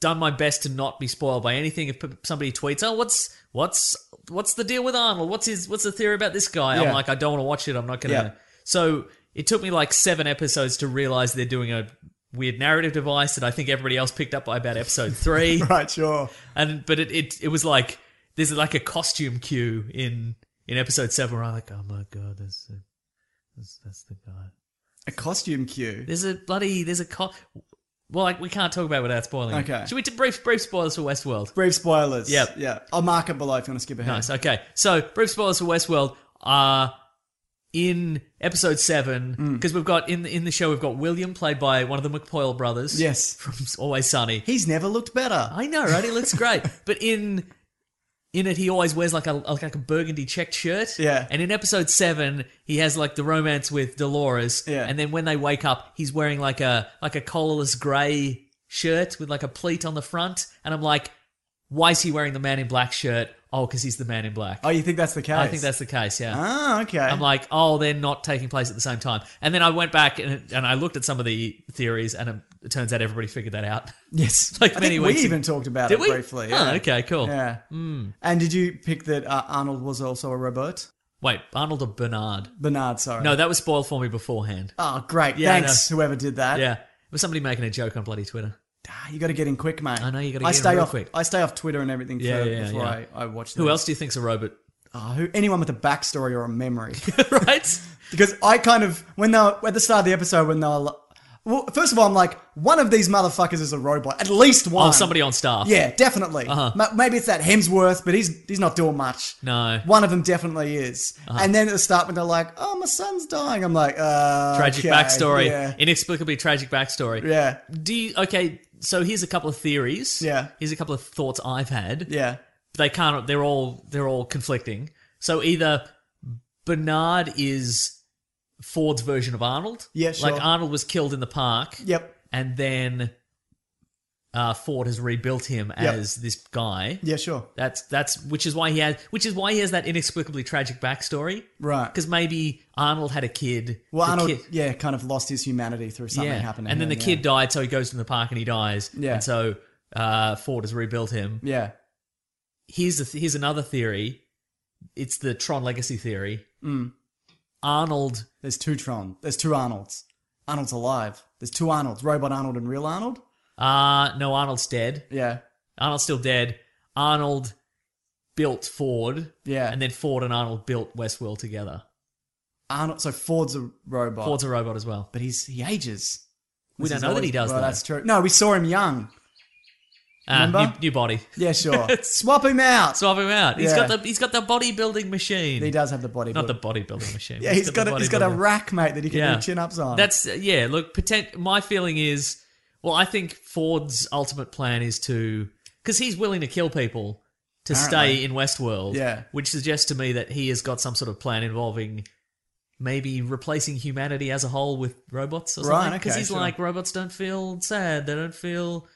Speaker 3: done my best to not be spoiled by anything if p- somebody tweets oh what's what's what's the deal with Arnold what's his what's the theory about this guy
Speaker 4: Yeah.
Speaker 3: I'm like I don't want to watch it I'm not gonna
Speaker 4: Yeah.
Speaker 3: so it took me like seven episodes to realize they're doing a weird narrative device that I think everybody else picked up by about episode three
Speaker 4: Right, sure.
Speaker 3: and but it, it it was like there's like a costume cue in in episode seven where I'm like, oh my god, that's the, that's, that's the guy.
Speaker 4: A costume cue.
Speaker 3: There's a bloody there's a co- well, like we can't talk about it without spoiling. it.
Speaker 4: Okay.
Speaker 3: should we do brief brief spoilers for Westworld?
Speaker 4: Brief spoilers.
Speaker 3: Yep.
Speaker 4: Yeah. I'll mark it below if you want to skip ahead.
Speaker 3: Nice. Okay, so brief spoilers for Westworld are in episode seven
Speaker 4: Mm.
Speaker 3: because we've got in in the show we've got William played by one of the McPoyle brothers.
Speaker 4: Yes.
Speaker 3: from Always Sunny.
Speaker 4: He's never looked better.
Speaker 3: I know, right? He looks great, but in in it, he always wears like a like a burgundy checked shirt.
Speaker 4: Yeah.
Speaker 3: And in episode seven, he has like the romance with Dolores.
Speaker 4: Yeah.
Speaker 3: And then when they wake up, he's wearing like a like a collarless grey shirt with like a pleat on the front. And I'm like, why is he wearing the Man in Black shirt? Oh, because he's the Man in Black.
Speaker 4: Oh, you think that's the case?
Speaker 3: I think that's the case. Yeah.
Speaker 4: Ah, okay.
Speaker 3: I'm like, oh, they're not taking place at the same time. And then I went back and, and I looked at some of the theories, and um, it turns out everybody figured that out.
Speaker 4: yes.
Speaker 3: like
Speaker 4: I
Speaker 3: many
Speaker 4: think
Speaker 3: weeks
Speaker 4: we
Speaker 3: ago.
Speaker 4: even talked about
Speaker 3: Did
Speaker 4: it
Speaker 3: we?
Speaker 4: briefly.
Speaker 3: Oh,
Speaker 4: Yeah.
Speaker 3: okay, cool.
Speaker 4: Yeah.
Speaker 3: Hmm.
Speaker 4: And did you pick that uh, Arnold was also a robot?
Speaker 3: Wait, Arnold or Bernard?
Speaker 4: Bernard, sorry.
Speaker 3: No, that was spoiled for me beforehand.
Speaker 4: Oh, great.
Speaker 3: Yeah, I
Speaker 4: Thanks, whoever did that.
Speaker 3: Yeah. It was somebody making a joke on bloody Twitter.
Speaker 4: Ah, You got to get in quick, mate.
Speaker 3: I know, you gotta
Speaker 4: I
Speaker 3: get in
Speaker 4: stay
Speaker 3: real
Speaker 4: off,
Speaker 3: quick.
Speaker 4: I stay off Twitter and everything for,
Speaker 3: Yeah, yeah,
Speaker 4: before
Speaker 3: yeah.
Speaker 4: I, I watch.
Speaker 3: Who
Speaker 4: those.
Speaker 3: else do you think's a robot?
Speaker 4: Ah, who? Anyone with a backstory or a memory.
Speaker 3: right?
Speaker 4: Because I kind of when they were at the start of the episode when they were like- well, first of all, I'm like, one of these motherfuckers is a robot. At least one.
Speaker 3: Oh, somebody on staff.
Speaker 4: Yeah, definitely. Ma- Maybe it's that Hemsworth, but he's he's not doing much.
Speaker 3: No.
Speaker 4: One of them definitely is.
Speaker 3: Uh-huh.
Speaker 4: And then at the start when they're like, "Oh, my son's dying," I'm like, "Uh,
Speaker 3: Tragic
Speaker 4: okay,
Speaker 3: backstory.
Speaker 4: Yeah,
Speaker 3: Inexplicably tragic backstory.
Speaker 4: yeah,
Speaker 3: Do you, okay, so here's a couple of theories.
Speaker 4: Yeah.
Speaker 3: Here's a couple of thoughts I've had.
Speaker 4: yeah.
Speaker 3: They can't they're all they're all conflicting. So either Bernard is Ford's version of Arnold.
Speaker 4: Yeah, sure.
Speaker 3: Like Arnold was killed in the park.
Speaker 4: Yep.
Speaker 3: and then uh, Ford has rebuilt him
Speaker 4: Yep.
Speaker 3: as this guy.
Speaker 4: Yeah, sure.
Speaker 3: That's that's which is why he has which is why he has that inexplicably tragic backstory.
Speaker 4: Right.
Speaker 3: Because maybe Arnold had a kid.
Speaker 4: Well,
Speaker 3: The
Speaker 4: Arnold,
Speaker 3: kid-
Speaker 4: yeah, kind of lost his humanity through something
Speaker 3: yeah.
Speaker 4: happening.
Speaker 3: and then the
Speaker 4: yeah.
Speaker 3: kid died, so he goes to the park and he dies.
Speaker 4: Yeah.
Speaker 3: And so uh, Ford has rebuilt him.
Speaker 4: Yeah.
Speaker 3: Here's the th- here's another theory. It's the Tron Legacy theory.
Speaker 4: Mm.
Speaker 3: Arnold.
Speaker 4: There's two Tron. There's two Arnolds. Arnold's alive. There's two Arnolds, robot Arnold and real Arnold.
Speaker 3: Uh no, Arnold's dead.
Speaker 4: Yeah.
Speaker 3: Arnold's still dead. Arnold built Ford.
Speaker 4: Yeah.
Speaker 3: And then Ford and Arnold built Westworld together.
Speaker 4: Arnold so Ford's a robot.
Speaker 3: Ford's a robot as well.
Speaker 4: but he's he ages.
Speaker 3: We
Speaker 4: This
Speaker 3: don't
Speaker 4: is
Speaker 3: know that he
Speaker 4: always-
Speaker 3: does
Speaker 4: Well,
Speaker 3: though.
Speaker 4: that's true. No, we saw him young.
Speaker 3: Ah,
Speaker 4: remember?
Speaker 3: new, new body.
Speaker 4: Yeah, sure. Swap him out.
Speaker 3: Swap him out. He's got
Speaker 4: Yeah.
Speaker 3: the he's got the bodybuilding machine.
Speaker 4: he does have the body.
Speaker 3: Not the
Speaker 4: build.
Speaker 3: bodybuilding machine.
Speaker 4: Yeah, he's got,
Speaker 3: the
Speaker 4: a, he's got a
Speaker 3: bodybuilding-
Speaker 4: rack, mate, that he can
Speaker 3: Yeah.
Speaker 4: do chin ups on.
Speaker 3: That's yeah. Look, potent, my feeling is, well, I think Ford's ultimate plan is to because he's willing to kill people to stay
Speaker 4: Apparently.
Speaker 3: in Westworld.
Speaker 4: Yeah.
Speaker 3: which suggests to me that he has got some sort of plan involving maybe replacing humanity as a whole with robots or
Speaker 4: Right,
Speaker 3: something. Because
Speaker 4: okay,
Speaker 3: he's
Speaker 4: sure.
Speaker 3: like robots don't feel sad. They don't feel.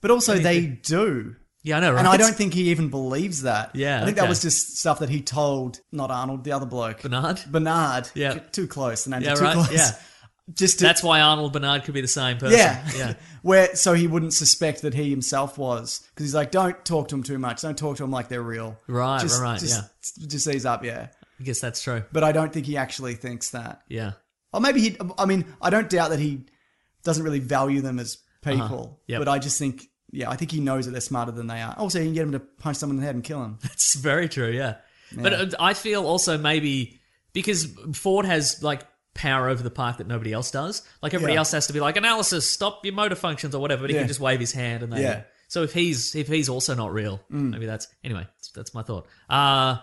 Speaker 4: but also they do,
Speaker 3: Yeah, I know. Right?
Speaker 4: and I don't think he even believes that.
Speaker 3: Yeah,
Speaker 4: I think
Speaker 3: okay.
Speaker 4: that was just stuff that he told not Arnold, the other bloke,
Speaker 3: Bernard.
Speaker 4: Bernard.
Speaker 3: Yeah.
Speaker 4: too close. The names
Speaker 3: Yeah,
Speaker 4: are too
Speaker 3: right.
Speaker 4: close.
Speaker 3: Yeah.
Speaker 4: just to,
Speaker 3: That's why Arnold Bernard could be the same person.
Speaker 4: Yeah.
Speaker 3: yeah.
Speaker 4: Where so he wouldn't suspect that he himself was because he's like, don't talk to him too much. Don't talk to him like they're real.
Speaker 3: Right,
Speaker 4: Just,
Speaker 3: right, right,
Speaker 4: Just, just ease up, yeah.
Speaker 3: I guess that's true.
Speaker 4: But I don't think he actually thinks that.
Speaker 3: Yeah.
Speaker 4: Or maybe he. I mean, I don't doubt that he doesn't really value them as people.
Speaker 3: Uh-huh. Yep.
Speaker 4: But I just think, yeah, I think he knows that they're smarter than they are. Also, you can get him to punch someone in the head and kill him.
Speaker 3: That's very true, yeah. But uh, I feel also maybe because Ford has like power over the park that nobody else does. Like everybody
Speaker 4: Yeah.
Speaker 3: else has to be like analysis, stop your motor functions or whatever, but he
Speaker 4: Yeah.
Speaker 3: can just wave his hand and they
Speaker 4: Yeah. Mm.
Speaker 3: So if he's if he's also not real, maybe that's anyway, that's, that's my thought. Uh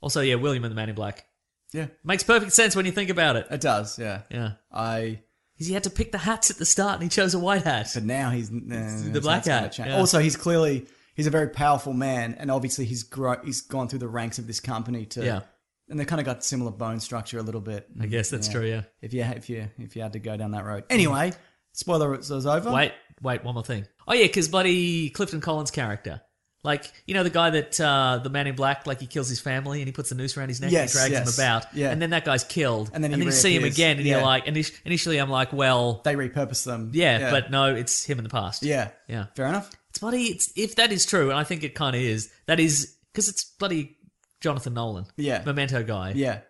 Speaker 3: also yeah, William and the Man in Black.
Speaker 4: Yeah.
Speaker 3: Makes perfect sense when you think about it.
Speaker 4: It does, yeah.
Speaker 3: Yeah.
Speaker 4: I.
Speaker 3: Because he had to pick the hats at the start and he chose a white hat.
Speaker 4: But now he's the
Speaker 3: black hat, yeah.
Speaker 4: Also, he's clearly he's a very powerful man, and obviously he's grow, he's gone through the ranks of this company to
Speaker 3: Yeah.
Speaker 4: and they kind of got similar bone structure a little bit.
Speaker 3: I guess that's true, yeah.
Speaker 4: If you if you if you had to go down that road, anyway, Spoiler is over.
Speaker 3: Wait, wait, one more thing. Oh yeah, because bloody Clifton Collins character, like you know the guy that uh, the man in black, like he kills his family and he puts a noose around his neck
Speaker 4: Yes,
Speaker 3: and he drags
Speaker 4: yes,
Speaker 3: him about,
Speaker 4: yeah.
Speaker 3: and then that guy's killed,
Speaker 4: And then he
Speaker 3: you see him
Speaker 4: reappears,
Speaker 3: again, and
Speaker 4: yeah.
Speaker 3: you're like, init- initially I'm like, well,
Speaker 4: They repurpose them.
Speaker 3: yeah, but no, it's him in the past,
Speaker 4: yeah,
Speaker 3: yeah.
Speaker 4: fair enough.
Speaker 3: It's bloody. It's if that is true, and I think it kind of is. That is because it's bloody Jonathan Nolan,
Speaker 4: Yeah.
Speaker 3: Memento guy,
Speaker 4: Yeah.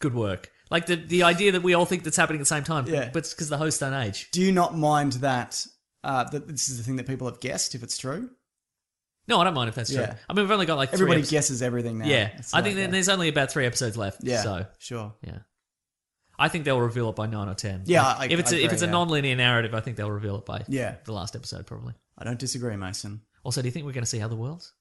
Speaker 3: good work. Like the the idea that we all think that's happening at the same time,
Speaker 4: Yeah.
Speaker 3: but it's because the hosts don't age.
Speaker 4: Do you not mind that? Uh, that this is the thing that people have guessed if it's true.
Speaker 3: No, I don't mind if that's true.
Speaker 4: Yeah.
Speaker 3: I mean, we've only got like three
Speaker 4: Everybody
Speaker 3: episodes.
Speaker 4: guesses everything now.
Speaker 3: Yeah,
Speaker 4: It's
Speaker 3: I think then
Speaker 4: like that.
Speaker 3: there's only about three episodes left.
Speaker 4: Yeah.
Speaker 3: so
Speaker 4: Sure.
Speaker 3: yeah, I think they'll reveal it by nine or ten.
Speaker 4: Yeah,
Speaker 3: Like,
Speaker 4: I-
Speaker 3: if it's
Speaker 4: I
Speaker 3: a, if
Speaker 4: agree,
Speaker 3: it's a
Speaker 4: yeah.
Speaker 3: non-linear narrative, I think they'll reveal it by
Speaker 4: Yeah.
Speaker 3: the last episode probably.
Speaker 4: I don't disagree, Mason.
Speaker 3: Also, do you think we're going to see other worlds?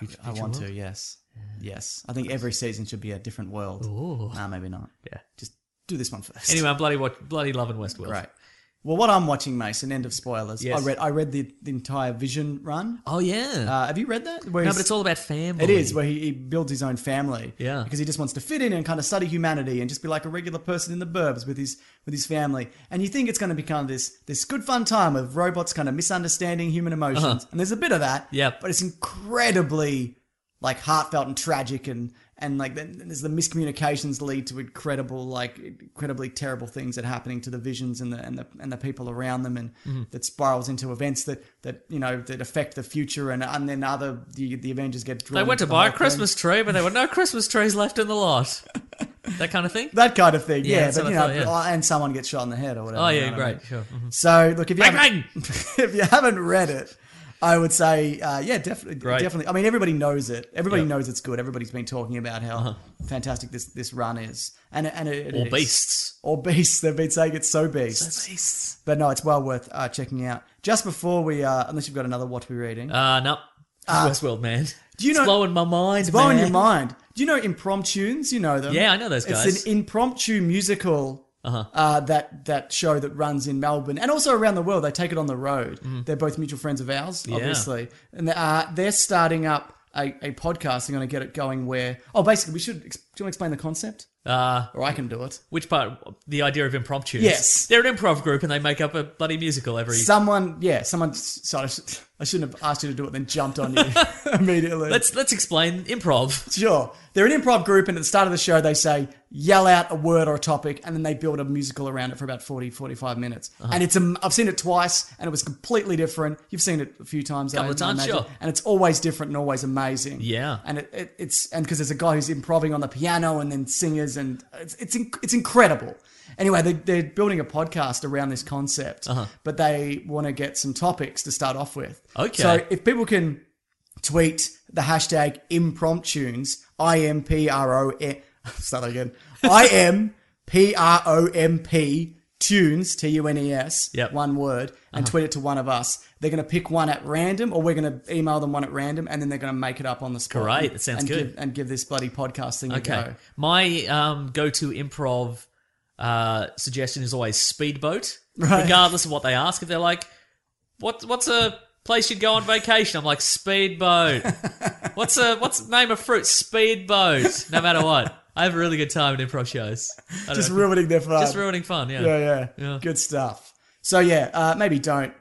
Speaker 4: I, I
Speaker 3: future
Speaker 4: want
Speaker 3: world?
Speaker 4: to. Yes. Yes. I think every season should be a different world.
Speaker 3: Ooh.
Speaker 4: Nah, maybe not.
Speaker 3: Yeah.
Speaker 4: Just do this one first.
Speaker 3: Anyway, I'm bloody watch, bloody loving Westworld.
Speaker 4: Right. Well, what I'm watching, Mason. End of spoilers.
Speaker 3: Yes.
Speaker 4: I read. I read the, the entire Vision run.
Speaker 3: Oh yeah.
Speaker 4: Uh, have you read that? Where
Speaker 3: no,
Speaker 4: he's-
Speaker 3: but it's all about family.
Speaker 4: It is where he, he builds his own family.
Speaker 3: Yeah.
Speaker 4: because he just wants to fit in and kind of study humanity and just be like a regular person in the burbs with his with his family. And you think it's going to be kind of this this good fun time with robots kind of misunderstanding human emotions, and there's a bit of that.
Speaker 3: Uh-huh. Yep.
Speaker 4: but it's incredibly like heartfelt and tragic and. And like then there's the miscommunications lead to incredible, like incredibly terrible things that are happening to the visions and the and the and the people around them, and
Speaker 3: Mm-hmm.
Speaker 4: that spirals into events that that you know that affect the future, and and then other the, the Avengers get
Speaker 3: They
Speaker 4: drawn
Speaker 3: went to
Speaker 4: into the
Speaker 3: buy a
Speaker 4: whole thing.
Speaker 3: Christmas tree, but there were no Christmas trees left in the lot. that kind of thing.
Speaker 4: that kind of thing.
Speaker 3: Yeah,
Speaker 4: Yeah,
Speaker 3: that's
Speaker 4: but
Speaker 3: what
Speaker 4: you
Speaker 3: I
Speaker 4: know,
Speaker 3: thought, yeah.
Speaker 4: and someone gets shot in the head or whatever.
Speaker 3: Oh
Speaker 4: you know
Speaker 3: yeah,
Speaker 4: what I
Speaker 3: great.
Speaker 4: mean?
Speaker 3: Sure. Mhm.
Speaker 4: So look, if you
Speaker 3: Bang,
Speaker 4: haven't, if you haven't read it, I would say uh, yeah, definitely,
Speaker 3: Great.
Speaker 4: definitely. I mean, everybody knows it. Everybody knows it's good. Everybody's been talking about how fantastic this this run is, and and it, it
Speaker 3: Uh-huh. Or
Speaker 4: is.
Speaker 3: beasts.
Speaker 4: or beast. They've been saying it's so beast.
Speaker 3: Beasts.
Speaker 4: But no, it's well worth uh, checking out. Just before we, uh, unless you've got another what we're reading,
Speaker 3: Uh no. Westworld man.
Speaker 4: Ah. do you
Speaker 3: it's
Speaker 4: know-
Speaker 3: blowing my mind. It's
Speaker 4: blowing your mind. Do you know impromptunes? You know them.
Speaker 3: Yeah, I know those guys. Uh-huh.
Speaker 4: It's an impromptu musical. uh that that show that runs in Melbourne and also around the world. They take it on the road.
Speaker 3: Mm-hmm.
Speaker 4: They're both mutual friends of ours, obviously, and uh, they're starting up a, a podcast. They're going to get it going. Where oh, basically, we should ex- do you want to explain the concept,
Speaker 3: Uh,
Speaker 4: or I can do it.
Speaker 3: Which part? The idea of impromptu.
Speaker 4: Yes.
Speaker 3: They're an improv group and they make up a bloody musical every.
Speaker 4: Someone, yeah, someone. Sorry, I sh- I shouldn't have asked you to do it, then jumped on you immediately.
Speaker 3: let's let's explain improv.
Speaker 4: Sure. They're an improv group, and at the start of the show, they say, yell out a word or a topic, and then they build a musical around it for about 40, 45 minutes.
Speaker 3: Uh-huh.
Speaker 4: And it's, um, I've seen it twice, and it was completely different. You've seen it a few times.
Speaker 3: Couple
Speaker 4: I-
Speaker 3: of
Speaker 4: I
Speaker 3: times,
Speaker 4: imagine.
Speaker 3: sure.
Speaker 4: And it's always different and always amazing.
Speaker 3: Yeah.
Speaker 4: And it, it, it's, and because there's a guy who's improving on the piano and then singers, and it's, it's, inc- it's incredible. Anyway, they, they're building a podcast around this concept,
Speaker 3: Uh-huh.
Speaker 4: but they want to get some topics to start off with.
Speaker 3: Okay.
Speaker 4: So if people can tweet the hashtag impromptunes, I M P R O M, start that again, I M P R O M P tunes, T U N E S,
Speaker 3: Yep. Uh-huh.
Speaker 4: one word, and tweet it to one of us. They're going to pick one at random, or we're going to email them one at random, and then they're going to make it up on the spot.
Speaker 3: Great,
Speaker 4: and-
Speaker 3: that sounds
Speaker 4: and
Speaker 3: good.
Speaker 4: Give, and give this bloody podcast thing a
Speaker 3: Okay.
Speaker 4: go.
Speaker 3: My um, go-to improv uh, suggestion is always speedboat, regardless of what they ask. If they're like, "What what's a place you'd go on vacation?" I'm like, "Speedboat." what's a what's name of fruit? Speedboat. No matter what, I have a really good time at improv shows. I don't
Speaker 4: Just
Speaker 3: know.
Speaker 4: ruining their fun.
Speaker 3: just ruining fun.
Speaker 4: Yeah, yeah, Good stuff. So yeah, uh, maybe don't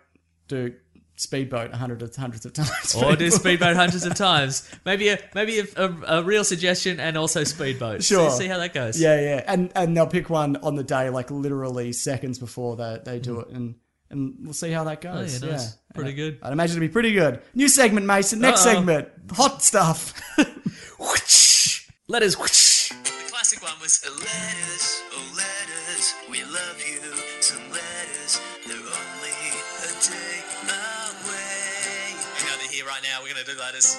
Speaker 4: do speedboat hundreds hundreds of times.
Speaker 3: Or do
Speaker 4: people.
Speaker 3: speedboat hundreds of times. Maybe a maybe a, a, a real suggestion and also speedboat.
Speaker 4: Sure.
Speaker 3: See, see how that goes.
Speaker 4: Yeah, yeah, and and they'll pick one on the day, like literally seconds before they they do it, and and we'll see how that goes.
Speaker 3: Mm-hmm. Oh, yeah, nice. Pretty
Speaker 4: And
Speaker 3: good.
Speaker 4: I- I'd imagine it'd be pretty good. New segment, Mason. Next
Speaker 3: Uh-oh.
Speaker 4: segment, hot stuff.
Speaker 3: Whoosh! Letters. Whoosh! The classic one was
Speaker 2: Letters, oh letters, we love you. Some letters, they're only a day away.
Speaker 3: hang on they're here right now. We're gonna do letters.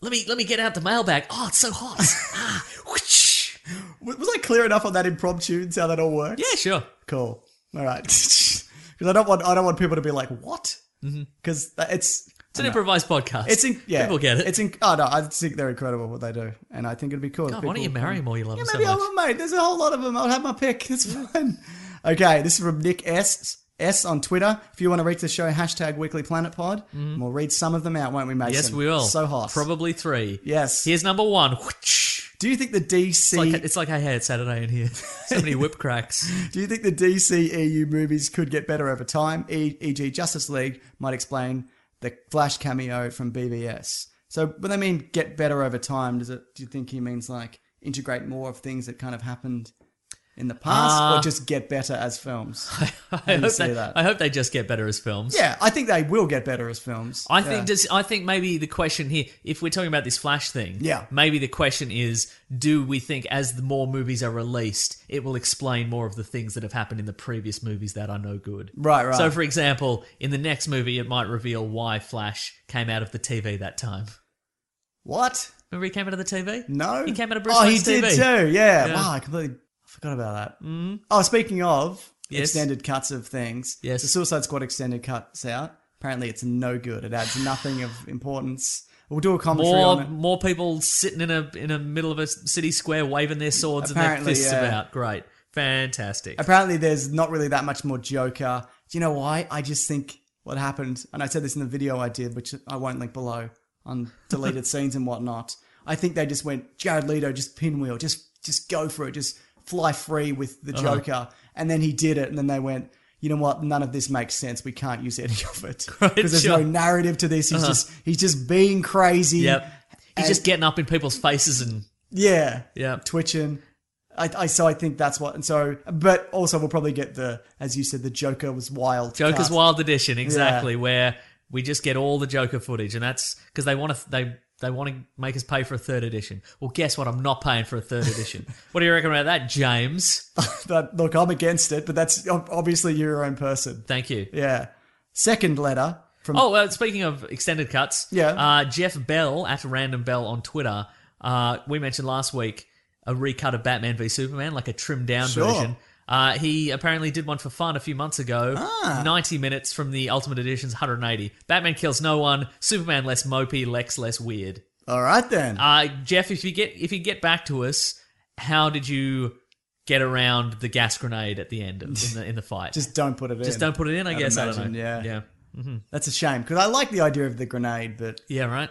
Speaker 3: Let me let me get out the mailbag. Oh, it's so hot. ah, whoosh.
Speaker 4: W- Was I clear enough on that impromptu? How that all works?
Speaker 3: Yeah, sure.
Speaker 4: Cool. All right. Because I don't want I don't want people to be like what? Because it's
Speaker 3: It's an improvised podcast.
Speaker 4: it's in, yeah
Speaker 3: Mm-hmm. People get it.
Speaker 4: It's in, oh no, I think they're incredible what they do, and I think it'd be cool. if
Speaker 3: God, Oh, why don't you
Speaker 4: people-
Speaker 3: marry him or you love
Speaker 4: Yeah,
Speaker 3: him so
Speaker 4: maybe I
Speaker 3: much?
Speaker 4: will, mate. There's a whole lot of them. I'll have my pick. It's fine. Okay, this is from Nick S. S on Twitter. If you want to reach the show, hashtag Weekly Planet Pod. and We'll read some of them out, won't we, Mason?
Speaker 3: Yes, Mm-hmm. we will.
Speaker 4: So hot.
Speaker 3: Probably three.
Speaker 4: Yes.
Speaker 3: Here's number one. Whoosh.
Speaker 4: Do you think the DC
Speaker 3: It's like, it's like I had Saturday in here. So many whip cracks.
Speaker 4: Do you think the DC EU movies could get better over time? E- E.g., Justice League might explain the Flash cameo from BBS. So when they mean get better over time, does it? Do you think he means like integrate more of things that kind of happened in the past,
Speaker 3: Ah.
Speaker 4: or just get better as films?
Speaker 3: I
Speaker 4: you
Speaker 3: hope,
Speaker 4: say
Speaker 3: they,
Speaker 4: that.
Speaker 3: I hope they just get better as films.
Speaker 4: yeah, I think they will get better as films.
Speaker 3: I
Speaker 4: Yeah.
Speaker 3: think does I think maybe the question here, if we're talking about this Flash thing,
Speaker 4: Yeah.
Speaker 3: maybe the question is, do we think as the more movies are released, it will explain more of the things that have happened in the previous movies that are no good?
Speaker 4: Right, right.
Speaker 3: So, for example, in the next movie, it might reveal why Flash came out of the TV that time.
Speaker 4: what?
Speaker 3: Remember, he came out of the TV.
Speaker 4: No,
Speaker 3: he came out of Bruce
Speaker 4: Oh,
Speaker 3: Wayne's
Speaker 4: he
Speaker 3: TV.
Speaker 4: did too.
Speaker 3: Yeah.
Speaker 4: Yeah.
Speaker 3: Mm-hmm.
Speaker 4: Wow, I completely I forgot about that. Mm. Oh, speaking of
Speaker 3: Yes.
Speaker 4: extended cuts of things,
Speaker 3: Yes.
Speaker 4: the Suicide Squad extended cuts out. Apparently, it's no good. It adds nothing of importance. We'll do a commentary
Speaker 3: More,
Speaker 4: on it.
Speaker 3: more people sitting in a in a middle of a city square waving their swords and
Speaker 4: Apparently,
Speaker 3: their fists
Speaker 4: yeah.
Speaker 3: about. Great, fantastic.
Speaker 4: Apparently, there's not really that much more Joker. Do you know why? I just think what happened, and I said this in the video I did, which I won't link below on deleted scenes and whatnot. I think they just went Jared Leto, just pinwheel, just just go for it, just fly free with the
Speaker 3: Uh-huh.
Speaker 4: Joker, and then he did it, and then they went. You know what? None of this makes sense. We can't use any of it because there's
Speaker 3: sure. Uh-huh.
Speaker 4: no narrative to this. He's just he's just being crazy.
Speaker 3: Yep. He's
Speaker 4: And-
Speaker 3: just getting up in people's faces and
Speaker 4: Yeah.
Speaker 3: Yeah.
Speaker 4: Twitching. I, I so I think that's what and so but also we'll probably get the as you said the Joker was wild.
Speaker 3: Joker's
Speaker 4: cut.
Speaker 3: Wild Edition, exactly, where we just get all the Joker footage, and that's because they want to they they want to make us pay for a third edition. Well, guess what? I'm not paying for a third edition. what do you reckon about that, James?
Speaker 4: But look, I'm against it, but that's ob- obviously your own person.
Speaker 3: Thank you.
Speaker 4: Yeah. Second letter from
Speaker 3: Oh, well, speaking of extended cuts,
Speaker 4: Yeah.
Speaker 3: uh, Jeff Bell at Random Bell on Twitter. Uh, we mentioned last week a recut of Batman v Superman, like a trimmed down
Speaker 4: Sure.
Speaker 3: version. Uh, he apparently did one for fun a few months ago.
Speaker 4: Ah.
Speaker 3: 90 minutes from the Ultimate Edition's 180. Batman kills no one, Superman less mopey, Lex less weird.
Speaker 4: All right then.
Speaker 3: Uh, Jeff, if you get if you get back to us, how did you get around the gas grenade at the end of, in the in the fight?
Speaker 4: just don't put it in.
Speaker 3: Just don't put it in, I
Speaker 4: I'd
Speaker 3: guess. I
Speaker 4: imagine,
Speaker 3: don't know.
Speaker 4: yeah.
Speaker 3: yeah,
Speaker 4: That's a shame because I like the idea of the grenade, but
Speaker 3: yeah, right.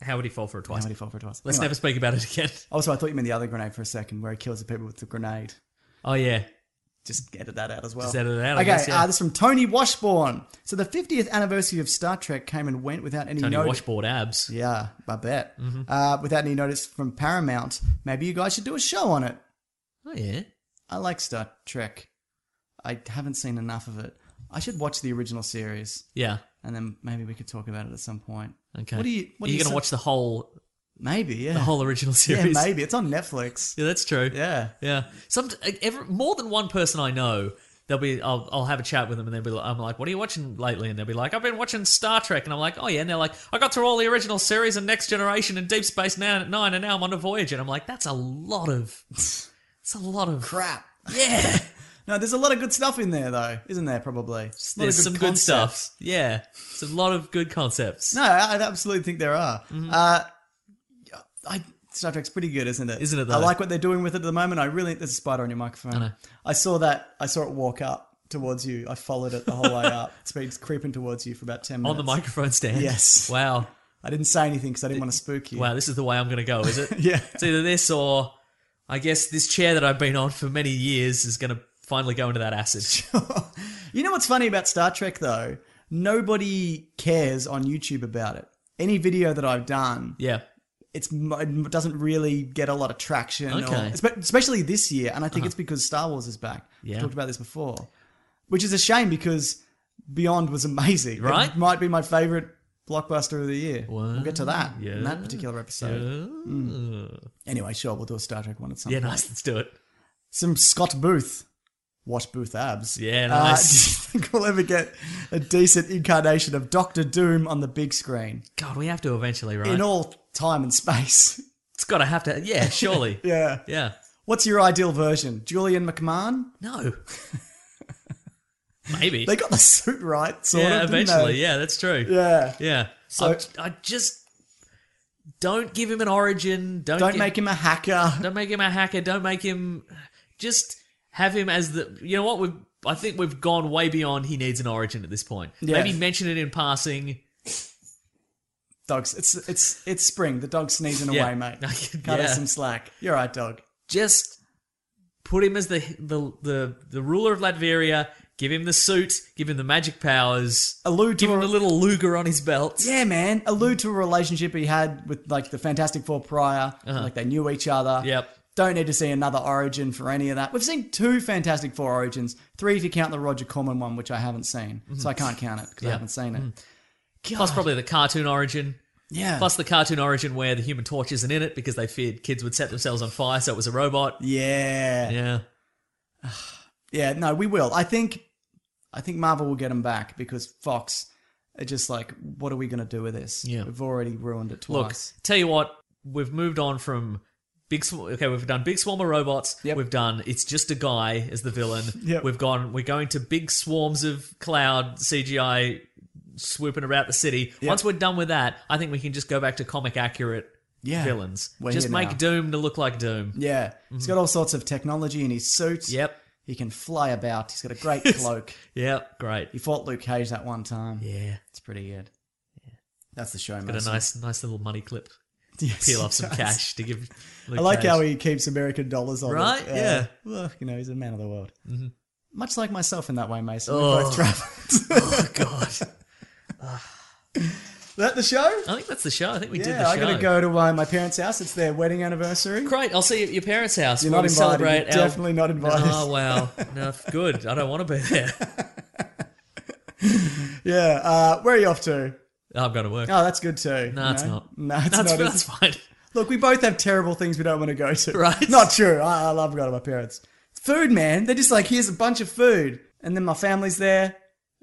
Speaker 3: How would he fall for it twice?
Speaker 4: how would he fall for it twice?
Speaker 3: Let's
Speaker 4: Anyway.
Speaker 3: never speak about it again.
Speaker 4: Also, I thought you meant the other grenade for a second, where he kills the people with the grenade.
Speaker 3: Oh yeah,
Speaker 4: just edit that out as well.
Speaker 3: Just edit it out, I
Speaker 4: Okay,
Speaker 3: guess, yeah.
Speaker 4: uh, this is from Tony Washburn. So the 50th anniversary of Star Trek came and went without any
Speaker 3: Tony
Speaker 4: notice.
Speaker 3: washboard abs.
Speaker 4: Yeah, I bet.
Speaker 3: Mm-hmm.
Speaker 4: Uh, without any notice from Paramount. Maybe you guys should do a show on it.
Speaker 3: Oh yeah.
Speaker 4: I like Star Trek. I haven't seen enough of it. I should watch the original series,
Speaker 3: Yeah.
Speaker 4: and then maybe we could talk about it at some point.
Speaker 3: Okay.
Speaker 4: What do you?
Speaker 3: Are
Speaker 4: What do
Speaker 3: you going
Speaker 4: say-
Speaker 3: to watch the whole
Speaker 4: Maybe yeah.
Speaker 3: the whole original
Speaker 4: yeah,
Speaker 3: series?
Speaker 4: maybe it's on Netflix.
Speaker 3: Yeah, that's true.
Speaker 4: Yeah.
Speaker 3: Yeah. Some like, every, more than one person I know, they'll be I'll, I'll have a chat with them and they'll be like, I'm like, "What are you watching lately?" and they'll be like, "I've been watching Star Trek." And I'm like, "Oh yeah." And they're like, "I got through all the original series and Next Generation and Deep Space Nine, Nine and now I'm on a Voyager." And I'm like, "That's a lot of It's a lot of
Speaker 4: Crap.
Speaker 3: Yeah.
Speaker 4: No, there's a lot of good stuff in there though, isn't there? Probably. A lot of
Speaker 3: There's some good
Speaker 4: concepts.
Speaker 3: stuff. Yeah. It's a lot of good concepts.
Speaker 4: No, I I absolutely think there are.
Speaker 3: Mm-hmm.
Speaker 4: Uh, I, Star Trek's pretty good, isn't it?
Speaker 3: Isn't it,
Speaker 4: I
Speaker 3: though?
Speaker 4: like what they're doing with it at the moment. I really there's a spider on your microphone. I, saw that. I saw it walk up towards you. I followed it the whole way up. It's been creeping towards you for about ten minutes.
Speaker 3: On the microphone stand.
Speaker 4: Yes.
Speaker 3: Wow.
Speaker 4: I didn't say anything because I didn't want to spook you.
Speaker 3: Wow, this is the way I'm going to go, is it?
Speaker 4: Yeah.
Speaker 3: It's either this or I guess this chair that I've been on for many years is going to finally go into that acid.
Speaker 4: You know what's funny about Star Trek though? Nobody cares on YouTube about it. Any video that I've done,
Speaker 3: yeah.
Speaker 4: it's it doesn't really get a lot of traction, or-
Speaker 3: Okay. Uh-huh.
Speaker 4: espe- especially this year. And I think it's because Star Wars is back.
Speaker 3: Yeah.
Speaker 4: We've talked about this before, which is a shame because Beyond was amazing.
Speaker 3: Right?
Speaker 4: it might be my favorite blockbuster of the year. We'll get to that in that particular episode. Hmm. Anyway, sure, we'll do a Star Trek one at some
Speaker 3: Yeah,
Speaker 4: point.
Speaker 3: nice. Let's do it.
Speaker 4: Some Scott Booth. Watch Booth abs.
Speaker 3: Yeah,
Speaker 4: Uh,
Speaker 3: nice.
Speaker 4: do you think we'll ever get a decent incarnation of Doctor Doom on the big screen
Speaker 3: God, we have to eventually, right?
Speaker 4: in all time and space?
Speaker 3: it's got to have to. Yeah, surely.
Speaker 4: yeah.
Speaker 3: yeah.
Speaker 4: What's your ideal version? Julian McMahon?
Speaker 3: No. Maybe.
Speaker 4: They got the suit right, sort
Speaker 3: yeah,
Speaker 4: of. didn't
Speaker 3: eventually.
Speaker 4: they?
Speaker 3: Yeah, that's true.
Speaker 4: Yeah.
Speaker 3: Yeah.
Speaker 4: So-
Speaker 3: I, I just don't give him an origin. Don't,
Speaker 4: Don't
Speaker 3: give-
Speaker 4: make him a hacker.
Speaker 3: Don't make him a hacker. Don't make him. Just have him as the. You know what? We've. I think we've gone way beyond. He needs an origin at this point.
Speaker 4: Yeah.
Speaker 3: Maybe mention it in passing.
Speaker 4: Dogs. It's it's it's spring. The dog's sneezing
Speaker 3: Yeah.
Speaker 4: away, mate. Cut
Speaker 3: Yeah.
Speaker 4: us some slack. You're right, dog.
Speaker 3: Just put him as the the the, the ruler of Latveria. Give him the suit. Give him the magic powers.
Speaker 4: Allude to
Speaker 3: Give him
Speaker 4: a-
Speaker 3: the little luger on his belt.
Speaker 4: Yeah, man. Allude to a relationship he had with like the Fantastic Four prior. Like they knew each other.
Speaker 3: Uh-huh. Yep.
Speaker 4: Don't need to see another origin for any of that. We've seen two Fantastic Four origins, three if you count the Roger Corman one, which I haven't seen,
Speaker 3: Mm-hmm.
Speaker 4: so I can't count it because I haven't seen it.
Speaker 3: Plus probably the cartoon origin.
Speaker 4: Yeah.
Speaker 3: Mm-hmm. Plus the cartoon origin where the Human Torch isn't in it because they feared kids would set themselves on fire, so it was a robot.
Speaker 4: yeah. yeah,
Speaker 3: Yeah.
Speaker 4: No, we will. I think, I think Marvel will get him back because Fox are just like, what are we going to do with this?
Speaker 3: Yeah.
Speaker 4: we've already ruined it
Speaker 3: Look,
Speaker 4: twice.
Speaker 3: tell you what, we've moved on from big. Sw- okay, we've done big swarm of robots.
Speaker 4: Yep.
Speaker 3: We've done it's just a guy as the villain.
Speaker 4: Yep.
Speaker 3: We've gone. We're going to big swarms of cloud CGI swooping about the city. Once we're done with that, I think we can just go back to comic accurate
Speaker 4: Yeah.
Speaker 3: villains.
Speaker 4: We're
Speaker 3: just
Speaker 4: here
Speaker 3: make
Speaker 4: now.
Speaker 3: Doom to look like Doom.
Speaker 4: Yeah, he's got all sorts of technology in his suit.
Speaker 3: Yep.
Speaker 4: he can fly about. He's got a great cloak.
Speaker 3: Yep. Great.
Speaker 4: He fought Luke Cage that one time.
Speaker 3: Yeah.
Speaker 4: It's pretty good. That's the show,
Speaker 3: Got a
Speaker 4: Mason.
Speaker 3: nice, nice little money clip.
Speaker 4: Yes,
Speaker 3: Peel off some
Speaker 4: he does.
Speaker 3: cash to give. Luke
Speaker 4: I like how
Speaker 3: Cage.
Speaker 4: he keeps American dollars on. it.
Speaker 3: Right?
Speaker 4: Uh,
Speaker 3: Yeah. Mm-hmm.
Speaker 4: well, you know, he's a man of the world. Much like myself in that way, Mason.
Speaker 3: Oh.
Speaker 4: We both traveled.
Speaker 3: Oh God!
Speaker 4: that the show?
Speaker 3: I think that's the show. I think we did the
Speaker 4: yeah,
Speaker 3: show.
Speaker 4: I gotta go to uh, my parents' house. It's their wedding anniversary.
Speaker 3: Great. I'll see you at your parents' house.
Speaker 4: You're
Speaker 3: where
Speaker 4: not
Speaker 3: we
Speaker 4: invited.
Speaker 3: celebrate
Speaker 4: You're
Speaker 3: our-
Speaker 4: definitely not invited.
Speaker 3: Oh wow. No, good. I don't want to be there.
Speaker 4: Yeah. Uh, where are you off to?
Speaker 3: I've got to work.
Speaker 4: Oh, that's good too.
Speaker 3: no, it's not.
Speaker 4: No, it's
Speaker 3: that's,
Speaker 4: not.
Speaker 3: That's fine.
Speaker 4: Look, we both have terrible things we don't want to go to.
Speaker 3: Right.
Speaker 4: Not true. I, I love going to my parents. Food, man. They're just like, here's a bunch of food. And then my family's there.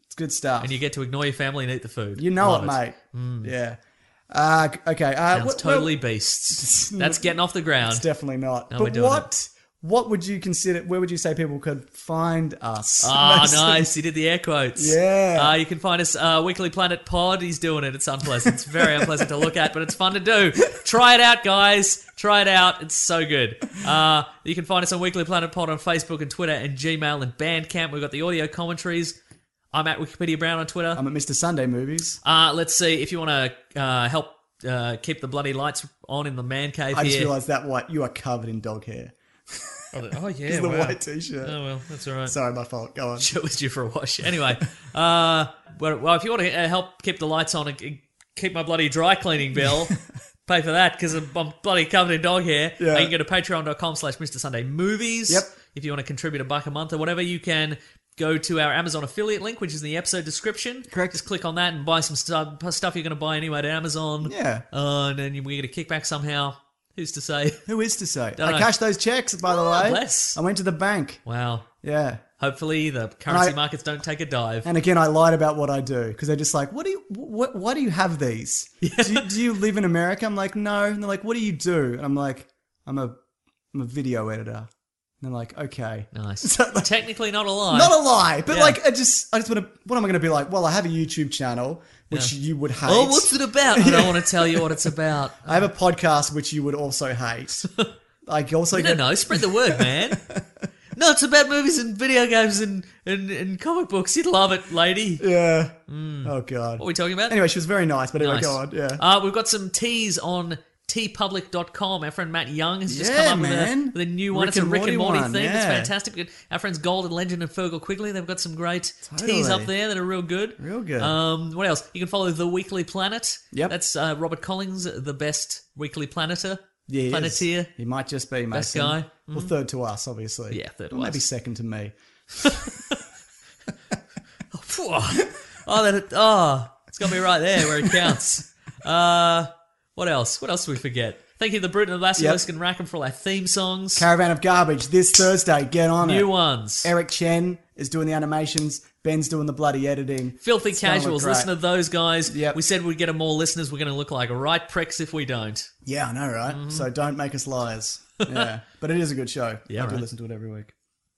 Speaker 4: It's good stuff.
Speaker 3: And you get to ignore your family and eat the food.
Speaker 4: You know
Speaker 3: Love Mm.
Speaker 4: it, mate. Yeah. Uh, c- okay. Uh,
Speaker 3: Sounds
Speaker 4: what-
Speaker 3: totally
Speaker 4: well,
Speaker 3: beasts. That's getting off the ground.
Speaker 4: it's definitely not.
Speaker 3: No, we're
Speaker 4: but
Speaker 3: doing
Speaker 4: what? What would you consider? Where would you say people could find us?
Speaker 3: Ah,
Speaker 4: Mason?
Speaker 3: nice. He did the air quotes.
Speaker 4: Yeah.
Speaker 3: Uh, you can find us uh, Weekly Planet Pod. He's doing it. It's unpleasant. It's very unpleasant to look at, but it's fun to do. Try it out, guys. Try it out. It's so good. Uh, you can find us on Weekly Planet Pod on Facebook and Twitter and Gmail and Bandcamp. We've got the audio commentaries. I'm at Wikipedia Brown on Twitter.
Speaker 4: I'm at Mr. Sunday Movies.
Speaker 3: Uh, let's see if you want to uh, help uh, keep the bloody lights on in the man cave
Speaker 4: I just
Speaker 3: here.
Speaker 4: realised that white. You are covered in dog hair.
Speaker 3: oh yeah,
Speaker 4: It's the
Speaker 3: wow.
Speaker 4: white T-shirt.
Speaker 3: Oh well, that's all right.
Speaker 4: Sorry, my fault. Go on.
Speaker 3: It was due for a wash. Anyway, uh, well, well, if you want to uh, help keep the lights on and uh, keep my bloody dry cleaning bill, pay for that because I'm, I'm bloody covered in dog hair. Uh,
Speaker 4: Yeah.
Speaker 3: You can go to patreon.com slash Mr. Sunday Movies.
Speaker 4: Yep.
Speaker 3: If you want to contribute a buck a month or whatever, you can go to our Amazon affiliate link, which is in the episode description.
Speaker 4: Correct.
Speaker 3: Just click on that and buy some stuff, stuff you're going to buy anyway at Amazon.
Speaker 4: Yeah.
Speaker 3: Uh, and then we get a kickback somehow. Who's to say?
Speaker 4: Who is to say? I
Speaker 3: know. Oh,
Speaker 4: cashed those checks, by the way.
Speaker 3: bless.
Speaker 4: I went to the bank.
Speaker 3: Wow.
Speaker 4: Yeah.
Speaker 3: Hopefully the currency
Speaker 4: I-
Speaker 3: markets don't take a dive.
Speaker 4: And again, I lied about what I do because they're just like, "What do you? What? Why do you have these? Do, you, do you live in America?" I'm like, "No." And they're like, "What do you do?" And I'm like, "I'm a, I'm a video editor." And they're like, "Okay."
Speaker 3: Nice.
Speaker 4: So, like,
Speaker 3: Technically not a lie.
Speaker 4: Not a lie, but
Speaker 3: Yeah.
Speaker 4: like I just, I just want to. What am I going to be like? Well, I have a YouTube channel, which you would hate.
Speaker 3: Oh, what's it about? I don't want to tell you what it's about.
Speaker 4: I have a podcast, which you would also hate. I also
Speaker 3: I
Speaker 4: get
Speaker 3: don't know. Spread the word, man. No, it's about movies and video games and, and, and comic books. You'd love it, lady.
Speaker 4: yeah. Oh god.
Speaker 3: What are we talking about?
Speaker 4: Anyway, she was very nice, but anyway,
Speaker 3: Nice.
Speaker 4: go on. Yeah.
Speaker 3: Uh, we've got some teas on tpublic.com. Our friend Matt Young has just
Speaker 4: Yeah,
Speaker 3: come up with a-
Speaker 4: man.
Speaker 3: with, a, new one.
Speaker 4: Rick
Speaker 3: it's a
Speaker 4: and
Speaker 3: Rick and
Speaker 4: Morty
Speaker 3: Morty
Speaker 4: one,
Speaker 3: thing. It's
Speaker 4: yeah.
Speaker 3: fantastic. Our friends Golden Legend and Fergal Quigley, they've got some great teas
Speaker 4: Totally.
Speaker 3: up there that are real good.
Speaker 4: Real good.
Speaker 3: Um, what else? You can follow The Weekly Planet.
Speaker 4: Yep.
Speaker 3: That's uh, Robert Collins, the best Weekly Planeter.
Speaker 4: Yeah, he is.
Speaker 3: Planeteer.
Speaker 4: He might just be Mason.
Speaker 3: Best guy. Mm-hmm.
Speaker 4: Well, third to us, obviously.
Speaker 3: Yeah, third to
Speaker 4: Or Maybe
Speaker 3: us.
Speaker 4: second to me.
Speaker 3: Phew. oh, that oh, it's got me right there where it counts. Uh, what else? What else do we forget? Thank you, to the Bruton and Lassie,
Speaker 4: Yep.
Speaker 3: Erskine Rackham for all our theme songs.
Speaker 4: Caravan of Garbage this Thursday. Get on it.
Speaker 3: New ones.
Speaker 4: Eric Chen is doing the animations. Ben's doing the bloody editing.
Speaker 3: Filthy
Speaker 4: gonna look
Speaker 3: casuals.
Speaker 4: great.
Speaker 3: Listen to those guys.
Speaker 4: Yep.
Speaker 3: We said we'd get 'em more listeners. We're going to look like right pricks if we don't.
Speaker 4: Yeah, I know, right?
Speaker 3: Mm-hmm.
Speaker 4: So don't make us liars. Yeah, but it is a good show.
Speaker 3: Yeah,
Speaker 4: I do
Speaker 3: right.
Speaker 4: listen to it every week.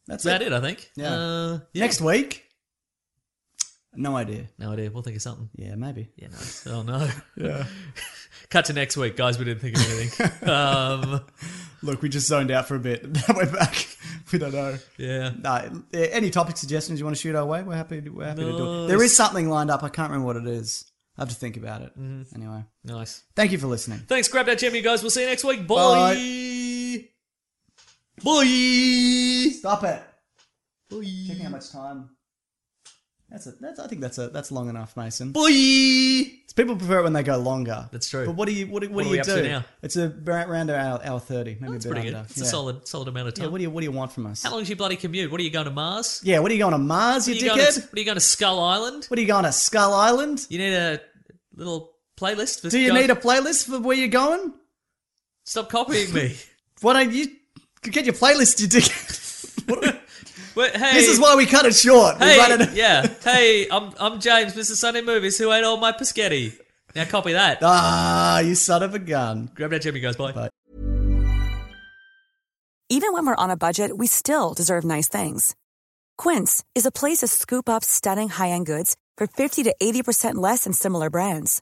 Speaker 4: That's
Speaker 3: Is that
Speaker 4: it.
Speaker 3: it? I think.
Speaker 4: Yeah.
Speaker 3: Uh, yeah.
Speaker 4: Next week. No idea.
Speaker 3: No idea. We'll think of something.
Speaker 4: Yeah, maybe.
Speaker 3: Yeah. No. Oh no. Yeah. Cut to next week, guys. We didn't think of anything. um,
Speaker 4: Look, we just zoned out for a bit. Now we're back. We don't know.
Speaker 3: yeah.
Speaker 4: Nah, eh, any topic suggestions you want to shoot our way, we're happy. We're happy to do it.
Speaker 3: Nice.
Speaker 4: There is something lined up. I can't remember what it is. I have to think about it.
Speaker 3: Mm-hmm.
Speaker 4: Anyway,
Speaker 3: Nice.
Speaker 4: thank you for listening.
Speaker 3: Thanks, grab that gem, you guys. We'll see you next week. Bye. Bye.
Speaker 4: Stop it.
Speaker 3: Bye.
Speaker 4: Checking how much time. That's a, that's I think that's a that's long enough, Mason.
Speaker 3: Bye.
Speaker 4: People prefer it when they go longer.
Speaker 3: That's true.
Speaker 4: But what do you what, do- what,
Speaker 3: What
Speaker 4: do
Speaker 3: are we
Speaker 4: you
Speaker 3: up
Speaker 4: do?
Speaker 3: to now?
Speaker 4: It's a around hour, hour thirty, maybe
Speaker 3: That's
Speaker 4: a bit
Speaker 3: pretty good.
Speaker 4: under.
Speaker 3: It's a solid, solid amount of
Speaker 4: Yeah,
Speaker 3: time.
Speaker 4: what do you what do you want from us?
Speaker 3: How long's your bloody commute? What are you going to Mars?
Speaker 4: Yeah, what are you going to Mars, you
Speaker 3: What are you, going to,
Speaker 4: dickhead?
Speaker 3: what are you going to Skull Island?
Speaker 4: What are you going to Skull Island?
Speaker 3: You need a little playlist for.
Speaker 4: Do you
Speaker 3: go-
Speaker 4: need a playlist for where you're going?
Speaker 3: Stop copying me.
Speaker 4: Why don't you get your playlist, you dickhead? What are we-
Speaker 3: Wait, hey,
Speaker 4: This is why we cut it short. We run
Speaker 3: Hey,
Speaker 4: it-
Speaker 3: yeah. Hey, I'm I'm James, Mr. Sunday Movies. Who ate all my pescetti? Now copy that.
Speaker 4: Ah, you son of a gun.
Speaker 3: Grab that gem, you guys. Bye.
Speaker 6: Even when we're on a budget, we still deserve nice things. Quince is a place to scoop up stunning high end goods for 50 to 80% less than similar brands.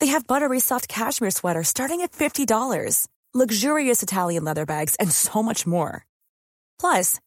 Speaker 6: They have buttery soft cashmere sweaters starting at $50, luxurious Italian leather bags, and so much more. Plus,